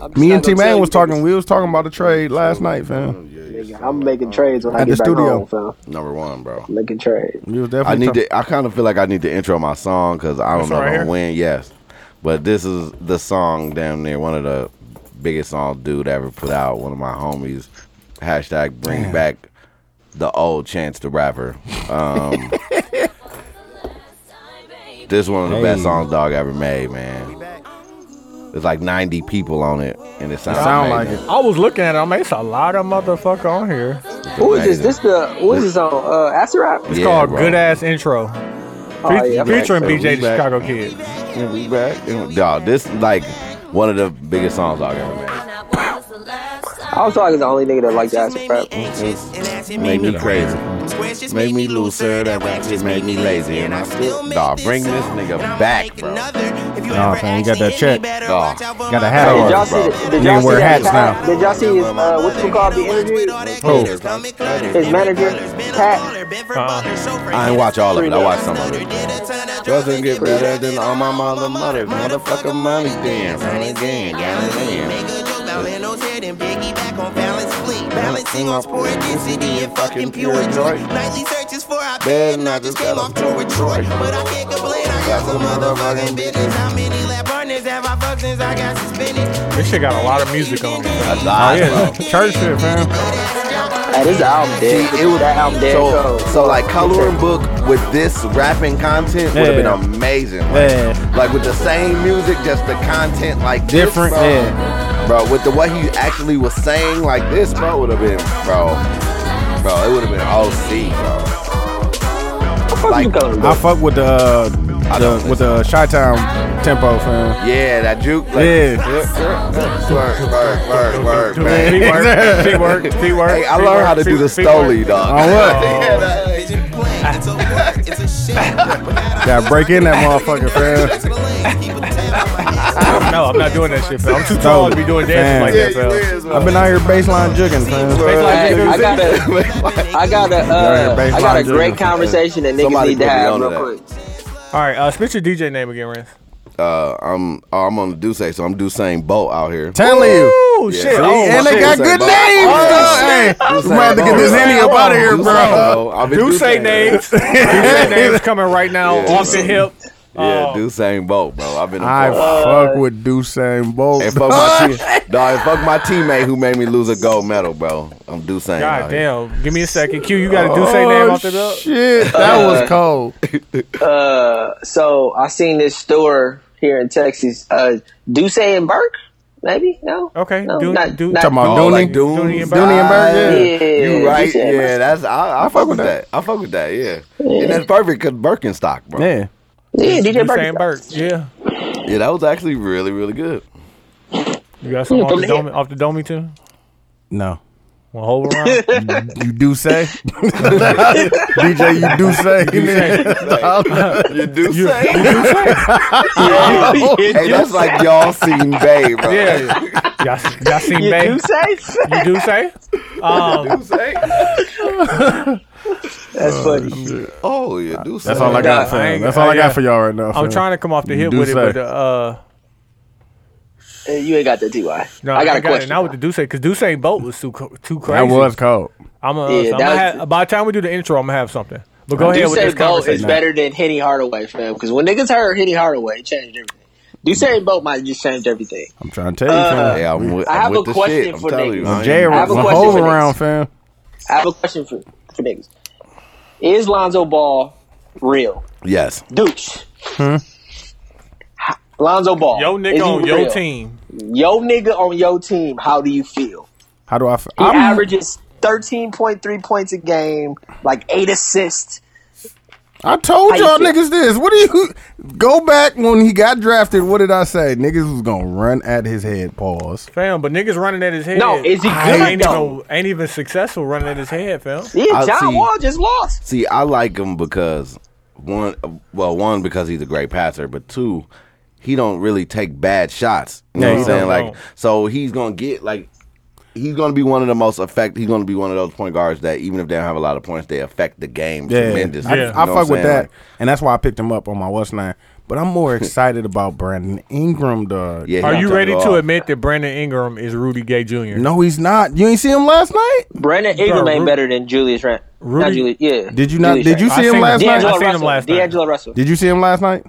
[SPEAKER 4] I'm just
[SPEAKER 3] Me
[SPEAKER 4] not
[SPEAKER 3] and
[SPEAKER 4] gonna
[SPEAKER 3] T Man
[SPEAKER 4] tell
[SPEAKER 3] was
[SPEAKER 4] you
[SPEAKER 3] talking.
[SPEAKER 4] niggas.
[SPEAKER 3] We was talking about the trade last night, fam.
[SPEAKER 6] Yeah, yeah.
[SPEAKER 4] nigga. I'm making trades when I
[SPEAKER 3] At
[SPEAKER 4] get
[SPEAKER 3] the
[SPEAKER 4] back
[SPEAKER 3] studio.
[SPEAKER 4] home, fam.
[SPEAKER 6] Number one, bro.
[SPEAKER 4] Making trades.
[SPEAKER 3] You was
[SPEAKER 6] I
[SPEAKER 3] definitely
[SPEAKER 6] need to. I kind of feel like I need to intro my song because I don't
[SPEAKER 2] This
[SPEAKER 6] know
[SPEAKER 2] right here?
[SPEAKER 6] when. Yes, but this is the song damn near one of the biggest songs dude ever put out. One of my homies. Hashtag bring back the old Chance the Rapper. Um, this one of the best
[SPEAKER 3] Hey.
[SPEAKER 6] songs dog ever made, man. There's like 90 people on it, and it sounds
[SPEAKER 3] sound like
[SPEAKER 6] amazing.
[SPEAKER 3] it.
[SPEAKER 2] I was looking at it. I'm like, it's a lot of motherfucker on here.
[SPEAKER 6] It's
[SPEAKER 4] Who is this?
[SPEAKER 6] amazing.
[SPEAKER 4] This the who is this on uh Acid Rap?
[SPEAKER 2] It's
[SPEAKER 6] Yeah,
[SPEAKER 2] called
[SPEAKER 6] bro.
[SPEAKER 2] Good Ass Intro.
[SPEAKER 4] Oh, yeah,
[SPEAKER 2] Fe- featuring
[SPEAKER 6] back.
[SPEAKER 2] BJ
[SPEAKER 6] We
[SPEAKER 2] the
[SPEAKER 6] back.
[SPEAKER 2] Chicago Kid.
[SPEAKER 6] And we back. And, dog, this like one of the biggest songs I've ever made.
[SPEAKER 4] I was talking to the only nigga that liked Acid Rap.
[SPEAKER 6] Made me crazy. Made me looser. That rap just made me lazy. And I still, dog, bring this nigga back, bro.
[SPEAKER 3] Nah, fam, you got that check.
[SPEAKER 6] Dog.
[SPEAKER 3] Got a hat
[SPEAKER 4] Hey,
[SPEAKER 6] Hell
[SPEAKER 3] on.
[SPEAKER 4] did y'all
[SPEAKER 6] yeah,
[SPEAKER 4] see?
[SPEAKER 6] bro.
[SPEAKER 4] The, did
[SPEAKER 3] You
[SPEAKER 4] y'all
[SPEAKER 3] ain't
[SPEAKER 4] see
[SPEAKER 3] wear
[SPEAKER 4] that
[SPEAKER 3] hats now.
[SPEAKER 4] Did y'all see his uh, what you call the interview?
[SPEAKER 6] Who?
[SPEAKER 4] His manager, Pat.
[SPEAKER 2] Uh,
[SPEAKER 6] I ain't watch all of it. I watched some of it. Doesn't get better than all my mother mothers. Motherfucking money damn. Run again. Got it in. Balancing on sport density and fucking pure joy.
[SPEAKER 10] Nightly searches for our
[SPEAKER 6] Bad
[SPEAKER 10] bed, and I just came off tour with Troy.
[SPEAKER 6] Troy.
[SPEAKER 10] But I can't complain, I got some motherfucking bitches. How many lap partners have I fucked since I got suspended?
[SPEAKER 2] this shit got a lot of music on it.
[SPEAKER 6] That's
[SPEAKER 2] Oh,
[SPEAKER 6] live,
[SPEAKER 2] yeah,
[SPEAKER 6] bro.
[SPEAKER 2] church shit, man.
[SPEAKER 4] Hey, this album dead. It was that album dead.
[SPEAKER 6] So,
[SPEAKER 4] So,
[SPEAKER 6] so like coloring book with this rapping content would have
[SPEAKER 3] Yeah.
[SPEAKER 6] been amazing. Like,
[SPEAKER 3] Yeah.
[SPEAKER 6] like with the same music, just the content like this,
[SPEAKER 3] Different,
[SPEAKER 6] bro.
[SPEAKER 3] yeah.
[SPEAKER 6] Bro, with the what he actually was saying like this, bro, would have been, bro, bro, it would have been OC, bro.
[SPEAKER 4] fuck you
[SPEAKER 6] like-
[SPEAKER 4] calling
[SPEAKER 3] I fuck with the, uh,
[SPEAKER 6] I
[SPEAKER 3] the
[SPEAKER 6] don't
[SPEAKER 3] with the Chi Town tempo, fam.
[SPEAKER 6] Yeah, that juke. Like,
[SPEAKER 3] Yeah.
[SPEAKER 6] Work, work, work, work, man.
[SPEAKER 2] Teamwork, teamwork, teamwork.
[SPEAKER 6] Hey, I learned how to do the stoli, dog.
[SPEAKER 3] On Oh, what?
[SPEAKER 6] Yeah, that-
[SPEAKER 10] Vision plain, it's a work, it's a shame. But now
[SPEAKER 3] Gotta break in that motherfucker, fam.
[SPEAKER 10] that's the lane, keep a tab on my ass.
[SPEAKER 2] No, I'm not doing that shit, fam. I'm too tall to be doing dances
[SPEAKER 6] Yeah,
[SPEAKER 2] like
[SPEAKER 6] you
[SPEAKER 2] that, fam.
[SPEAKER 6] is, bro.
[SPEAKER 3] I've been out here baseline jugging, fam.
[SPEAKER 4] Hey, I got a, I got a, uh, I got a
[SPEAKER 3] baseline
[SPEAKER 4] great
[SPEAKER 3] drill.
[SPEAKER 4] conversation that niggas
[SPEAKER 6] Somebody
[SPEAKER 4] need to
[SPEAKER 6] put me
[SPEAKER 4] have
[SPEAKER 6] onto
[SPEAKER 4] real
[SPEAKER 6] that.
[SPEAKER 4] quick.
[SPEAKER 2] All right, uh, spit your DJ name again, Rance.
[SPEAKER 6] Uh, I'm, oh, I'm on the do say, so I'm do saying bolt out here.
[SPEAKER 3] Telling you.
[SPEAKER 2] Oh,
[SPEAKER 6] Yeah.
[SPEAKER 2] shit.
[SPEAKER 6] See?
[SPEAKER 2] Oh,
[SPEAKER 3] And they
[SPEAKER 6] shit.
[SPEAKER 3] got good
[SPEAKER 6] Say,
[SPEAKER 3] names,
[SPEAKER 6] bro.
[SPEAKER 3] though. Hey,
[SPEAKER 6] Duce,
[SPEAKER 3] I'm gonna have to get
[SPEAKER 6] bro.
[SPEAKER 3] this henny up out of here,
[SPEAKER 6] Duce,
[SPEAKER 3] bro.
[SPEAKER 6] I've been
[SPEAKER 2] do say
[SPEAKER 6] Duce.
[SPEAKER 2] names. do say names coming right now
[SPEAKER 6] Yeah,
[SPEAKER 2] off the
[SPEAKER 6] bro.
[SPEAKER 2] hip.
[SPEAKER 6] Yeah,
[SPEAKER 2] Oh.
[SPEAKER 6] do same boat, bro. I've been.
[SPEAKER 3] I
[SPEAKER 6] involved.
[SPEAKER 3] fuck with Dusain Bolt.
[SPEAKER 6] and fuck my team, dog, and fuck my teammate who made me lose a gold medal, bro. I'm do same.
[SPEAKER 2] God
[SPEAKER 6] out here.
[SPEAKER 2] damn. Give me a second. Q, you got a do say name off the
[SPEAKER 3] Oh,
[SPEAKER 2] top?
[SPEAKER 3] shit, that was cold.
[SPEAKER 4] Uh, so I seen this store here in Texas. Uh, Duce and Burke, maybe no.
[SPEAKER 2] Okay,
[SPEAKER 4] no,
[SPEAKER 2] do-
[SPEAKER 4] not,
[SPEAKER 2] do-
[SPEAKER 4] not,
[SPEAKER 3] Talking
[SPEAKER 6] Oh,
[SPEAKER 3] about Dooney.
[SPEAKER 6] like Dooney,
[SPEAKER 2] Dooney and
[SPEAKER 3] Dooney and Bird, yeah.
[SPEAKER 4] yeah,
[SPEAKER 6] You right?
[SPEAKER 4] Duce and Burke.
[SPEAKER 6] Yeah, that's I, I fuck with that. I fuck with that. Yeah, and that's perfect because Birkenstock, bro.
[SPEAKER 3] Yeah.
[SPEAKER 4] yeah, DJ
[SPEAKER 2] Do saying
[SPEAKER 4] Burke.
[SPEAKER 2] Burke. Yeah.
[SPEAKER 6] Yeah, that was actually really, really good.
[SPEAKER 2] You got some off
[SPEAKER 4] from
[SPEAKER 2] the
[SPEAKER 4] the
[SPEAKER 2] dome, off the domey too?
[SPEAKER 3] No.
[SPEAKER 2] Well, hold around.
[SPEAKER 3] You do say? DJ, you do say.
[SPEAKER 6] You do
[SPEAKER 2] You-
[SPEAKER 6] say. hey, that's like y'all seen Bay, bro.
[SPEAKER 2] yeah. Y'all, y'all seen
[SPEAKER 4] You
[SPEAKER 2] Bay?
[SPEAKER 4] Duce?
[SPEAKER 2] You do say? Um,
[SPEAKER 6] Do say.
[SPEAKER 4] That's funny.
[SPEAKER 6] Oh, you do say.
[SPEAKER 3] That's all I got for
[SPEAKER 2] I ain't-
[SPEAKER 3] you. That's all I
[SPEAKER 2] yeah.
[SPEAKER 3] got for y'all right now.
[SPEAKER 2] I'm trying to come off the hip
[SPEAKER 3] Do
[SPEAKER 2] with it,
[SPEAKER 3] say.
[SPEAKER 2] but uh,
[SPEAKER 4] Uh, You ain't got the DY.
[SPEAKER 2] no,
[SPEAKER 4] I got a
[SPEAKER 2] it
[SPEAKER 4] question.
[SPEAKER 2] now with the do say because do say boat was too co- too
[SPEAKER 3] That
[SPEAKER 2] crazy.
[SPEAKER 3] was cold.
[SPEAKER 2] I'm gonna,
[SPEAKER 4] Yeah,
[SPEAKER 2] I'm
[SPEAKER 4] that
[SPEAKER 2] gonna
[SPEAKER 4] was-
[SPEAKER 2] have, by the time we do the intro, I'm gonna have something. But go ahead with
[SPEAKER 4] Duce
[SPEAKER 2] this
[SPEAKER 4] Bolt
[SPEAKER 2] conversation.
[SPEAKER 4] is better than Henny Hardaway, fam. Because when niggas heard Henny Hardaway, it changed everything. Duce Bolt might just change everything.
[SPEAKER 3] I'm trying to tell you, fam.
[SPEAKER 6] Yeah, I'm with,
[SPEAKER 4] I
[SPEAKER 6] I'm
[SPEAKER 4] have
[SPEAKER 6] with
[SPEAKER 4] a
[SPEAKER 6] the
[SPEAKER 4] question
[SPEAKER 6] shit. I'm
[SPEAKER 4] for
[SPEAKER 6] telling
[SPEAKER 4] niggas.
[SPEAKER 6] you, I
[SPEAKER 3] When
[SPEAKER 6] ain't-
[SPEAKER 3] Jay
[SPEAKER 4] I have a
[SPEAKER 3] when
[SPEAKER 4] question
[SPEAKER 3] Hov
[SPEAKER 4] for this.
[SPEAKER 3] around, fam.
[SPEAKER 4] I have a question for, for niggas. Is Lonzo Ball real?
[SPEAKER 6] Yes.
[SPEAKER 4] Deuce.
[SPEAKER 3] Hmm?
[SPEAKER 4] H- Lonzo Ball.
[SPEAKER 2] Yo,
[SPEAKER 4] is he
[SPEAKER 2] nigga, on your
[SPEAKER 4] real?
[SPEAKER 2] team.
[SPEAKER 4] Yo, nigga on your team. How do you feel?
[SPEAKER 3] How do I feel?
[SPEAKER 4] He averages 13.3 points a game, like eight assists.
[SPEAKER 3] I told
[SPEAKER 4] How you
[SPEAKER 3] y'all
[SPEAKER 4] feel?
[SPEAKER 3] niggas this. What do you go back when he got drafted? What did I say? Niggas was gonna run at his head. Pause.
[SPEAKER 2] Fam, but niggas running at his head.
[SPEAKER 4] No, is he
[SPEAKER 2] I
[SPEAKER 4] good,
[SPEAKER 2] ain't even,
[SPEAKER 4] though?
[SPEAKER 2] ain't even successful running at his head, fam.
[SPEAKER 4] Yeah,
[SPEAKER 6] I
[SPEAKER 4] John
[SPEAKER 6] see.
[SPEAKER 4] Wall just lost.
[SPEAKER 6] See, I like him because one, well, one because he's a great passer, but two, he don't really take bad shots. You know
[SPEAKER 3] No,
[SPEAKER 6] what I'm
[SPEAKER 3] he
[SPEAKER 6] saying?
[SPEAKER 2] don't,
[SPEAKER 6] Like,
[SPEAKER 2] no.
[SPEAKER 6] so he's gonna get like. He's gonna be one of the most effect. He's gonna be one of those point guards that even if they don't have a lot of points, they affect the game
[SPEAKER 3] Yeah,
[SPEAKER 6] tremendously.
[SPEAKER 3] I,
[SPEAKER 6] You
[SPEAKER 2] Yeah.
[SPEAKER 6] know
[SPEAKER 3] I
[SPEAKER 6] what
[SPEAKER 3] fuck
[SPEAKER 6] I'm
[SPEAKER 3] with
[SPEAKER 6] saying?
[SPEAKER 3] that,
[SPEAKER 6] Like,
[SPEAKER 3] and that's why I picked him up on my what's name. But I'm more excited about Brandon Ingram, dog.
[SPEAKER 6] Yeah, he
[SPEAKER 2] Are
[SPEAKER 6] don't
[SPEAKER 2] you
[SPEAKER 6] turn
[SPEAKER 2] ready
[SPEAKER 6] it
[SPEAKER 2] to
[SPEAKER 6] off.
[SPEAKER 2] admit that Brandon Ingram is Rudy Gay Jr.?
[SPEAKER 3] No, he's not. You ain't see him last night?
[SPEAKER 4] Brandon Ingram
[SPEAKER 2] Bro,
[SPEAKER 4] ain't
[SPEAKER 2] Ru-
[SPEAKER 4] better than Julius Rand. Not
[SPEAKER 2] Rudy-
[SPEAKER 4] Julius. Yeah.
[SPEAKER 3] Did you not?
[SPEAKER 4] Julius
[SPEAKER 3] Did you
[SPEAKER 4] Randle.
[SPEAKER 2] I
[SPEAKER 3] see him
[SPEAKER 2] seen-
[SPEAKER 3] last
[SPEAKER 2] I
[SPEAKER 4] D'Angelo
[SPEAKER 3] night?
[SPEAKER 2] seen him
[SPEAKER 4] Russell.
[SPEAKER 2] last night.
[SPEAKER 4] D'Angelo Russell.
[SPEAKER 3] Did you see him last night?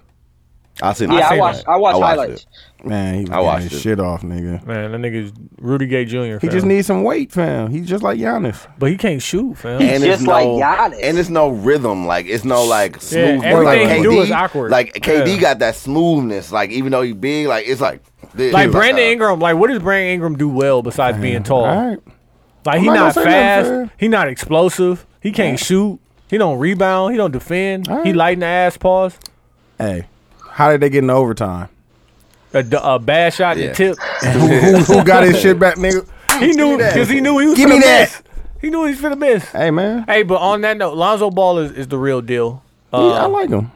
[SPEAKER 6] I seen.
[SPEAKER 4] Yeah, I
[SPEAKER 6] seen
[SPEAKER 4] watched.
[SPEAKER 6] that.
[SPEAKER 4] I watched
[SPEAKER 6] watched
[SPEAKER 4] highlights.
[SPEAKER 6] it.
[SPEAKER 3] Man, he was
[SPEAKER 6] I watched
[SPEAKER 3] getting his
[SPEAKER 6] it.
[SPEAKER 3] shit off, nigga.
[SPEAKER 2] Man, that nigga's Rudy Gay Jr.
[SPEAKER 3] He
[SPEAKER 2] fam.
[SPEAKER 3] just needs some weight, fam. He's just like Giannis.
[SPEAKER 2] but he can't shoot, fam.
[SPEAKER 4] He's
[SPEAKER 6] And it's
[SPEAKER 4] just like
[SPEAKER 6] no-
[SPEAKER 4] Giannis.
[SPEAKER 6] And it's no rhythm. Like it's no like smooth.
[SPEAKER 2] everything
[SPEAKER 6] like,
[SPEAKER 2] he
[SPEAKER 6] KD,
[SPEAKER 2] do is awkward.
[SPEAKER 6] Like KD
[SPEAKER 2] Yeah.
[SPEAKER 6] got that smoothness. Like even though he big, like it's like this.
[SPEAKER 2] like Brandon
[SPEAKER 6] uh,
[SPEAKER 2] Ingram, like what does Brandon Ingram do well besides being
[SPEAKER 6] Oh.
[SPEAKER 2] tall?
[SPEAKER 3] All right.
[SPEAKER 2] Like he
[SPEAKER 3] I'm
[SPEAKER 2] not
[SPEAKER 3] not gonna say nothing,
[SPEAKER 2] fast,
[SPEAKER 3] fam.
[SPEAKER 2] he not explosive, he can't shoot, he don't rebound, he don't defend,
[SPEAKER 3] All
[SPEAKER 2] he
[SPEAKER 3] right.
[SPEAKER 2] light in the ass paws,
[SPEAKER 3] Hey, how did they get in overtime?
[SPEAKER 2] a, d- a bad shot in
[SPEAKER 6] Yeah.
[SPEAKER 2] the tip.
[SPEAKER 3] who, who, who got his shit back, nigga?
[SPEAKER 2] He knew
[SPEAKER 3] that.
[SPEAKER 2] because he knew he was
[SPEAKER 3] Give
[SPEAKER 2] finna
[SPEAKER 3] me that.
[SPEAKER 2] miss. He knew he was finna miss.
[SPEAKER 3] Hey, man.
[SPEAKER 2] Hey, but on that note, Lonzo Ball is, is the real deal.
[SPEAKER 3] Yeah,
[SPEAKER 2] Uh,
[SPEAKER 3] I like him.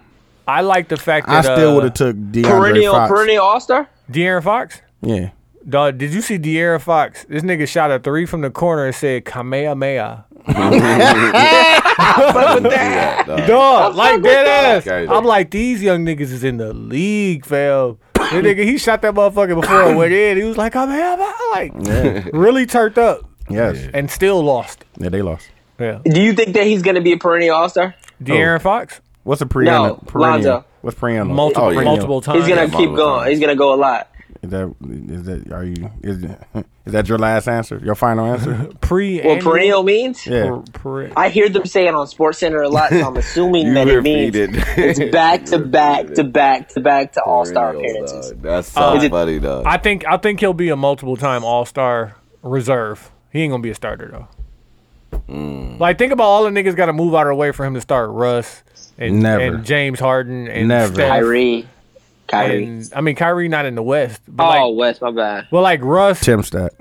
[SPEAKER 2] I like the fact
[SPEAKER 3] I
[SPEAKER 2] that
[SPEAKER 3] still would
[SPEAKER 2] uh,
[SPEAKER 3] have took DeAndre
[SPEAKER 4] perennial
[SPEAKER 3] Fox.
[SPEAKER 4] perennial All Star.
[SPEAKER 2] De'Aaron Fox.
[SPEAKER 3] Yeah.
[SPEAKER 2] Dog, did you see De'Aaron Fox? This nigga shot a three from the corner and said Kamehameha.
[SPEAKER 6] yeah, dog.
[SPEAKER 2] Dog, like dead ass.
[SPEAKER 6] Crazy.
[SPEAKER 2] I'm like, these young niggas is in the league, fam. That nigga, he shot that motherfucker before it went in. He was like, I'm hell, like really turned up
[SPEAKER 3] Yes. Yeah.
[SPEAKER 2] and still lost.
[SPEAKER 3] they lost.
[SPEAKER 2] Yeah.
[SPEAKER 3] Oh.
[SPEAKER 4] Do you think that he's going to be a perennial All Star?
[SPEAKER 2] De'Aaron Fox,
[SPEAKER 3] What's a perennial?
[SPEAKER 4] No,
[SPEAKER 3] perennial?
[SPEAKER 4] Lonzo.
[SPEAKER 3] What's perennial? Oh,
[SPEAKER 2] multiple
[SPEAKER 6] yeah.
[SPEAKER 2] multiple times.
[SPEAKER 4] He's going to
[SPEAKER 6] yeah,
[SPEAKER 4] keep
[SPEAKER 6] Lonzo.
[SPEAKER 4] going. He's going to go a lot.
[SPEAKER 3] Is that is that are you is is that your last answer? Your final answer?
[SPEAKER 2] pre
[SPEAKER 4] What perennial means?
[SPEAKER 3] Yeah.
[SPEAKER 2] pre-
[SPEAKER 4] I hear them say it on Sports Center a lot, so I'm assuming
[SPEAKER 6] You
[SPEAKER 4] that it means
[SPEAKER 6] repeated.
[SPEAKER 4] it's back to back to back to back to All Star
[SPEAKER 6] Real, dog.
[SPEAKER 4] appearances.
[SPEAKER 6] That's so
[SPEAKER 2] Uh,
[SPEAKER 6] funny though.
[SPEAKER 2] I think I think he'll be a multiple time All Star reserve. He ain't gonna be a starter though.
[SPEAKER 3] Mm.
[SPEAKER 2] Like think about all the niggas got to move out of the way for him to start. Russ and,
[SPEAKER 3] Never.
[SPEAKER 2] and James Harden and
[SPEAKER 3] Never.
[SPEAKER 2] Steph
[SPEAKER 4] Kyrie, Kyrie.
[SPEAKER 2] And, I mean Kyrie not in the West, but
[SPEAKER 4] oh,
[SPEAKER 2] like
[SPEAKER 4] West, my bad.
[SPEAKER 2] but like Russ,
[SPEAKER 3] Tim stat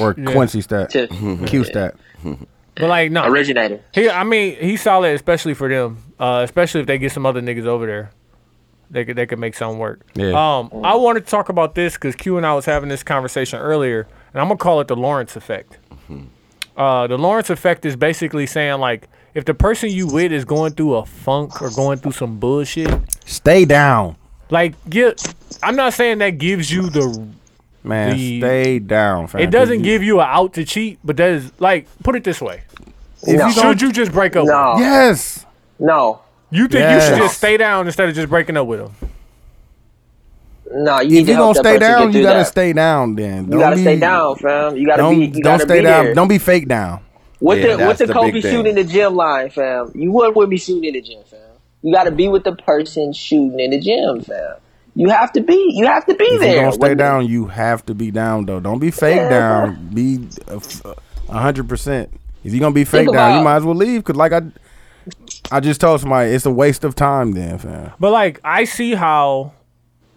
[SPEAKER 3] or Quincy stat?
[SPEAKER 4] Tip.
[SPEAKER 3] Q stat.
[SPEAKER 2] but like no.
[SPEAKER 4] Originator.
[SPEAKER 2] He I mean he's solid especially for them, uh, especially if they get some other niggas over there. They could they could make something work.
[SPEAKER 3] Yeah.
[SPEAKER 2] Um, I wanted to talk about this because Q and I was having this conversation earlier, and I'm gonna call it the Lawrence effect.
[SPEAKER 3] Hmm.
[SPEAKER 2] Uh, the Lawrence effect is basically saying like if the person you with is going through a funk or going through some bullshit,
[SPEAKER 3] Stay down,
[SPEAKER 2] like get. I'm not saying that gives you the.
[SPEAKER 3] man.
[SPEAKER 2] The-
[SPEAKER 3] stay down. Fam.
[SPEAKER 2] It doesn't give you an out to cheat, but that is like put it this way:
[SPEAKER 3] If you don't-
[SPEAKER 2] should you just break up? with him?
[SPEAKER 4] No,
[SPEAKER 3] yes.
[SPEAKER 4] no,
[SPEAKER 2] You think you
[SPEAKER 3] Yes.
[SPEAKER 2] should just stay down instead of just breaking up with him?
[SPEAKER 4] no. You need
[SPEAKER 3] If
[SPEAKER 4] to
[SPEAKER 3] you
[SPEAKER 4] help
[SPEAKER 3] don't
[SPEAKER 4] that
[SPEAKER 3] stay
[SPEAKER 4] person
[SPEAKER 3] down,
[SPEAKER 4] get
[SPEAKER 3] you
[SPEAKER 4] through
[SPEAKER 3] gotta
[SPEAKER 4] that.
[SPEAKER 3] stay down. Then
[SPEAKER 4] You gotta stay down, fam. You gotta
[SPEAKER 3] Don't
[SPEAKER 4] be. You
[SPEAKER 3] don't
[SPEAKER 4] gotta
[SPEAKER 3] stay
[SPEAKER 4] be
[SPEAKER 3] down.
[SPEAKER 4] There.
[SPEAKER 3] Don't be fake down.
[SPEAKER 4] With
[SPEAKER 6] Yeah,
[SPEAKER 4] the with
[SPEAKER 6] that's
[SPEAKER 4] the,
[SPEAKER 6] the
[SPEAKER 4] Kobe
[SPEAKER 6] big thing.
[SPEAKER 4] shooting the gym line, fam, you wouldn't would be shooting in the gym, fam. You got to be with the person shooting in the gym, fam. You have to be. You have to be
[SPEAKER 3] If
[SPEAKER 4] there.
[SPEAKER 3] you don't stay
[SPEAKER 4] When-
[SPEAKER 3] down, you have to be down though. Don't be fake down. Be a f- a hundred percent. If you're gonna be fake down, you
[SPEAKER 4] about-
[SPEAKER 3] might as well leave. Cause like I, I just told somebody, it's a waste of time. Then, fam.
[SPEAKER 2] But like I see how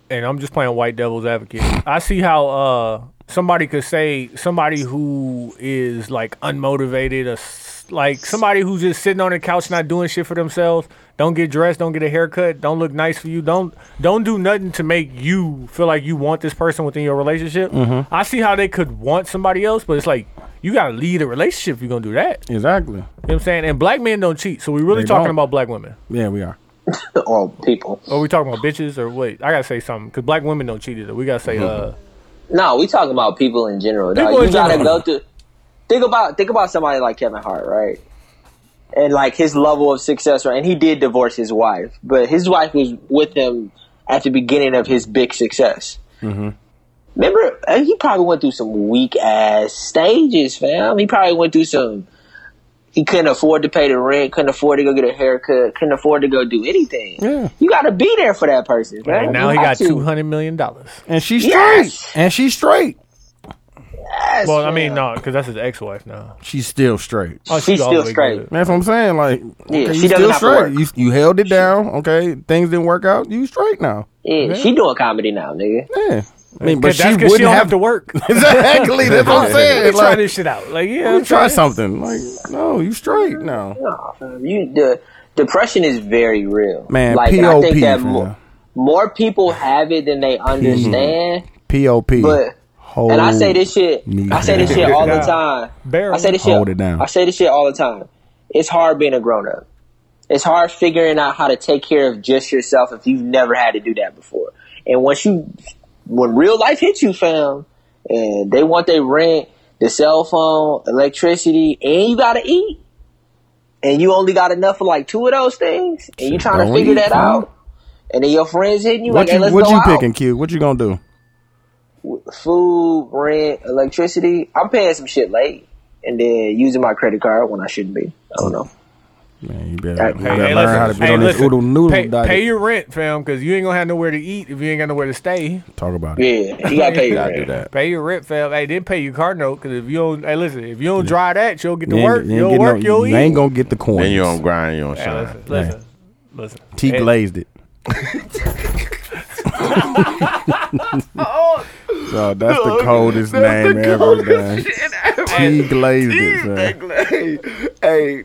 [SPEAKER 2] and I'm just playing white devil's advocate. I see how uh somebody could say somebody who is like unmotivated or s- like somebody who's just sitting on the couch not doing shit for themselves, don't get dressed, don't get a haircut, don't look nice for you, don't don't do nothing to make you feel like you want this person within your relationship.
[SPEAKER 3] Mm-hmm.
[SPEAKER 2] I see how they could want somebody else, but it's like you gotta lead a relationship if you're gonna do that. You
[SPEAKER 3] Exactly.
[SPEAKER 2] know what I'm saying? And black men don't cheat, so we're really
[SPEAKER 3] They
[SPEAKER 2] talking
[SPEAKER 3] don't.
[SPEAKER 2] about black women.
[SPEAKER 3] Yeah, we are.
[SPEAKER 4] Oh, people.
[SPEAKER 2] Are we talking about bitches or wait? I gotta say something because black women don't cheat either. We gotta say, uh,
[SPEAKER 4] No, we talking about people in general. dog.
[SPEAKER 2] People
[SPEAKER 4] You
[SPEAKER 2] in
[SPEAKER 4] gotta
[SPEAKER 2] general.
[SPEAKER 4] go through. Think about think about somebody like Kevin Hart, right? And like his level of success, right? And he did divorce his wife, but his wife was with him at the beginning of his big success.
[SPEAKER 2] Mm-hmm.
[SPEAKER 4] Remember, uh, he probably went through some weak ass stages, fam. He probably went through some. He couldn't afford to pay the rent, couldn't afford to go get a haircut, couldn't afford to go do anything.
[SPEAKER 3] Yeah.
[SPEAKER 4] You got to be there for that person, fam.
[SPEAKER 2] and now
[SPEAKER 4] You
[SPEAKER 2] he
[SPEAKER 4] have
[SPEAKER 2] got
[SPEAKER 4] to.
[SPEAKER 2] two hundred million dollars.
[SPEAKER 3] And she's straight.
[SPEAKER 4] Yes.
[SPEAKER 3] And she's straight.
[SPEAKER 4] Yes,
[SPEAKER 2] Well, I mean,
[SPEAKER 4] fam.
[SPEAKER 2] no, because that's his ex-wife now.
[SPEAKER 3] She's still straight.
[SPEAKER 2] Oh,
[SPEAKER 4] She's
[SPEAKER 2] all the
[SPEAKER 4] still
[SPEAKER 2] way
[SPEAKER 4] straight.
[SPEAKER 2] good.
[SPEAKER 3] That's what I'm saying. Like, okay,
[SPEAKER 4] she
[SPEAKER 3] you
[SPEAKER 4] doesn't
[SPEAKER 3] still
[SPEAKER 4] have to
[SPEAKER 3] straight. You,
[SPEAKER 4] work.
[SPEAKER 3] you held it down. Okay, things didn't work out. You straight now.
[SPEAKER 4] Yeah, she doing comedy now, nigga.
[SPEAKER 3] Yeah. I mean,
[SPEAKER 2] 'Cause
[SPEAKER 3] but she
[SPEAKER 2] that's 'cause
[SPEAKER 3] wouldn't
[SPEAKER 2] she don't
[SPEAKER 3] have,
[SPEAKER 2] have, to work.
[SPEAKER 3] exactly. That's what I'm
[SPEAKER 2] They
[SPEAKER 3] saying.
[SPEAKER 2] try
[SPEAKER 3] Like,
[SPEAKER 2] this shit out. Like, yeah,
[SPEAKER 3] let me
[SPEAKER 2] I'm
[SPEAKER 3] try
[SPEAKER 2] trying.
[SPEAKER 3] something. Like, no, you straight now.
[SPEAKER 4] Nah, fam, you the depression is very real,
[SPEAKER 3] Man,
[SPEAKER 4] Like and I
[SPEAKER 3] POP,
[SPEAKER 4] think that
[SPEAKER 3] fam. Mm-hmm.
[SPEAKER 4] more, more people have it than they understand.
[SPEAKER 3] Pop.
[SPEAKER 4] But
[SPEAKER 3] hold
[SPEAKER 4] and I say this shit,
[SPEAKER 3] me
[SPEAKER 4] I say this shit
[SPEAKER 3] down.
[SPEAKER 4] all the time.
[SPEAKER 2] Barely.
[SPEAKER 4] I say this shit.
[SPEAKER 3] Hold it down.
[SPEAKER 4] I say this shit all the time. It's hard being a grown up. It's hard figuring out how to take care of just yourself if you've never had to do that before. And once you, when real life hits you, fam, and they want their rent, the cell phone, electricity, and you gotta eat, and you only got enough for like two of those things, and you trying to
[SPEAKER 3] don't
[SPEAKER 4] figure
[SPEAKER 3] eat,
[SPEAKER 4] that
[SPEAKER 3] fam.
[SPEAKER 4] out, and then your friends hitting you
[SPEAKER 3] What
[SPEAKER 4] like, "Hey,
[SPEAKER 3] you
[SPEAKER 4] let's
[SPEAKER 3] what
[SPEAKER 4] go
[SPEAKER 3] you
[SPEAKER 4] out."
[SPEAKER 3] picking, Q? What you gonna do?
[SPEAKER 4] food, rent, electricity. I'm paying some shit late and then using my credit card when I shouldn't be. I don't know.
[SPEAKER 3] Man, you better,
[SPEAKER 4] Hey,
[SPEAKER 3] you better
[SPEAKER 2] hey,
[SPEAKER 3] learn
[SPEAKER 2] listen,
[SPEAKER 3] how to be
[SPEAKER 2] hey,
[SPEAKER 3] on this
[SPEAKER 2] listen,
[SPEAKER 3] oodle noodle
[SPEAKER 2] Pay,
[SPEAKER 3] diet.
[SPEAKER 2] pay your rent, fam, because you ain't gonna have nowhere to eat if you ain't got nowhere to stay.
[SPEAKER 3] Talk about it.
[SPEAKER 4] Yeah, you gotta pay your
[SPEAKER 6] Gotta do
[SPEAKER 4] rent.
[SPEAKER 6] that.
[SPEAKER 2] Pay your rent, fam. Hey, then pay your car note because if you don't, hey, listen, if you don't dry that, you'll get to
[SPEAKER 3] You ain't-
[SPEAKER 2] work.
[SPEAKER 3] you ain't
[SPEAKER 2] You'll
[SPEAKER 3] getting
[SPEAKER 2] work.
[SPEAKER 3] no-
[SPEAKER 2] you'll
[SPEAKER 3] you
[SPEAKER 2] eat.
[SPEAKER 3] ain't gonna get the coins.
[SPEAKER 6] Then you on grind, you on
[SPEAKER 2] Hey,
[SPEAKER 6] shine.
[SPEAKER 2] listen, listen, listen.
[SPEAKER 3] T
[SPEAKER 2] Hey,
[SPEAKER 3] glazed it. so that's the coldest name ever. man. T glazed it. man.
[SPEAKER 6] Hey,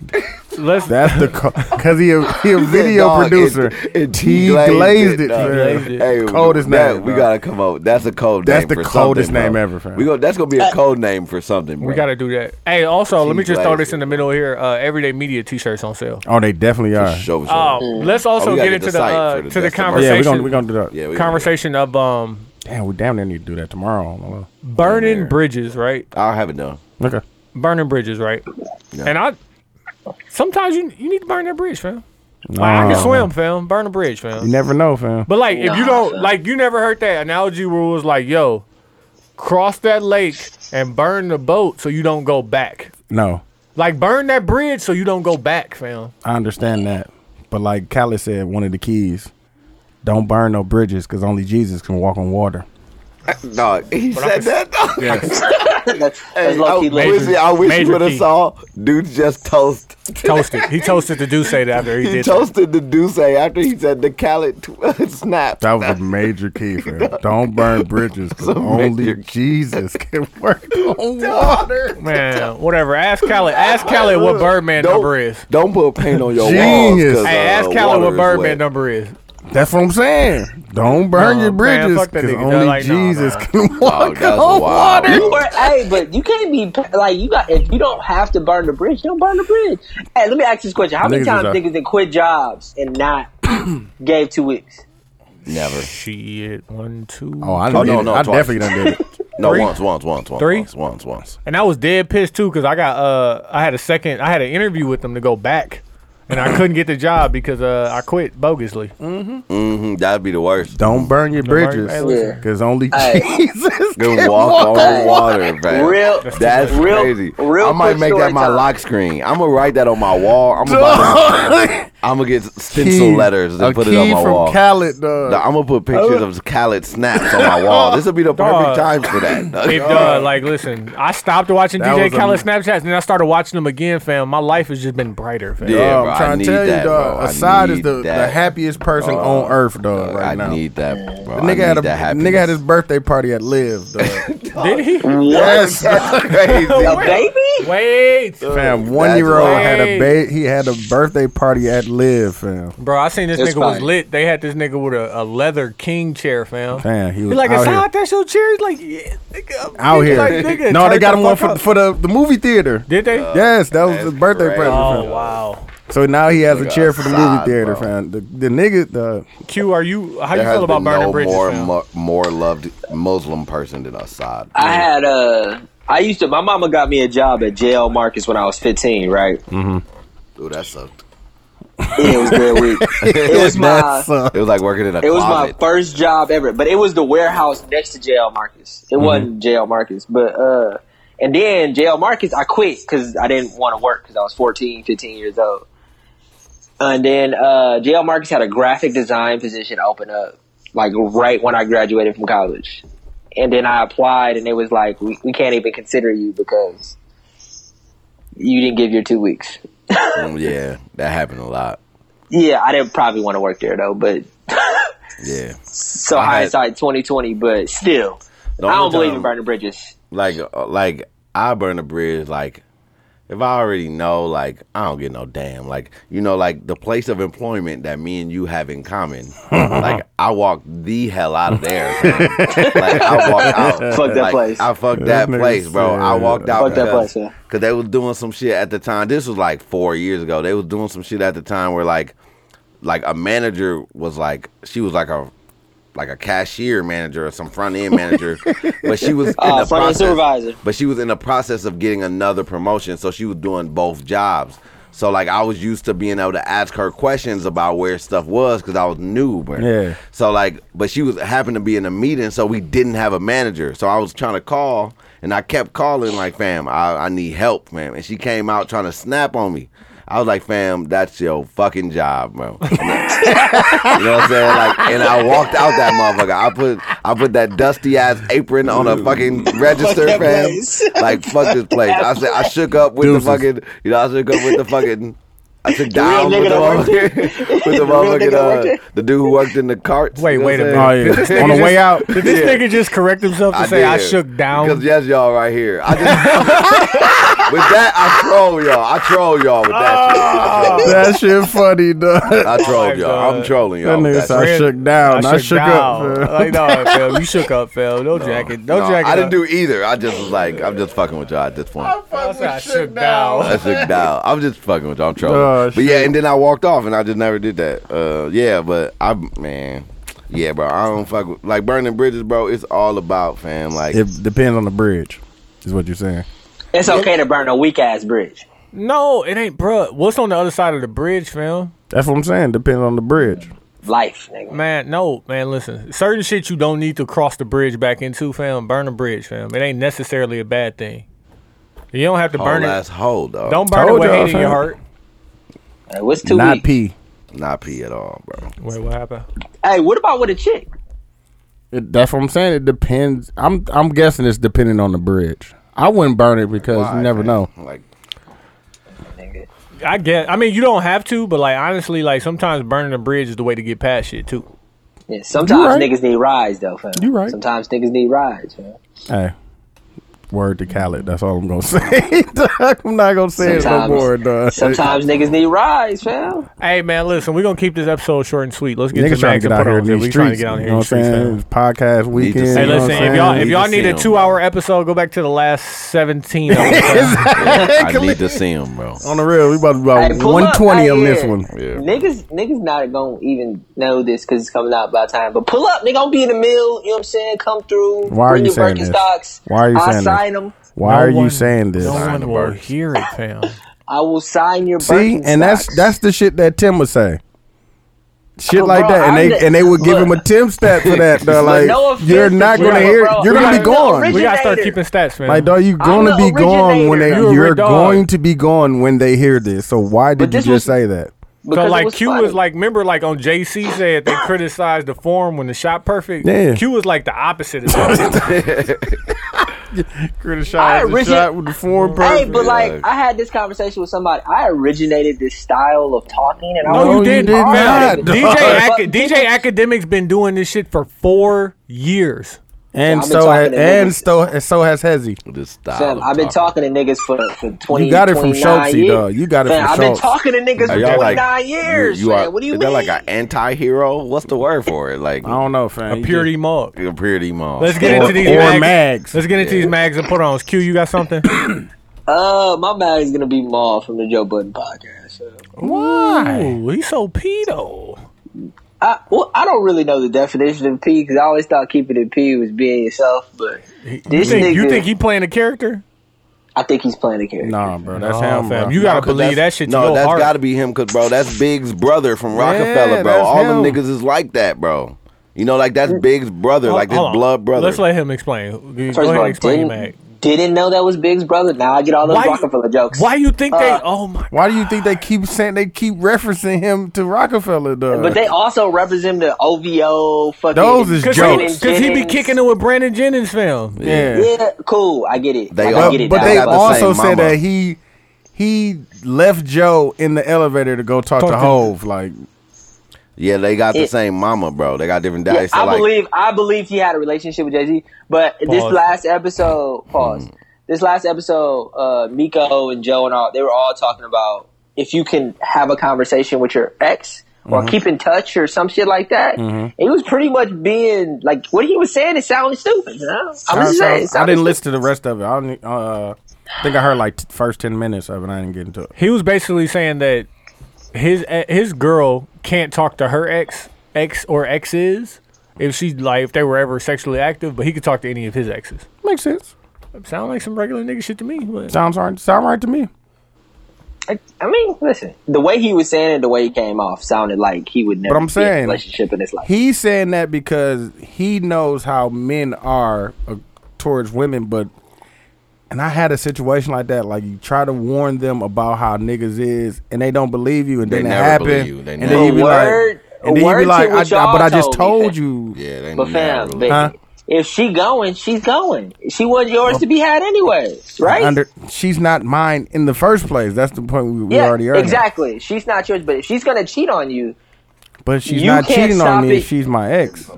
[SPEAKER 2] Listen,
[SPEAKER 3] That's the because he a, he a video producer. T glazed it.
[SPEAKER 2] glazed
[SPEAKER 3] man.
[SPEAKER 2] it.
[SPEAKER 6] Hey,
[SPEAKER 3] Coldest
[SPEAKER 6] that,
[SPEAKER 3] name,
[SPEAKER 6] We
[SPEAKER 3] dog.
[SPEAKER 6] gotta come up. That's a code.
[SPEAKER 3] That's
[SPEAKER 6] name
[SPEAKER 3] the
[SPEAKER 6] for
[SPEAKER 3] coldest
[SPEAKER 6] something,
[SPEAKER 3] name
[SPEAKER 6] bro.
[SPEAKER 3] ever, fam.
[SPEAKER 6] We go. That's gonna be a code name for something. Bro.
[SPEAKER 2] Uh, we gotta do that. Hey, also, let me
[SPEAKER 6] T
[SPEAKER 2] just throw
[SPEAKER 6] glazed
[SPEAKER 2] this in
[SPEAKER 6] it.
[SPEAKER 2] the middle here. Uh, Everyday Media T-shirts on sale.
[SPEAKER 3] Oh, they definitely are.
[SPEAKER 6] Show us
[SPEAKER 2] Oh,
[SPEAKER 6] something.
[SPEAKER 2] let's also
[SPEAKER 6] we
[SPEAKER 2] get
[SPEAKER 6] gotta get
[SPEAKER 2] into
[SPEAKER 6] the
[SPEAKER 2] the,
[SPEAKER 6] site
[SPEAKER 2] uh,
[SPEAKER 6] for the
[SPEAKER 2] to the
[SPEAKER 6] desktop. Yeah,
[SPEAKER 2] conversation.
[SPEAKER 3] Yeah, we gonna we gonna do that.
[SPEAKER 6] yeah, we gotta do
[SPEAKER 2] conversation of um
[SPEAKER 3] Damn, we damn near need to do that tomorrow. I don't know.
[SPEAKER 2] burning
[SPEAKER 6] there.
[SPEAKER 2] bridges, right?
[SPEAKER 6] that. I'll have it done.
[SPEAKER 3] Okay.
[SPEAKER 2] Burning bridges, right? And I sometimes you you need to burn that bridge, fam. Like, I
[SPEAKER 3] Nah.
[SPEAKER 2] can swim, fam. Burn a bridge,
[SPEAKER 3] You
[SPEAKER 2] fam.
[SPEAKER 3] never know, fam.
[SPEAKER 2] But like if you
[SPEAKER 4] Nah,
[SPEAKER 2] don't
[SPEAKER 4] fam.
[SPEAKER 2] like you never heard that analogy rule is like, yo, cross that lake and burn the boat so you don't go back.
[SPEAKER 3] No,
[SPEAKER 2] Like burn that bridge so you don't go back, fam.
[SPEAKER 3] I understand that. But like Callie said, one of the keys, don't burn no bridges because only Jesus can walk on water.
[SPEAKER 6] Dog, he said that. Dog.
[SPEAKER 4] That's,
[SPEAKER 6] Hey,
[SPEAKER 4] that's low key
[SPEAKER 6] I,
[SPEAKER 4] lit.
[SPEAKER 6] wish, I wish you
[SPEAKER 2] Major
[SPEAKER 6] would have
[SPEAKER 2] key.
[SPEAKER 6] saw dude just toast.
[SPEAKER 2] Toasted. He toasted the do say that after he,
[SPEAKER 6] He
[SPEAKER 2] did that.
[SPEAKER 6] toasted the Duce after he said the Khaled t- snap.
[SPEAKER 3] That was a major key, fam. Don't burn bridges because only
[SPEAKER 6] major key.
[SPEAKER 3] Jesus can work on water.
[SPEAKER 2] Man, whatever. Ask Khaled. Ask Khaled what Birdman
[SPEAKER 6] Don't-
[SPEAKER 2] number is.
[SPEAKER 6] Don't put paint on your
[SPEAKER 3] Genius.
[SPEAKER 6] walls. 'cause,
[SPEAKER 2] Hey,
[SPEAKER 6] uh,
[SPEAKER 2] ask Khaled
[SPEAKER 6] water
[SPEAKER 2] what
[SPEAKER 6] is
[SPEAKER 2] Birdman
[SPEAKER 6] wet.
[SPEAKER 2] number is.
[SPEAKER 3] That's what I'm saying. Don't burn
[SPEAKER 2] Nah,
[SPEAKER 3] your
[SPEAKER 2] man,
[SPEAKER 3] bridges
[SPEAKER 2] fuck that
[SPEAKER 3] because
[SPEAKER 2] nigga.
[SPEAKER 3] only
[SPEAKER 2] They're like, nah,
[SPEAKER 3] Jesus
[SPEAKER 2] nah.
[SPEAKER 3] can
[SPEAKER 6] Dog,
[SPEAKER 3] walk
[SPEAKER 6] that's
[SPEAKER 3] on
[SPEAKER 6] wild.
[SPEAKER 3] water.
[SPEAKER 4] You were, hey, but you can't be like you got. If you don't have to burn the bridge, you don't burn the bridge. Hey, let me ask this question: How many
[SPEAKER 3] Niggas
[SPEAKER 4] times
[SPEAKER 3] is a-
[SPEAKER 4] niggas that quit jobs and not gave two weeks?
[SPEAKER 6] Never.
[SPEAKER 2] Shit, one, two.
[SPEAKER 3] Oh, I,
[SPEAKER 6] Oh,
[SPEAKER 3] done did
[SPEAKER 6] no,
[SPEAKER 3] it.
[SPEAKER 6] no,
[SPEAKER 3] I
[SPEAKER 6] twice.
[SPEAKER 3] definitely done did it.
[SPEAKER 6] No,
[SPEAKER 2] Three?
[SPEAKER 6] once, once, once, once,
[SPEAKER 2] Three?
[SPEAKER 6] once, once, once.
[SPEAKER 2] and I was dead pissed too because I got uh I had a second I had an interview with them to go back, and I couldn't get the job because uh I quit bogusly.
[SPEAKER 6] Mm-hmm, that'd be the worst.
[SPEAKER 3] Don't burn your
[SPEAKER 2] burn-
[SPEAKER 3] bridges
[SPEAKER 2] Hey, listen.
[SPEAKER 3] because only
[SPEAKER 4] Hey.
[SPEAKER 3] Jesus
[SPEAKER 6] Good
[SPEAKER 3] can
[SPEAKER 6] walk
[SPEAKER 3] walk on
[SPEAKER 6] on water, man.
[SPEAKER 4] Real-
[SPEAKER 6] that's
[SPEAKER 4] real-
[SPEAKER 6] crazy.
[SPEAKER 4] real
[SPEAKER 6] I might
[SPEAKER 4] quick
[SPEAKER 6] make that
[SPEAKER 4] story
[SPEAKER 6] my
[SPEAKER 4] time.
[SPEAKER 6] lock screen. I'm gonna write that on my wall. I'm
[SPEAKER 3] water.
[SPEAKER 6] gonna, I'm gonna get stencil letters
[SPEAKER 3] a
[SPEAKER 6] and put it
[SPEAKER 3] key
[SPEAKER 6] on my
[SPEAKER 3] from
[SPEAKER 6] wall.
[SPEAKER 3] Khaled, dog.
[SPEAKER 6] I'm gonna put pictures of Khaled snaps on my wall. This will be the
[SPEAKER 2] Dog.
[SPEAKER 6] perfect time for that.
[SPEAKER 2] It, uh, like listen, I stopped watching
[SPEAKER 3] That
[SPEAKER 2] DJ
[SPEAKER 3] was a-
[SPEAKER 2] Khaled Snapchats, and then I started watching them again, fam. My life has just been brighter, fam.
[SPEAKER 6] Yeah,
[SPEAKER 3] Dog,
[SPEAKER 6] bro,
[SPEAKER 3] I'm
[SPEAKER 6] I
[SPEAKER 3] trying to
[SPEAKER 6] need
[SPEAKER 3] tell you,
[SPEAKER 6] that,
[SPEAKER 3] dog.
[SPEAKER 6] bro. I
[SPEAKER 3] Assad is
[SPEAKER 6] need
[SPEAKER 3] the, the
[SPEAKER 6] that.
[SPEAKER 3] happiest person
[SPEAKER 6] Dog.
[SPEAKER 3] on earth, dog,
[SPEAKER 6] Dog,
[SPEAKER 3] right
[SPEAKER 6] I
[SPEAKER 3] now.
[SPEAKER 6] need that. Bro.
[SPEAKER 3] the
[SPEAKER 6] I
[SPEAKER 3] nigga
[SPEAKER 6] need
[SPEAKER 3] had a nigga
[SPEAKER 6] that
[SPEAKER 3] had his
[SPEAKER 6] happiness.
[SPEAKER 3] birthday party at Live, dog.
[SPEAKER 2] Did he?
[SPEAKER 3] yes,
[SPEAKER 4] A baby?
[SPEAKER 2] Wait,
[SPEAKER 3] fam. One year old
[SPEAKER 6] wild.
[SPEAKER 3] had a ba- he had a birthday party at Live, fam.
[SPEAKER 2] bro, I seen this
[SPEAKER 4] It's
[SPEAKER 2] nigga was
[SPEAKER 4] fine.
[SPEAKER 2] lit. They had this nigga with a, a leather king chair, fam.
[SPEAKER 3] Fam, he
[SPEAKER 2] He
[SPEAKER 3] was
[SPEAKER 2] like,
[SPEAKER 3] out here.
[SPEAKER 2] Assad, that's your chair. He's like, yeah, nigga, I'm
[SPEAKER 3] Out
[SPEAKER 2] nigga,
[SPEAKER 3] here.
[SPEAKER 2] like, nigga,
[SPEAKER 3] no, they
[SPEAKER 2] turn
[SPEAKER 3] got
[SPEAKER 2] the
[SPEAKER 3] him one
[SPEAKER 2] fuck
[SPEAKER 3] for,
[SPEAKER 2] up.
[SPEAKER 3] for the the movie theater.
[SPEAKER 2] Did they?
[SPEAKER 3] yes, that was
[SPEAKER 6] that's
[SPEAKER 3] his birthday
[SPEAKER 6] crazy.
[SPEAKER 3] present.
[SPEAKER 2] oh
[SPEAKER 3] fam.
[SPEAKER 2] wow.
[SPEAKER 3] So now he has a
[SPEAKER 6] Nigga,
[SPEAKER 3] chair for the movie
[SPEAKER 6] Assad,
[SPEAKER 3] theater,
[SPEAKER 6] bro.
[SPEAKER 3] fam. The, the nigga, the
[SPEAKER 2] Q, are you? How
[SPEAKER 6] There
[SPEAKER 2] you
[SPEAKER 6] has
[SPEAKER 2] feel about
[SPEAKER 6] been
[SPEAKER 2] burning
[SPEAKER 6] no
[SPEAKER 2] bridges?
[SPEAKER 6] more
[SPEAKER 2] fam?
[SPEAKER 6] mu- more loved Muslim person than Assad.
[SPEAKER 4] I had uh, I used to. My mama got me a job at JL Marcus when I was 15, right?
[SPEAKER 3] Mm.
[SPEAKER 6] Dude, that sucked.
[SPEAKER 4] Yeah, it was good week. It was my.
[SPEAKER 3] that's uh,
[SPEAKER 6] It was like working in a
[SPEAKER 4] It was my
[SPEAKER 6] closet.
[SPEAKER 4] first job ever, but it was the warehouse next to JL Marcus. It wasn't JL Marcus, but uh, and then JL Marcus, I quit because I didn't want to work because I was 14, 15 years old. And then uh, JL Marcus had a graphic design position open up, like right when I graduated from college. And then I applied, and it was like, we, we can't even consider you because you didn't give your two weeks.
[SPEAKER 6] Mm, yeah, that happened a lot.
[SPEAKER 4] Yeah, I didn't probably want to work there though, but
[SPEAKER 6] Yeah,
[SPEAKER 4] so
[SPEAKER 6] I had-
[SPEAKER 4] hindsight 2020, but still.
[SPEAKER 6] The
[SPEAKER 4] I
[SPEAKER 6] only
[SPEAKER 4] don't believe
[SPEAKER 6] time-
[SPEAKER 4] in burning bridges.
[SPEAKER 6] Like, uh, like I burned a bridge. Like, if I already know, like, I don't get no damn. Like, you know, like the place of employment that me and you have in common. like, I walk the hell out of there. fam. like, I walked out.
[SPEAKER 4] Fuck that
[SPEAKER 6] Like,
[SPEAKER 4] place.
[SPEAKER 6] I fucked that
[SPEAKER 3] nigga
[SPEAKER 6] place, bro.
[SPEAKER 3] said-
[SPEAKER 6] I walked out.
[SPEAKER 4] Fuck that
[SPEAKER 6] because-
[SPEAKER 4] place, yeah.
[SPEAKER 6] Cause they was doing some shit at the time. This was like four years ago. They was doing some shit at the time where like, like a manager was like, she was like a, like a cashier manager or some front end manager, but she was in
[SPEAKER 4] Uh,
[SPEAKER 6] the
[SPEAKER 4] front end
[SPEAKER 6] process,
[SPEAKER 4] supervisor.
[SPEAKER 6] But she was in the process of getting another promotion, so she was doing both jobs. So like I was used to being able to ask her questions about where stuff was because I was new, bro.
[SPEAKER 3] Yeah.
[SPEAKER 6] So like, but she was happened to be in a meeting, so we didn't have a manager. So I was trying to call, and I kept calling like, "Fam, I, I need help, man." And she came out trying to snap on me. I was like, "Fam, that's your fucking job, bro." you know what I'm saying? Like, and I walked out that motherfucker. I put I put that dusty ass apron on a fucking register,
[SPEAKER 4] that
[SPEAKER 6] fam.
[SPEAKER 4] place.
[SPEAKER 6] Like, fuck this place. I said I shook up with
[SPEAKER 3] Deuces.
[SPEAKER 6] the fucking, you know, I shook up with the fucking. I took down
[SPEAKER 4] nigga
[SPEAKER 6] with the,
[SPEAKER 4] that worked
[SPEAKER 6] motherfucker, with
[SPEAKER 4] real nigga
[SPEAKER 6] the motherfucking,
[SPEAKER 4] that worked
[SPEAKER 6] uh,
[SPEAKER 4] there.
[SPEAKER 6] the dude who worked in the carts.
[SPEAKER 2] Wait,
[SPEAKER 6] you know
[SPEAKER 2] wait a
[SPEAKER 6] what I'm
[SPEAKER 2] minute.
[SPEAKER 6] saying?
[SPEAKER 3] Oh yeah. On the way out.
[SPEAKER 2] Did this nigga just correct himself to say I
[SPEAKER 6] did.
[SPEAKER 2] shook down?
[SPEAKER 6] Because yes, y'all right here. I just with that I troll y'all. I troll y'all with that
[SPEAKER 2] Oh.
[SPEAKER 3] that shit funny, dog.
[SPEAKER 6] shit. I troll
[SPEAKER 2] my
[SPEAKER 6] y'all. I'm
[SPEAKER 2] God.
[SPEAKER 6] trolling
[SPEAKER 3] That
[SPEAKER 6] y'all.
[SPEAKER 3] nigga
[SPEAKER 6] with
[SPEAKER 3] said
[SPEAKER 6] that shit.
[SPEAKER 3] I shook down. I, shook
[SPEAKER 2] down.
[SPEAKER 3] up.
[SPEAKER 2] Like, no, Phil, you shook up, Phil. No, jacket. No,
[SPEAKER 6] No,
[SPEAKER 2] jacket.
[SPEAKER 6] I didn't
[SPEAKER 2] up.
[SPEAKER 6] do either. I just was like, I'm just fucking with y'all at this point.
[SPEAKER 2] I, said I shook down.
[SPEAKER 6] I shook down. I'm just fucking with y'all. I'm trolling.
[SPEAKER 3] Oh,
[SPEAKER 6] but yeah, and then I walked off, and I just never did that. Uh, yeah, but I man, yeah, bro. I don't fuck with like burning bridges, bro. It's all about fam. Like
[SPEAKER 3] It depends on the bridge, is what you're saying.
[SPEAKER 4] It's okay to burn a weak ass bridge.
[SPEAKER 2] No, it ain't, bruh. What's on the other side of the bridge, fam?
[SPEAKER 3] That's what I'm saying. Depends on the bridge.
[SPEAKER 4] Life, nigga.
[SPEAKER 2] Man, no, man. Listen, certain shit you don't need to cross the bridge back into, fam. Burn a bridge, fam. It ain't necessarily a bad thing. You don't have to burn
[SPEAKER 6] whole
[SPEAKER 2] it.
[SPEAKER 6] ass hole, dog.
[SPEAKER 2] Don't burn it
[SPEAKER 3] Told
[SPEAKER 2] with
[SPEAKER 3] y'all,
[SPEAKER 2] hate in your
[SPEAKER 3] fam.
[SPEAKER 2] heart.
[SPEAKER 4] Hey, Uh, what's too
[SPEAKER 3] Not
[SPEAKER 4] weak?
[SPEAKER 3] P.
[SPEAKER 6] not pee at all, bro.
[SPEAKER 2] Wait, what happened?
[SPEAKER 4] hey, what about with a chick?
[SPEAKER 3] It, that's what I'm saying. It depends. I'm I'm guessing it's depending on the bridge. I wouldn't burn it because
[SPEAKER 6] Why,
[SPEAKER 3] you never
[SPEAKER 6] man?
[SPEAKER 3] know.
[SPEAKER 6] Like
[SPEAKER 4] Nigga.
[SPEAKER 2] I get. I mean, you don't have to, but like honestly, like sometimes burning a bridge is the way to get past shit too.
[SPEAKER 4] Yeah,
[SPEAKER 3] right.
[SPEAKER 4] sometimes niggas need rides though, fam.
[SPEAKER 3] You right.
[SPEAKER 4] Sometimes niggas need rides, man.
[SPEAKER 3] Hey, word to Khaled. That's all I'm gonna say. dog. I'm not gonna say it no
[SPEAKER 4] Sometimes-
[SPEAKER 3] more. uh, Dog.
[SPEAKER 4] Sometimes niggas need rides, fam.
[SPEAKER 2] Hey man, listen, we're gonna keep this episode short and sweet. Let's get to
[SPEAKER 3] Niggas
[SPEAKER 2] the
[SPEAKER 3] trying
[SPEAKER 2] max
[SPEAKER 3] to get
[SPEAKER 2] and
[SPEAKER 3] out
[SPEAKER 2] put
[SPEAKER 3] here
[SPEAKER 2] on
[SPEAKER 3] in
[SPEAKER 2] shit.
[SPEAKER 3] these
[SPEAKER 2] We
[SPEAKER 3] streets.
[SPEAKER 2] trying to get out
[SPEAKER 3] you
[SPEAKER 2] here in
[SPEAKER 3] know
[SPEAKER 2] the
[SPEAKER 3] what I'm
[SPEAKER 2] streets.
[SPEAKER 3] saying?
[SPEAKER 2] man.
[SPEAKER 3] It's podcast weekend.
[SPEAKER 6] see
[SPEAKER 2] Hey,
[SPEAKER 3] you know
[SPEAKER 2] listen,
[SPEAKER 3] what I'm
[SPEAKER 2] if y'all
[SPEAKER 3] saying?
[SPEAKER 2] if
[SPEAKER 6] We
[SPEAKER 2] y'all
[SPEAKER 6] can see
[SPEAKER 2] need a
[SPEAKER 6] them,
[SPEAKER 2] two hour episode, go back to the last seventeen. of them.
[SPEAKER 6] I need to see him, bro.
[SPEAKER 3] on the real, we about to be about
[SPEAKER 4] Hey, pull up.
[SPEAKER 3] 120
[SPEAKER 4] Hey,
[SPEAKER 3] on this
[SPEAKER 4] yeah.
[SPEAKER 3] one.
[SPEAKER 6] Yeah.
[SPEAKER 4] Niggas, niggas not gonna even know this because it's coming out by the time. But pull up, nigga, gonna be in the mill. You know what I'm saying? Come through.
[SPEAKER 3] Why are
[SPEAKER 4] bring
[SPEAKER 3] you
[SPEAKER 4] your
[SPEAKER 3] saying this?
[SPEAKER 4] Birkenstocks.
[SPEAKER 3] Why are you
[SPEAKER 4] I'll
[SPEAKER 3] saying this?
[SPEAKER 4] sign them.
[SPEAKER 3] Why
[SPEAKER 2] No
[SPEAKER 3] are you
[SPEAKER 2] one-
[SPEAKER 3] saying this?
[SPEAKER 2] No
[SPEAKER 6] Sign the
[SPEAKER 2] one will
[SPEAKER 6] Birks.
[SPEAKER 2] hear it, fam.
[SPEAKER 4] I will sign your
[SPEAKER 3] See,
[SPEAKER 4] Birkenstocks.
[SPEAKER 3] and that's that's the shit that Tim would say. Shit
[SPEAKER 4] But
[SPEAKER 3] like
[SPEAKER 4] Oh, bro,
[SPEAKER 3] that, and
[SPEAKER 4] I'm
[SPEAKER 3] they
[SPEAKER 4] the-
[SPEAKER 3] and they would give
[SPEAKER 4] look.
[SPEAKER 3] him a Tim stat for that. though,
[SPEAKER 4] But
[SPEAKER 3] like
[SPEAKER 4] no offense,
[SPEAKER 3] you're not
[SPEAKER 4] but
[SPEAKER 3] gonna
[SPEAKER 4] bro,
[SPEAKER 3] hear,
[SPEAKER 4] bro,
[SPEAKER 3] you're gonna
[SPEAKER 4] I'm
[SPEAKER 3] be
[SPEAKER 4] the
[SPEAKER 3] gone.
[SPEAKER 4] origi-
[SPEAKER 2] We gotta start
[SPEAKER 4] Originator.
[SPEAKER 2] keeping stats, man.
[SPEAKER 3] Like, dog, you gonna
[SPEAKER 4] the
[SPEAKER 3] be gone when they
[SPEAKER 4] originator.
[SPEAKER 2] You're a
[SPEAKER 3] you're
[SPEAKER 2] dog.
[SPEAKER 3] going to be gone when they hear this. So why did you
[SPEAKER 4] this
[SPEAKER 3] just
[SPEAKER 4] was-
[SPEAKER 3] say that?
[SPEAKER 4] Because
[SPEAKER 2] So
[SPEAKER 4] it
[SPEAKER 2] like
[SPEAKER 4] was
[SPEAKER 2] Q
[SPEAKER 4] funny.
[SPEAKER 2] was like, remember like on JC said they criticized the form when the shot perfect.
[SPEAKER 3] Yeah.
[SPEAKER 2] Q was like the opposite of that.
[SPEAKER 4] I
[SPEAKER 3] Criticize
[SPEAKER 4] the origi- shot
[SPEAKER 3] with the form
[SPEAKER 4] Hey, but like
[SPEAKER 6] Yeah.
[SPEAKER 4] I had this conversation with somebody. I originated this style of talking, and I
[SPEAKER 2] no,
[SPEAKER 4] was
[SPEAKER 2] Oh,
[SPEAKER 4] "Oh,
[SPEAKER 2] you
[SPEAKER 3] you
[SPEAKER 2] did,
[SPEAKER 3] did not,
[SPEAKER 2] man.
[SPEAKER 3] dog.
[SPEAKER 2] DJ Ac-
[SPEAKER 4] But
[SPEAKER 2] DJ Academic's been doing this shit for four years.
[SPEAKER 3] and
[SPEAKER 4] I've been
[SPEAKER 3] so ha-
[SPEAKER 4] talking to
[SPEAKER 3] and
[SPEAKER 4] niggas.
[SPEAKER 3] so and so has Hezzy.
[SPEAKER 6] Just stop.
[SPEAKER 4] Fam, I've been talking to niggas for, for 20
[SPEAKER 3] You got it from
[SPEAKER 4] 29
[SPEAKER 3] Schultz,
[SPEAKER 4] years.
[SPEAKER 3] dog. You got it
[SPEAKER 4] Fam,
[SPEAKER 3] from
[SPEAKER 4] I've been
[SPEAKER 3] Schultz.
[SPEAKER 4] talking to niggas
[SPEAKER 6] Are
[SPEAKER 4] for
[SPEAKER 6] y'all
[SPEAKER 4] 29
[SPEAKER 6] like
[SPEAKER 4] years.
[SPEAKER 6] You, you
[SPEAKER 4] man.
[SPEAKER 6] are.
[SPEAKER 4] What do you
[SPEAKER 6] is
[SPEAKER 4] mean?
[SPEAKER 6] that like an anti-hero? What's the word for it? Like
[SPEAKER 3] I don't know, fam.
[SPEAKER 2] A purity mug.
[SPEAKER 6] a purity mom.
[SPEAKER 2] Let's get
[SPEAKER 3] Or-
[SPEAKER 2] into these
[SPEAKER 3] or
[SPEAKER 2] mags.
[SPEAKER 3] mags.
[SPEAKER 2] Let's get into these mags and put ons. Q, you got something?
[SPEAKER 4] uh, my man is gonna be Maul from the Joe Budden podcast. So.
[SPEAKER 2] Why? he's so pedo.
[SPEAKER 4] I well, I don't really know the definition of P because I always thought keeping it P was being yourself, but
[SPEAKER 2] You
[SPEAKER 4] this
[SPEAKER 2] think,
[SPEAKER 4] nigga,
[SPEAKER 2] you think he playing a character?
[SPEAKER 4] I think he's playing a character.
[SPEAKER 3] Nah, bro, that's
[SPEAKER 2] Nah,
[SPEAKER 3] him,
[SPEAKER 2] fam.
[SPEAKER 3] bro.
[SPEAKER 2] You gotta
[SPEAKER 6] No, 'cause
[SPEAKER 2] believe that
[SPEAKER 6] that's-
[SPEAKER 2] shit.
[SPEAKER 6] No,
[SPEAKER 2] to your
[SPEAKER 6] that's
[SPEAKER 2] heart.
[SPEAKER 6] got to be him, cause bro, that's Big's brother from Rockefeller, bro.
[SPEAKER 3] that's
[SPEAKER 6] All them
[SPEAKER 3] him.
[SPEAKER 6] niggas is like that, bro. You know, like that's Big's brother,
[SPEAKER 2] Hold-
[SPEAKER 6] like his
[SPEAKER 2] hold on.
[SPEAKER 6] blood brother.
[SPEAKER 2] Let's let him explain. Go
[SPEAKER 4] First
[SPEAKER 2] ahead
[SPEAKER 4] of
[SPEAKER 2] and
[SPEAKER 4] all,
[SPEAKER 2] explain,
[SPEAKER 4] didn't,
[SPEAKER 2] Mag.
[SPEAKER 4] didn't know that was Big's brother. Now I get all those Rockefeller jokes.
[SPEAKER 2] Why you think they?
[SPEAKER 4] Uh,
[SPEAKER 2] Oh my!
[SPEAKER 3] Why do you think they keep saying they keep referencing him to Rockefeller, dog?
[SPEAKER 4] But they also represent the OVO fucking.
[SPEAKER 3] Those is
[SPEAKER 2] Because
[SPEAKER 3] jokes.
[SPEAKER 4] Brandon
[SPEAKER 2] he, be
[SPEAKER 4] Jennings.
[SPEAKER 2] kicking it with Brandon Jennings film.
[SPEAKER 3] yeah.
[SPEAKER 4] Yeah, cool. I get it.
[SPEAKER 6] They
[SPEAKER 4] Like, I
[SPEAKER 6] all-
[SPEAKER 4] get
[SPEAKER 3] But, but
[SPEAKER 4] it. now.
[SPEAKER 3] they
[SPEAKER 6] got the
[SPEAKER 3] also
[SPEAKER 6] same
[SPEAKER 3] said
[SPEAKER 6] mama.
[SPEAKER 3] that he he left Joe in the elevator to go talk,
[SPEAKER 2] Talk
[SPEAKER 3] to
[SPEAKER 2] to-
[SPEAKER 3] Hove. Like
[SPEAKER 6] yeah, they got the
[SPEAKER 4] It-
[SPEAKER 6] same mama, bro. They got different
[SPEAKER 4] Yeah,
[SPEAKER 6] dads. so
[SPEAKER 4] I
[SPEAKER 6] like,
[SPEAKER 4] believe I believe he had a relationship with Jay Z, but this
[SPEAKER 2] Pause.
[SPEAKER 3] Mm-hmm.
[SPEAKER 4] last episode, pause. this last episode, uh, Miko and Joe and all they were all talking about if you can have a conversation with your ex or
[SPEAKER 3] Mm-hmm.
[SPEAKER 4] keep in touch or some shit like that. And He was pretty much being like what he was saying. It sounded stupid. You know? I was just
[SPEAKER 3] I,
[SPEAKER 4] saying. it sounded
[SPEAKER 3] didn't listen to the rest of it. I don't, uh, think I heard like t- first ten minutes of it. I didn't get into it.
[SPEAKER 2] He was basically saying that his eh, his girl can't talk to her ex ex or exes if she like if they were ever sexually active, but he could talk to any of his exes.
[SPEAKER 3] Makes sense.
[SPEAKER 2] Sound like some regular nigga shit to me. but-
[SPEAKER 3] Sounds right. Sound right to me.
[SPEAKER 4] I, I mean, listen, the way he was saying it, the way he came off, sounded like he would never
[SPEAKER 3] But I'm
[SPEAKER 4] be in a
[SPEAKER 3] saying-
[SPEAKER 4] relationship in his life.
[SPEAKER 3] He's saying that because he knows how men are uh, towards women, but and I had a situation like that. Like you try to warn them about how niggas is, and they don't believe you, and
[SPEAKER 6] They
[SPEAKER 3] then it
[SPEAKER 6] never
[SPEAKER 3] happened,
[SPEAKER 6] believe you. They
[SPEAKER 3] and
[SPEAKER 6] never-
[SPEAKER 3] then you be
[SPEAKER 4] A
[SPEAKER 3] like,
[SPEAKER 4] word-
[SPEAKER 3] and
[SPEAKER 4] a
[SPEAKER 3] then you
[SPEAKER 4] word
[SPEAKER 3] be
[SPEAKER 4] to
[SPEAKER 3] like, I,
[SPEAKER 4] what
[SPEAKER 3] I-
[SPEAKER 4] y'all
[SPEAKER 3] but I just
[SPEAKER 4] told me.
[SPEAKER 3] told you.
[SPEAKER 6] Yeah, they
[SPEAKER 4] But
[SPEAKER 6] never
[SPEAKER 4] fam,
[SPEAKER 6] really-
[SPEAKER 3] Huh?
[SPEAKER 4] if she going, she's going. She wasn't yours to be had anyway, right?
[SPEAKER 3] Under, she's not mine in the first place. That's the point we, we
[SPEAKER 4] yeah,
[SPEAKER 3] already are. at.
[SPEAKER 4] exactly. She's not yours, but if she's gonna cheat on you,
[SPEAKER 3] But she's
[SPEAKER 4] You
[SPEAKER 3] not
[SPEAKER 4] can't
[SPEAKER 3] cheating on
[SPEAKER 4] stop
[SPEAKER 3] me.
[SPEAKER 4] it.
[SPEAKER 3] if She's my ex.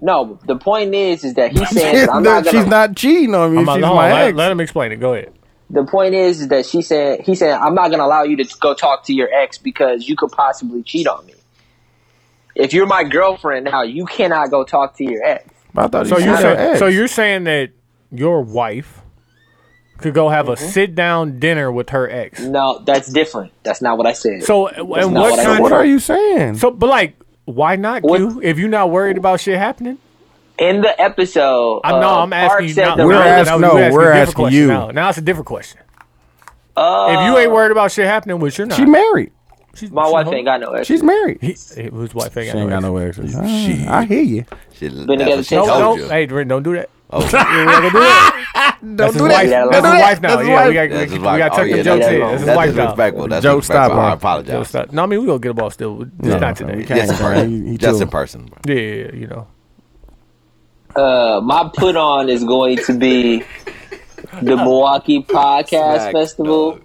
[SPEAKER 4] no. The point is, is that he's saying I'm
[SPEAKER 3] No,
[SPEAKER 4] not gonna.
[SPEAKER 3] she's not cheating on me.
[SPEAKER 2] I'm
[SPEAKER 3] if
[SPEAKER 2] not-
[SPEAKER 3] she's
[SPEAKER 2] hold on,
[SPEAKER 3] my
[SPEAKER 2] let,
[SPEAKER 3] ex.
[SPEAKER 2] let him explain it. Go ahead.
[SPEAKER 4] The point is, is that she said he said I'm not gonna allow you to go talk to your ex because you could possibly cheat on me. If you're my girlfriend now, you cannot go talk to your ex.
[SPEAKER 3] But I thought
[SPEAKER 2] So
[SPEAKER 3] he
[SPEAKER 2] you
[SPEAKER 3] said
[SPEAKER 2] say,
[SPEAKER 3] her ex.
[SPEAKER 2] so you're saying that your wife could go have
[SPEAKER 4] Mm-hmm.
[SPEAKER 2] a sit down dinner with her ex.
[SPEAKER 4] No, that's different. That's not what I said.
[SPEAKER 2] So and what,
[SPEAKER 4] not what I
[SPEAKER 2] kind
[SPEAKER 3] What are you saying?
[SPEAKER 2] So, but like, why not
[SPEAKER 4] What-
[SPEAKER 2] you if you're not worried about shit happening?
[SPEAKER 4] in the episode,
[SPEAKER 2] I know
[SPEAKER 4] uh,
[SPEAKER 2] I'm asking
[SPEAKER 4] Park
[SPEAKER 2] you.
[SPEAKER 4] said
[SPEAKER 2] Not,
[SPEAKER 4] the
[SPEAKER 3] We're
[SPEAKER 2] no,
[SPEAKER 4] right-
[SPEAKER 3] asking- no,
[SPEAKER 2] you
[SPEAKER 3] we're
[SPEAKER 2] a different
[SPEAKER 3] asking
[SPEAKER 2] question
[SPEAKER 3] you.
[SPEAKER 2] Now. Now it's a different question.
[SPEAKER 4] uh,
[SPEAKER 2] if you ain't worried about shit happening, which you're not,
[SPEAKER 3] she married.
[SPEAKER 2] she's-
[SPEAKER 4] my
[SPEAKER 2] she's
[SPEAKER 4] wife
[SPEAKER 2] home.
[SPEAKER 4] ain't got no ex.
[SPEAKER 3] She's married.
[SPEAKER 2] He, he- whose wife ain't
[SPEAKER 3] She
[SPEAKER 2] got no
[SPEAKER 3] ain't got
[SPEAKER 2] ex?
[SPEAKER 3] no ex. Ah,
[SPEAKER 6] Shit.
[SPEAKER 3] I hear you.
[SPEAKER 6] Shit, that's
[SPEAKER 4] together
[SPEAKER 6] what she
[SPEAKER 4] since-
[SPEAKER 2] No,
[SPEAKER 6] told
[SPEAKER 2] no,
[SPEAKER 6] you.
[SPEAKER 2] hey, Dre, don't do that.
[SPEAKER 6] Oh,
[SPEAKER 2] You're not gonna do that. That's his
[SPEAKER 3] do that.
[SPEAKER 2] wife. That's
[SPEAKER 4] Don't do
[SPEAKER 2] his
[SPEAKER 4] that.
[SPEAKER 2] wife now. Yeah,
[SPEAKER 3] That's his
[SPEAKER 2] we
[SPEAKER 3] wife.
[SPEAKER 2] got
[SPEAKER 6] that's his
[SPEAKER 2] we got
[SPEAKER 6] wife.
[SPEAKER 2] to
[SPEAKER 6] Oh,
[SPEAKER 2] tuck
[SPEAKER 6] yeah,
[SPEAKER 2] the
[SPEAKER 6] that's
[SPEAKER 2] jokes
[SPEAKER 4] that
[SPEAKER 2] in.
[SPEAKER 4] alone.
[SPEAKER 2] That's his
[SPEAKER 6] That's
[SPEAKER 2] wife now.
[SPEAKER 6] disrespectful. That's
[SPEAKER 3] Joe, stop,
[SPEAKER 6] disrespectful. I
[SPEAKER 3] bro.
[SPEAKER 6] apologize.
[SPEAKER 2] Just, no, I mean we gonna get a ball still. Just not
[SPEAKER 3] no,
[SPEAKER 2] today.
[SPEAKER 3] we
[SPEAKER 6] Just
[SPEAKER 3] Dang,
[SPEAKER 6] in
[SPEAKER 3] bro,
[SPEAKER 6] person.
[SPEAKER 3] he- he
[SPEAKER 6] Just
[SPEAKER 3] too.
[SPEAKER 6] in person. bro.
[SPEAKER 2] Yeah, yeah, you know.
[SPEAKER 4] Uh, my put on is going to be the Milwaukee Podcast
[SPEAKER 6] Smack,
[SPEAKER 4] Festival.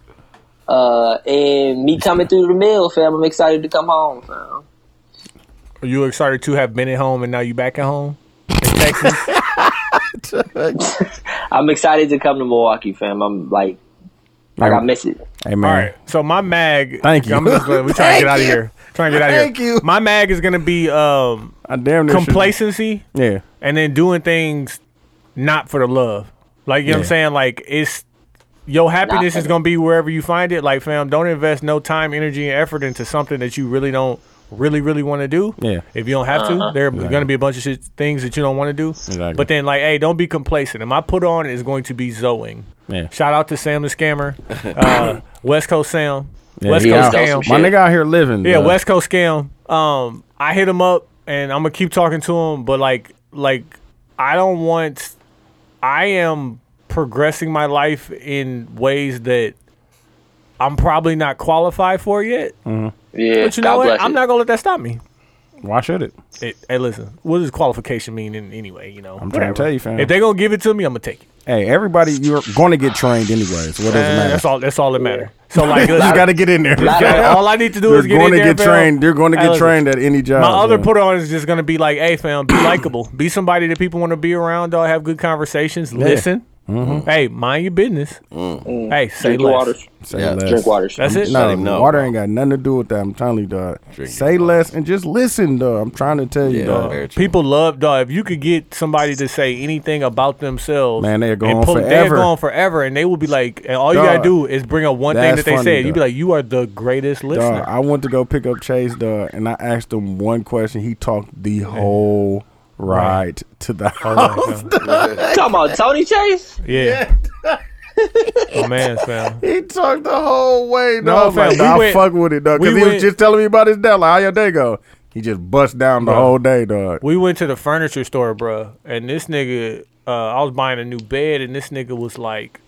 [SPEAKER 4] Uh, and me coming through the mill, fam. I'm excited to come home, fam.
[SPEAKER 2] Are you excited to have been at home and now you back at home in Texas?
[SPEAKER 4] I'm excited to come to Milwaukee, fam. I'm like, like I miss it.
[SPEAKER 3] Hey
[SPEAKER 2] All
[SPEAKER 3] man,
[SPEAKER 2] right. So my mag.
[SPEAKER 3] Thank you.
[SPEAKER 2] I'm just glad we trying to get out of here. Trying to get out of here.
[SPEAKER 3] Thank you.
[SPEAKER 2] My mag is gonna be um
[SPEAKER 3] I damn near should-
[SPEAKER 2] complacency
[SPEAKER 3] Yeah,
[SPEAKER 2] and then doing things not for the love. Like you know what
[SPEAKER 3] Yeah.
[SPEAKER 2] I'm saying? Like it's your happiness
[SPEAKER 4] for
[SPEAKER 2] is
[SPEAKER 4] the-
[SPEAKER 2] gonna be wherever you find it. Like fam, don't invest no time, energy, and effort into something that you really don't really really want to do
[SPEAKER 3] Yeah.
[SPEAKER 2] if you don't have to there are gonna be a bunch of shit, things that you don't want to do
[SPEAKER 3] Exactly.
[SPEAKER 2] but then like hey don't be complacent and my put on is going to be zoing
[SPEAKER 3] yeah.
[SPEAKER 2] Shout out to Sam the Scammer, uh, West Coast Sam,
[SPEAKER 3] Yeah,
[SPEAKER 2] West
[SPEAKER 3] he
[SPEAKER 2] Coast
[SPEAKER 3] out.
[SPEAKER 2] Scam.
[SPEAKER 3] My nigga out here living.
[SPEAKER 2] Yeah,
[SPEAKER 3] bro.
[SPEAKER 2] West Coast Scam. Um, I hit him up and I'm gonna keep talking to him, but like, like I don't want. I am progressing my life in ways that I'm probably not qualified for yet.
[SPEAKER 3] Mm.
[SPEAKER 4] Yeah,
[SPEAKER 2] But you know
[SPEAKER 4] God
[SPEAKER 2] what?
[SPEAKER 4] bless
[SPEAKER 2] I'm
[SPEAKER 4] it.
[SPEAKER 2] not gonna let that stop me.
[SPEAKER 3] Why should it?
[SPEAKER 2] Hey, hey, listen, what does qualification mean in, anyway? You know, I'm
[SPEAKER 3] trying to tell you, fam.
[SPEAKER 2] If they gonna give it to me, I'm gonna take it.
[SPEAKER 3] Hey, everybody, you're going to get trained anyways. What does it
[SPEAKER 2] Man,
[SPEAKER 3] matter?
[SPEAKER 2] that's all. That's all that matter. So like,
[SPEAKER 3] you
[SPEAKER 2] listen,
[SPEAKER 3] got to get in there.
[SPEAKER 2] Okay, all I need to do
[SPEAKER 3] You're
[SPEAKER 2] is get
[SPEAKER 3] going
[SPEAKER 2] in
[SPEAKER 3] to
[SPEAKER 2] there,
[SPEAKER 3] get
[SPEAKER 2] fam.
[SPEAKER 3] trained. You're going to
[SPEAKER 2] Hey,
[SPEAKER 3] get
[SPEAKER 2] listen,
[SPEAKER 3] trained at any job.
[SPEAKER 2] My other
[SPEAKER 3] bro.
[SPEAKER 2] put on is just gonna be like, hey fam, be likable, be somebody that people want to be around. Dog, have good conversations, listen.
[SPEAKER 3] Mm-hmm.
[SPEAKER 2] Hey, mind your business. Hey, say
[SPEAKER 4] Drink
[SPEAKER 2] less.
[SPEAKER 4] water.
[SPEAKER 3] Say
[SPEAKER 6] Yeah.
[SPEAKER 3] less.
[SPEAKER 4] Drink water.
[SPEAKER 2] That's it.
[SPEAKER 6] Let
[SPEAKER 3] No,
[SPEAKER 6] him know,
[SPEAKER 3] water
[SPEAKER 6] bro.
[SPEAKER 3] ain't got nothing to do with that. I'm telling you, dog.
[SPEAKER 6] Drink
[SPEAKER 3] Say
[SPEAKER 6] your water.
[SPEAKER 3] less and just listen, dog. I'm trying to tell you,
[SPEAKER 6] Yeah,
[SPEAKER 3] dog.
[SPEAKER 6] very true.
[SPEAKER 2] People love dog. If you could get somebody to say anything about themselves,
[SPEAKER 3] Man, they're
[SPEAKER 2] and
[SPEAKER 3] gone
[SPEAKER 2] They're
[SPEAKER 3] forever.
[SPEAKER 2] going forever, and they will be like, and all you
[SPEAKER 3] Dog.
[SPEAKER 2] gotta do is bring up one thing
[SPEAKER 3] That's
[SPEAKER 2] that they
[SPEAKER 3] funny,
[SPEAKER 2] said. You'd be
[SPEAKER 3] dog.
[SPEAKER 2] like, you are the greatest
[SPEAKER 3] Dog,
[SPEAKER 2] listener.
[SPEAKER 3] I went to go pick up Chase, dog, and I asked him one question. He talked the whole ride to the house.
[SPEAKER 4] Talking about Tony Chase?
[SPEAKER 2] yeah. oh man, fam.
[SPEAKER 3] He talked the whole way, dog.
[SPEAKER 2] No,
[SPEAKER 3] No,
[SPEAKER 2] fam,
[SPEAKER 3] like,
[SPEAKER 2] we
[SPEAKER 3] I
[SPEAKER 2] went-
[SPEAKER 3] fuck with it, dog.
[SPEAKER 2] we
[SPEAKER 3] Because he was
[SPEAKER 2] went-
[SPEAKER 3] just telling me about his day. Like, how your day go? He just bust down the
[SPEAKER 2] Bro.
[SPEAKER 3] whole day, dog.
[SPEAKER 2] We went to the furniture store, bruh, and this nigga, uh, I was buying a new bed, and this nigga was like,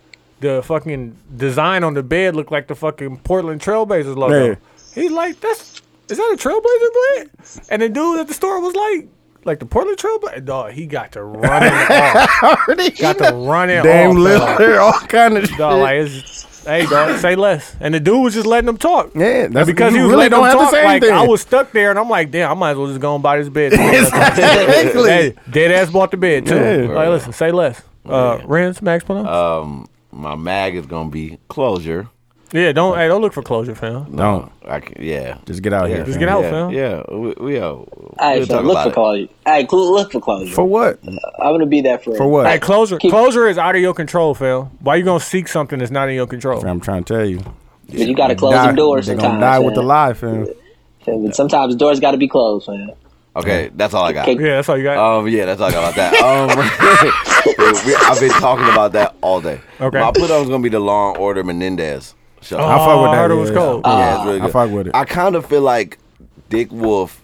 [SPEAKER 2] the fucking design on the bed looked like the fucking Portland Trailblazers logo.
[SPEAKER 3] Yeah.
[SPEAKER 2] He's like, that's is that a Trailblazer blade? And the dude at the store was like, like the Portland Trailblazer. Dog, he got to run it off. Got to run it
[SPEAKER 3] Damn
[SPEAKER 2] off.
[SPEAKER 3] little,
[SPEAKER 2] dog.
[SPEAKER 3] all kind of shit.
[SPEAKER 2] Dog, like it's Hey, dog, say less. And the dude was just letting him talk.
[SPEAKER 3] Yeah, that's
[SPEAKER 2] because
[SPEAKER 3] you
[SPEAKER 2] he was
[SPEAKER 3] really
[SPEAKER 2] letting
[SPEAKER 3] don't
[SPEAKER 2] him
[SPEAKER 3] have to
[SPEAKER 2] talk.
[SPEAKER 3] say
[SPEAKER 2] like
[SPEAKER 3] anything.
[SPEAKER 2] I was stuck there, and I'm like, damn, I might as well just go and buy this bed.
[SPEAKER 3] Exactly.
[SPEAKER 2] Hey, dead ass bought the bed too.
[SPEAKER 3] Yeah. Oh,
[SPEAKER 2] Like, listen, say less. Uh,
[SPEAKER 6] Yeah.
[SPEAKER 2] Renz, Max, Plano?
[SPEAKER 4] Uh,
[SPEAKER 6] My mag is gonna be closure.
[SPEAKER 2] yeah, don't hey, don't look for closure, fam.
[SPEAKER 3] Don't
[SPEAKER 6] I can, yeah.
[SPEAKER 3] just get out
[SPEAKER 6] yeah,
[SPEAKER 3] here.
[SPEAKER 2] Just
[SPEAKER 3] fam.
[SPEAKER 2] get out,
[SPEAKER 6] yeah,
[SPEAKER 2] fam.
[SPEAKER 6] Yeah, we, we uh,
[SPEAKER 4] Hey,
[SPEAKER 6] we'll
[SPEAKER 4] fam,
[SPEAKER 6] talk
[SPEAKER 4] look
[SPEAKER 6] about
[SPEAKER 4] for
[SPEAKER 6] it.
[SPEAKER 4] closure. Hey, cl- look for closure.
[SPEAKER 3] for what?
[SPEAKER 4] I'm gonna be that for
[SPEAKER 3] For what?
[SPEAKER 2] Hey, closure,
[SPEAKER 4] Keep-
[SPEAKER 2] closure is out of your control, fam. Why you gonna seek something that's not in your control?
[SPEAKER 3] I'm trying to tell you.
[SPEAKER 4] But you gotta close
[SPEAKER 3] die,
[SPEAKER 4] them doors
[SPEAKER 3] They're
[SPEAKER 4] sometimes.
[SPEAKER 3] gonna die with the
[SPEAKER 4] fam.
[SPEAKER 3] lie, fam.
[SPEAKER 4] Fam, but Sometimes doors gotta be closed, man.
[SPEAKER 6] Okay, that's all I got.
[SPEAKER 4] Okay.
[SPEAKER 2] Yeah, that's all you
[SPEAKER 4] Uh,
[SPEAKER 2] got.
[SPEAKER 6] Um, yeah, let's talk about that. Um, we, I've been talking about that all day.
[SPEAKER 2] Okay.
[SPEAKER 6] my put on is gonna be the Law and Order Menendez show.
[SPEAKER 2] Oh,
[SPEAKER 3] I fuck with that,
[SPEAKER 2] heard it was
[SPEAKER 3] yeah.
[SPEAKER 2] cold.
[SPEAKER 6] yeah, it's really
[SPEAKER 3] I
[SPEAKER 6] good.
[SPEAKER 3] fuck with it.
[SPEAKER 6] Uh, I kind of feel like Dick Wolf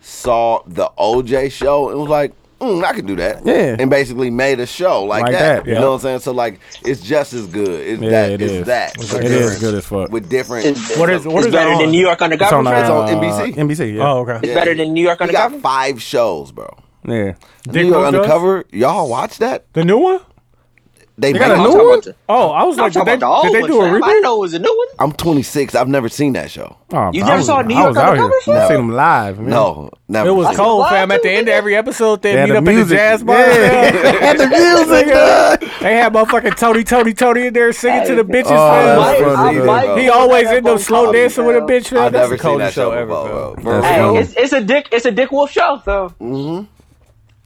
[SPEAKER 6] saw the OJ show and was like, mm, I could do that.
[SPEAKER 3] Yeah.
[SPEAKER 6] And basically made a show like,
[SPEAKER 3] Like
[SPEAKER 6] that.
[SPEAKER 3] that,
[SPEAKER 6] You
[SPEAKER 3] yeah.
[SPEAKER 6] know what I'm saying? So like it's just as good. It's
[SPEAKER 3] Yeah,
[SPEAKER 6] that
[SPEAKER 3] it
[SPEAKER 6] it's
[SPEAKER 3] is.
[SPEAKER 6] that.
[SPEAKER 3] It's
[SPEAKER 6] With
[SPEAKER 3] like- it is
[SPEAKER 6] different-
[SPEAKER 3] good as fuck.
[SPEAKER 6] With different
[SPEAKER 4] It's-
[SPEAKER 2] What is what
[SPEAKER 4] it's
[SPEAKER 2] is that
[SPEAKER 4] better
[SPEAKER 2] on?
[SPEAKER 4] than New York
[SPEAKER 3] It's
[SPEAKER 4] Undercover.
[SPEAKER 3] on,
[SPEAKER 4] fam.
[SPEAKER 6] It's on
[SPEAKER 3] uh,
[SPEAKER 6] NBC.
[SPEAKER 3] NBC, yeah.
[SPEAKER 2] Oh, okay.
[SPEAKER 4] It's better than New York
[SPEAKER 6] he got
[SPEAKER 4] Undercover.
[SPEAKER 6] five shows, bro.
[SPEAKER 3] Yeah.
[SPEAKER 2] Dick
[SPEAKER 6] New York
[SPEAKER 2] Wolf does?
[SPEAKER 6] Undercover, y'all watch that?
[SPEAKER 2] The new one?
[SPEAKER 6] They
[SPEAKER 3] got
[SPEAKER 6] make-
[SPEAKER 3] a
[SPEAKER 4] I'm
[SPEAKER 3] new
[SPEAKER 4] talking
[SPEAKER 3] one?
[SPEAKER 4] about the-
[SPEAKER 2] Oh, I was
[SPEAKER 4] I'm
[SPEAKER 2] like, did
[SPEAKER 4] talking
[SPEAKER 2] they,
[SPEAKER 4] about the old
[SPEAKER 2] did they
[SPEAKER 4] one,
[SPEAKER 2] do a
[SPEAKER 4] fam. I didn't
[SPEAKER 2] reboot?
[SPEAKER 4] know it was a new one.
[SPEAKER 6] I'm 26. I've never seen that show.
[SPEAKER 3] Oh,
[SPEAKER 4] You
[SPEAKER 3] I
[SPEAKER 4] never
[SPEAKER 3] was-
[SPEAKER 4] saw New
[SPEAKER 3] I
[SPEAKER 4] York
[SPEAKER 3] was out
[SPEAKER 4] Undercover,
[SPEAKER 3] here.
[SPEAKER 4] fam?
[SPEAKER 3] I seen them live. Man.
[SPEAKER 6] No, never.
[SPEAKER 2] It was
[SPEAKER 6] I-
[SPEAKER 2] cold,
[SPEAKER 4] why
[SPEAKER 2] fam. At the
[SPEAKER 4] do we
[SPEAKER 2] end of
[SPEAKER 4] do-
[SPEAKER 2] every episode, they
[SPEAKER 3] They had
[SPEAKER 2] meet
[SPEAKER 3] the
[SPEAKER 2] up at the
[SPEAKER 3] music.
[SPEAKER 2] jazz bar.
[SPEAKER 3] Yeah. and the music. dog.
[SPEAKER 2] They had motherfucking Tony, Tony, Tony in there singing to the bitches.
[SPEAKER 3] Oh,
[SPEAKER 2] fam.
[SPEAKER 3] that's funny.
[SPEAKER 4] I might-
[SPEAKER 2] He always end up slow
[SPEAKER 4] I've
[SPEAKER 2] dancing with a bitch. fam.
[SPEAKER 6] I've
[SPEAKER 2] That's
[SPEAKER 6] never
[SPEAKER 2] the
[SPEAKER 6] seen
[SPEAKER 2] coldest
[SPEAKER 6] that show,
[SPEAKER 2] ever,
[SPEAKER 6] before.
[SPEAKER 2] fam.
[SPEAKER 6] bro. For
[SPEAKER 3] That's
[SPEAKER 6] real.
[SPEAKER 3] cool.
[SPEAKER 4] Hey, it's, it's a dick. It's a Dick Wolf show, so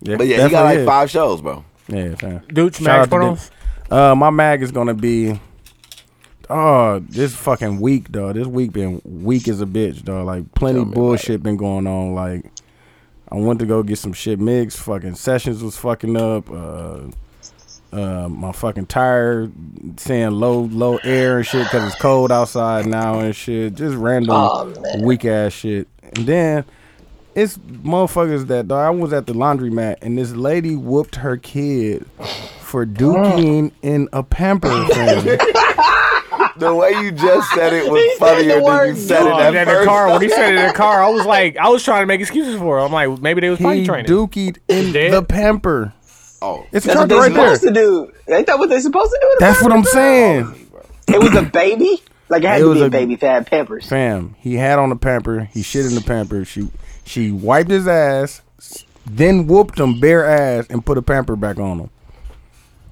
[SPEAKER 3] Yeah,
[SPEAKER 6] But yeah, he got like
[SPEAKER 3] definitely
[SPEAKER 6] five shows, bro.
[SPEAKER 3] is. Yeah, fam.
[SPEAKER 2] Dooch,
[SPEAKER 3] Shout
[SPEAKER 2] Max
[SPEAKER 3] out to
[SPEAKER 2] Bones.
[SPEAKER 3] Dip. Uh, my mag is gonna be. Oh, this fucking week, dog. This week been weak as a bitch, dog. Like plenty bullshit been going on. Like I went to go get some shit mixed. Fucking sessions was fucking up. Uh, uh, my fucking tire saying low, low air and shit because it's cold outside now and shit. Just random weak ass shit. And then it's motherfuckers that dog. I was at the laundromat and this lady whooped her kid for duking
[SPEAKER 4] Mm.
[SPEAKER 3] in a pamper. fam.
[SPEAKER 6] The way you just said it was funnier than you said
[SPEAKER 2] Oh,
[SPEAKER 6] it
[SPEAKER 2] in
[SPEAKER 6] at
[SPEAKER 2] the
[SPEAKER 6] first.
[SPEAKER 2] car, when he said it in the car, I was like, I was trying to make excuses for it. I'm like, maybe they was potty
[SPEAKER 3] he
[SPEAKER 2] training.
[SPEAKER 3] dookied in
[SPEAKER 2] Dead.
[SPEAKER 3] the pamper.
[SPEAKER 6] Oh,
[SPEAKER 3] It's a
[SPEAKER 4] that's what
[SPEAKER 3] charger
[SPEAKER 4] they're
[SPEAKER 3] right there.
[SPEAKER 4] supposed to do. Ain't that what they're supposed to do? in a
[SPEAKER 3] That's what
[SPEAKER 4] bathroom?
[SPEAKER 3] I'm saying,
[SPEAKER 4] It was a baby. Like it had
[SPEAKER 3] It
[SPEAKER 4] to
[SPEAKER 3] was
[SPEAKER 4] be a
[SPEAKER 3] a-
[SPEAKER 4] baby. If it had Pampers.
[SPEAKER 3] fam. He had on the pamper. He shit in the pamper. She she wiped his ass, then whooped him bare ass and put a pamper back on him. And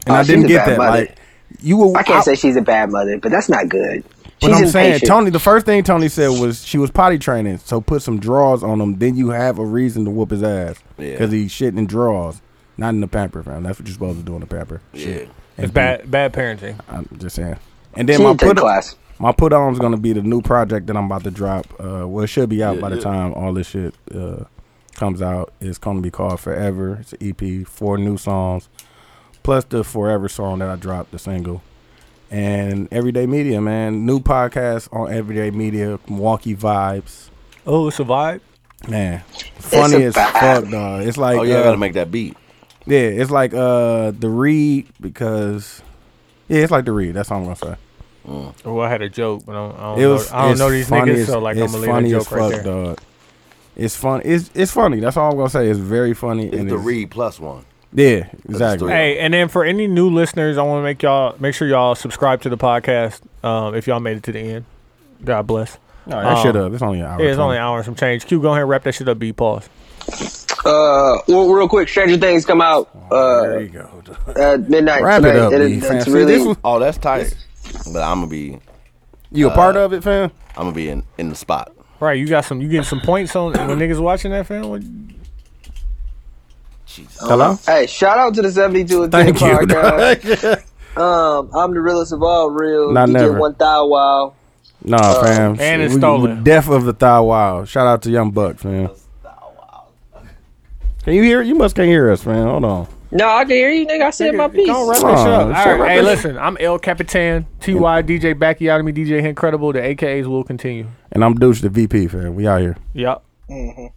[SPEAKER 4] Oh,
[SPEAKER 3] I
[SPEAKER 4] she's
[SPEAKER 3] didn't
[SPEAKER 4] a
[SPEAKER 3] get
[SPEAKER 4] bad
[SPEAKER 3] that.
[SPEAKER 4] mother.
[SPEAKER 3] Like you were.
[SPEAKER 4] I can't say she's a bad mother, but that's not good.
[SPEAKER 3] But
[SPEAKER 4] she's
[SPEAKER 3] I'm saying
[SPEAKER 4] impatient.
[SPEAKER 3] Tony. The first thing Tony said was she was potty training, so put some drawers on him. Then you have a reason to whoop his ass
[SPEAKER 6] Yeah.
[SPEAKER 3] because he's shitting in drawers, not in the pamper, fam. That's what you're supposed to do in the pamper.
[SPEAKER 6] yeah.
[SPEAKER 2] It's bad, bad parenting.
[SPEAKER 3] I'm just saying. And then
[SPEAKER 4] She
[SPEAKER 3] my
[SPEAKER 4] didn't take
[SPEAKER 3] put
[SPEAKER 4] class.
[SPEAKER 3] my put on is gonna be the new project that I'm about to drop. Uh, well, it should be out by the time all this shit uh, comes out. It's gonna be called Forever. It's an EP, four new songs, plus the Forever song that I dropped, the single. And Everyday Media, man, new podcast on Everyday Media, Milwaukee vibes,
[SPEAKER 2] Oh, it's a vibe.
[SPEAKER 3] man, funny
[SPEAKER 4] a
[SPEAKER 3] as
[SPEAKER 4] vibe.
[SPEAKER 3] fuck, dog. It's like
[SPEAKER 6] Oh, yeah, I
[SPEAKER 3] uh,
[SPEAKER 6] gotta make that beat.
[SPEAKER 3] yeah, it's like uh the read because yeah, it's like the read. That's all I'm gonna say.
[SPEAKER 2] Oh, I had a joke, but I don't, I
[SPEAKER 3] It
[SPEAKER 2] don't,
[SPEAKER 3] was.
[SPEAKER 2] know, Oh, I don't
[SPEAKER 3] it's
[SPEAKER 2] know these
[SPEAKER 3] funny
[SPEAKER 2] niggas,
[SPEAKER 3] as-
[SPEAKER 2] so like I'm
[SPEAKER 3] it's
[SPEAKER 2] gonna leave a
[SPEAKER 3] funny as
[SPEAKER 2] joke right
[SPEAKER 3] fuck,
[SPEAKER 2] there.
[SPEAKER 3] dog. It's fun. It's it's funny. That's all I'm gonna say. It's very funny.
[SPEAKER 6] It's
[SPEAKER 3] and
[SPEAKER 6] the
[SPEAKER 3] it's,
[SPEAKER 6] Reed plus one.
[SPEAKER 3] Yeah, exactly.
[SPEAKER 6] three.
[SPEAKER 2] Hey, and then for any new listeners, I want to make y'all make sure y'all subscribe to the podcast. Um, if y'all made it to the end, God bless.
[SPEAKER 3] No, that shit up. It's only an hour.
[SPEAKER 2] um, Yeah, it's only
[SPEAKER 3] 20.
[SPEAKER 2] an hour and some change. Q, go ahead and wrap that shit up. B pause.
[SPEAKER 4] Uh, real, real quick, Stranger Things come out
[SPEAKER 3] There
[SPEAKER 4] uh,
[SPEAKER 3] you go.
[SPEAKER 4] at midnight
[SPEAKER 3] Wrap it
[SPEAKER 4] tonight,
[SPEAKER 3] up,
[SPEAKER 4] and
[SPEAKER 3] B,
[SPEAKER 4] it,
[SPEAKER 3] fam.
[SPEAKER 4] it's
[SPEAKER 3] See,
[SPEAKER 4] really
[SPEAKER 3] this was-
[SPEAKER 6] Oh, that's tight. But I'm gonna be,
[SPEAKER 3] You a part of it, fam?
[SPEAKER 6] I'm gonna be in, in the spot.
[SPEAKER 2] Right, you got some. You getting some points on when niggas watching that film. What-
[SPEAKER 3] Hello.
[SPEAKER 4] Hey, shout out to the 72 and
[SPEAKER 3] Thank
[SPEAKER 4] 10
[SPEAKER 3] you.
[SPEAKER 4] podcast. Um, I'm the realest of all real.
[SPEAKER 3] Not
[SPEAKER 4] DJ
[SPEAKER 3] never.
[SPEAKER 4] One Thou Wow.
[SPEAKER 3] Nah, fam.
[SPEAKER 2] and it's
[SPEAKER 3] We- we-
[SPEAKER 2] stolen.
[SPEAKER 3] Death of the Thigh Wild. Shout out to Young Buck, fam. Can you hear? it? You must can't hear us, man. Hold on.
[SPEAKER 4] No, I can hear you, nigga. I said my piece.
[SPEAKER 2] Don't wrap
[SPEAKER 3] Nah,
[SPEAKER 2] that shit up.
[SPEAKER 3] shut
[SPEAKER 2] All
[SPEAKER 3] up.
[SPEAKER 2] right, hey, listen, I'm El Capitan, Ty DJ Backyotomy, DJ Incredible. The AKAs will continue.
[SPEAKER 3] And I'm Douche, the VP, fam. We out here.
[SPEAKER 2] Yep.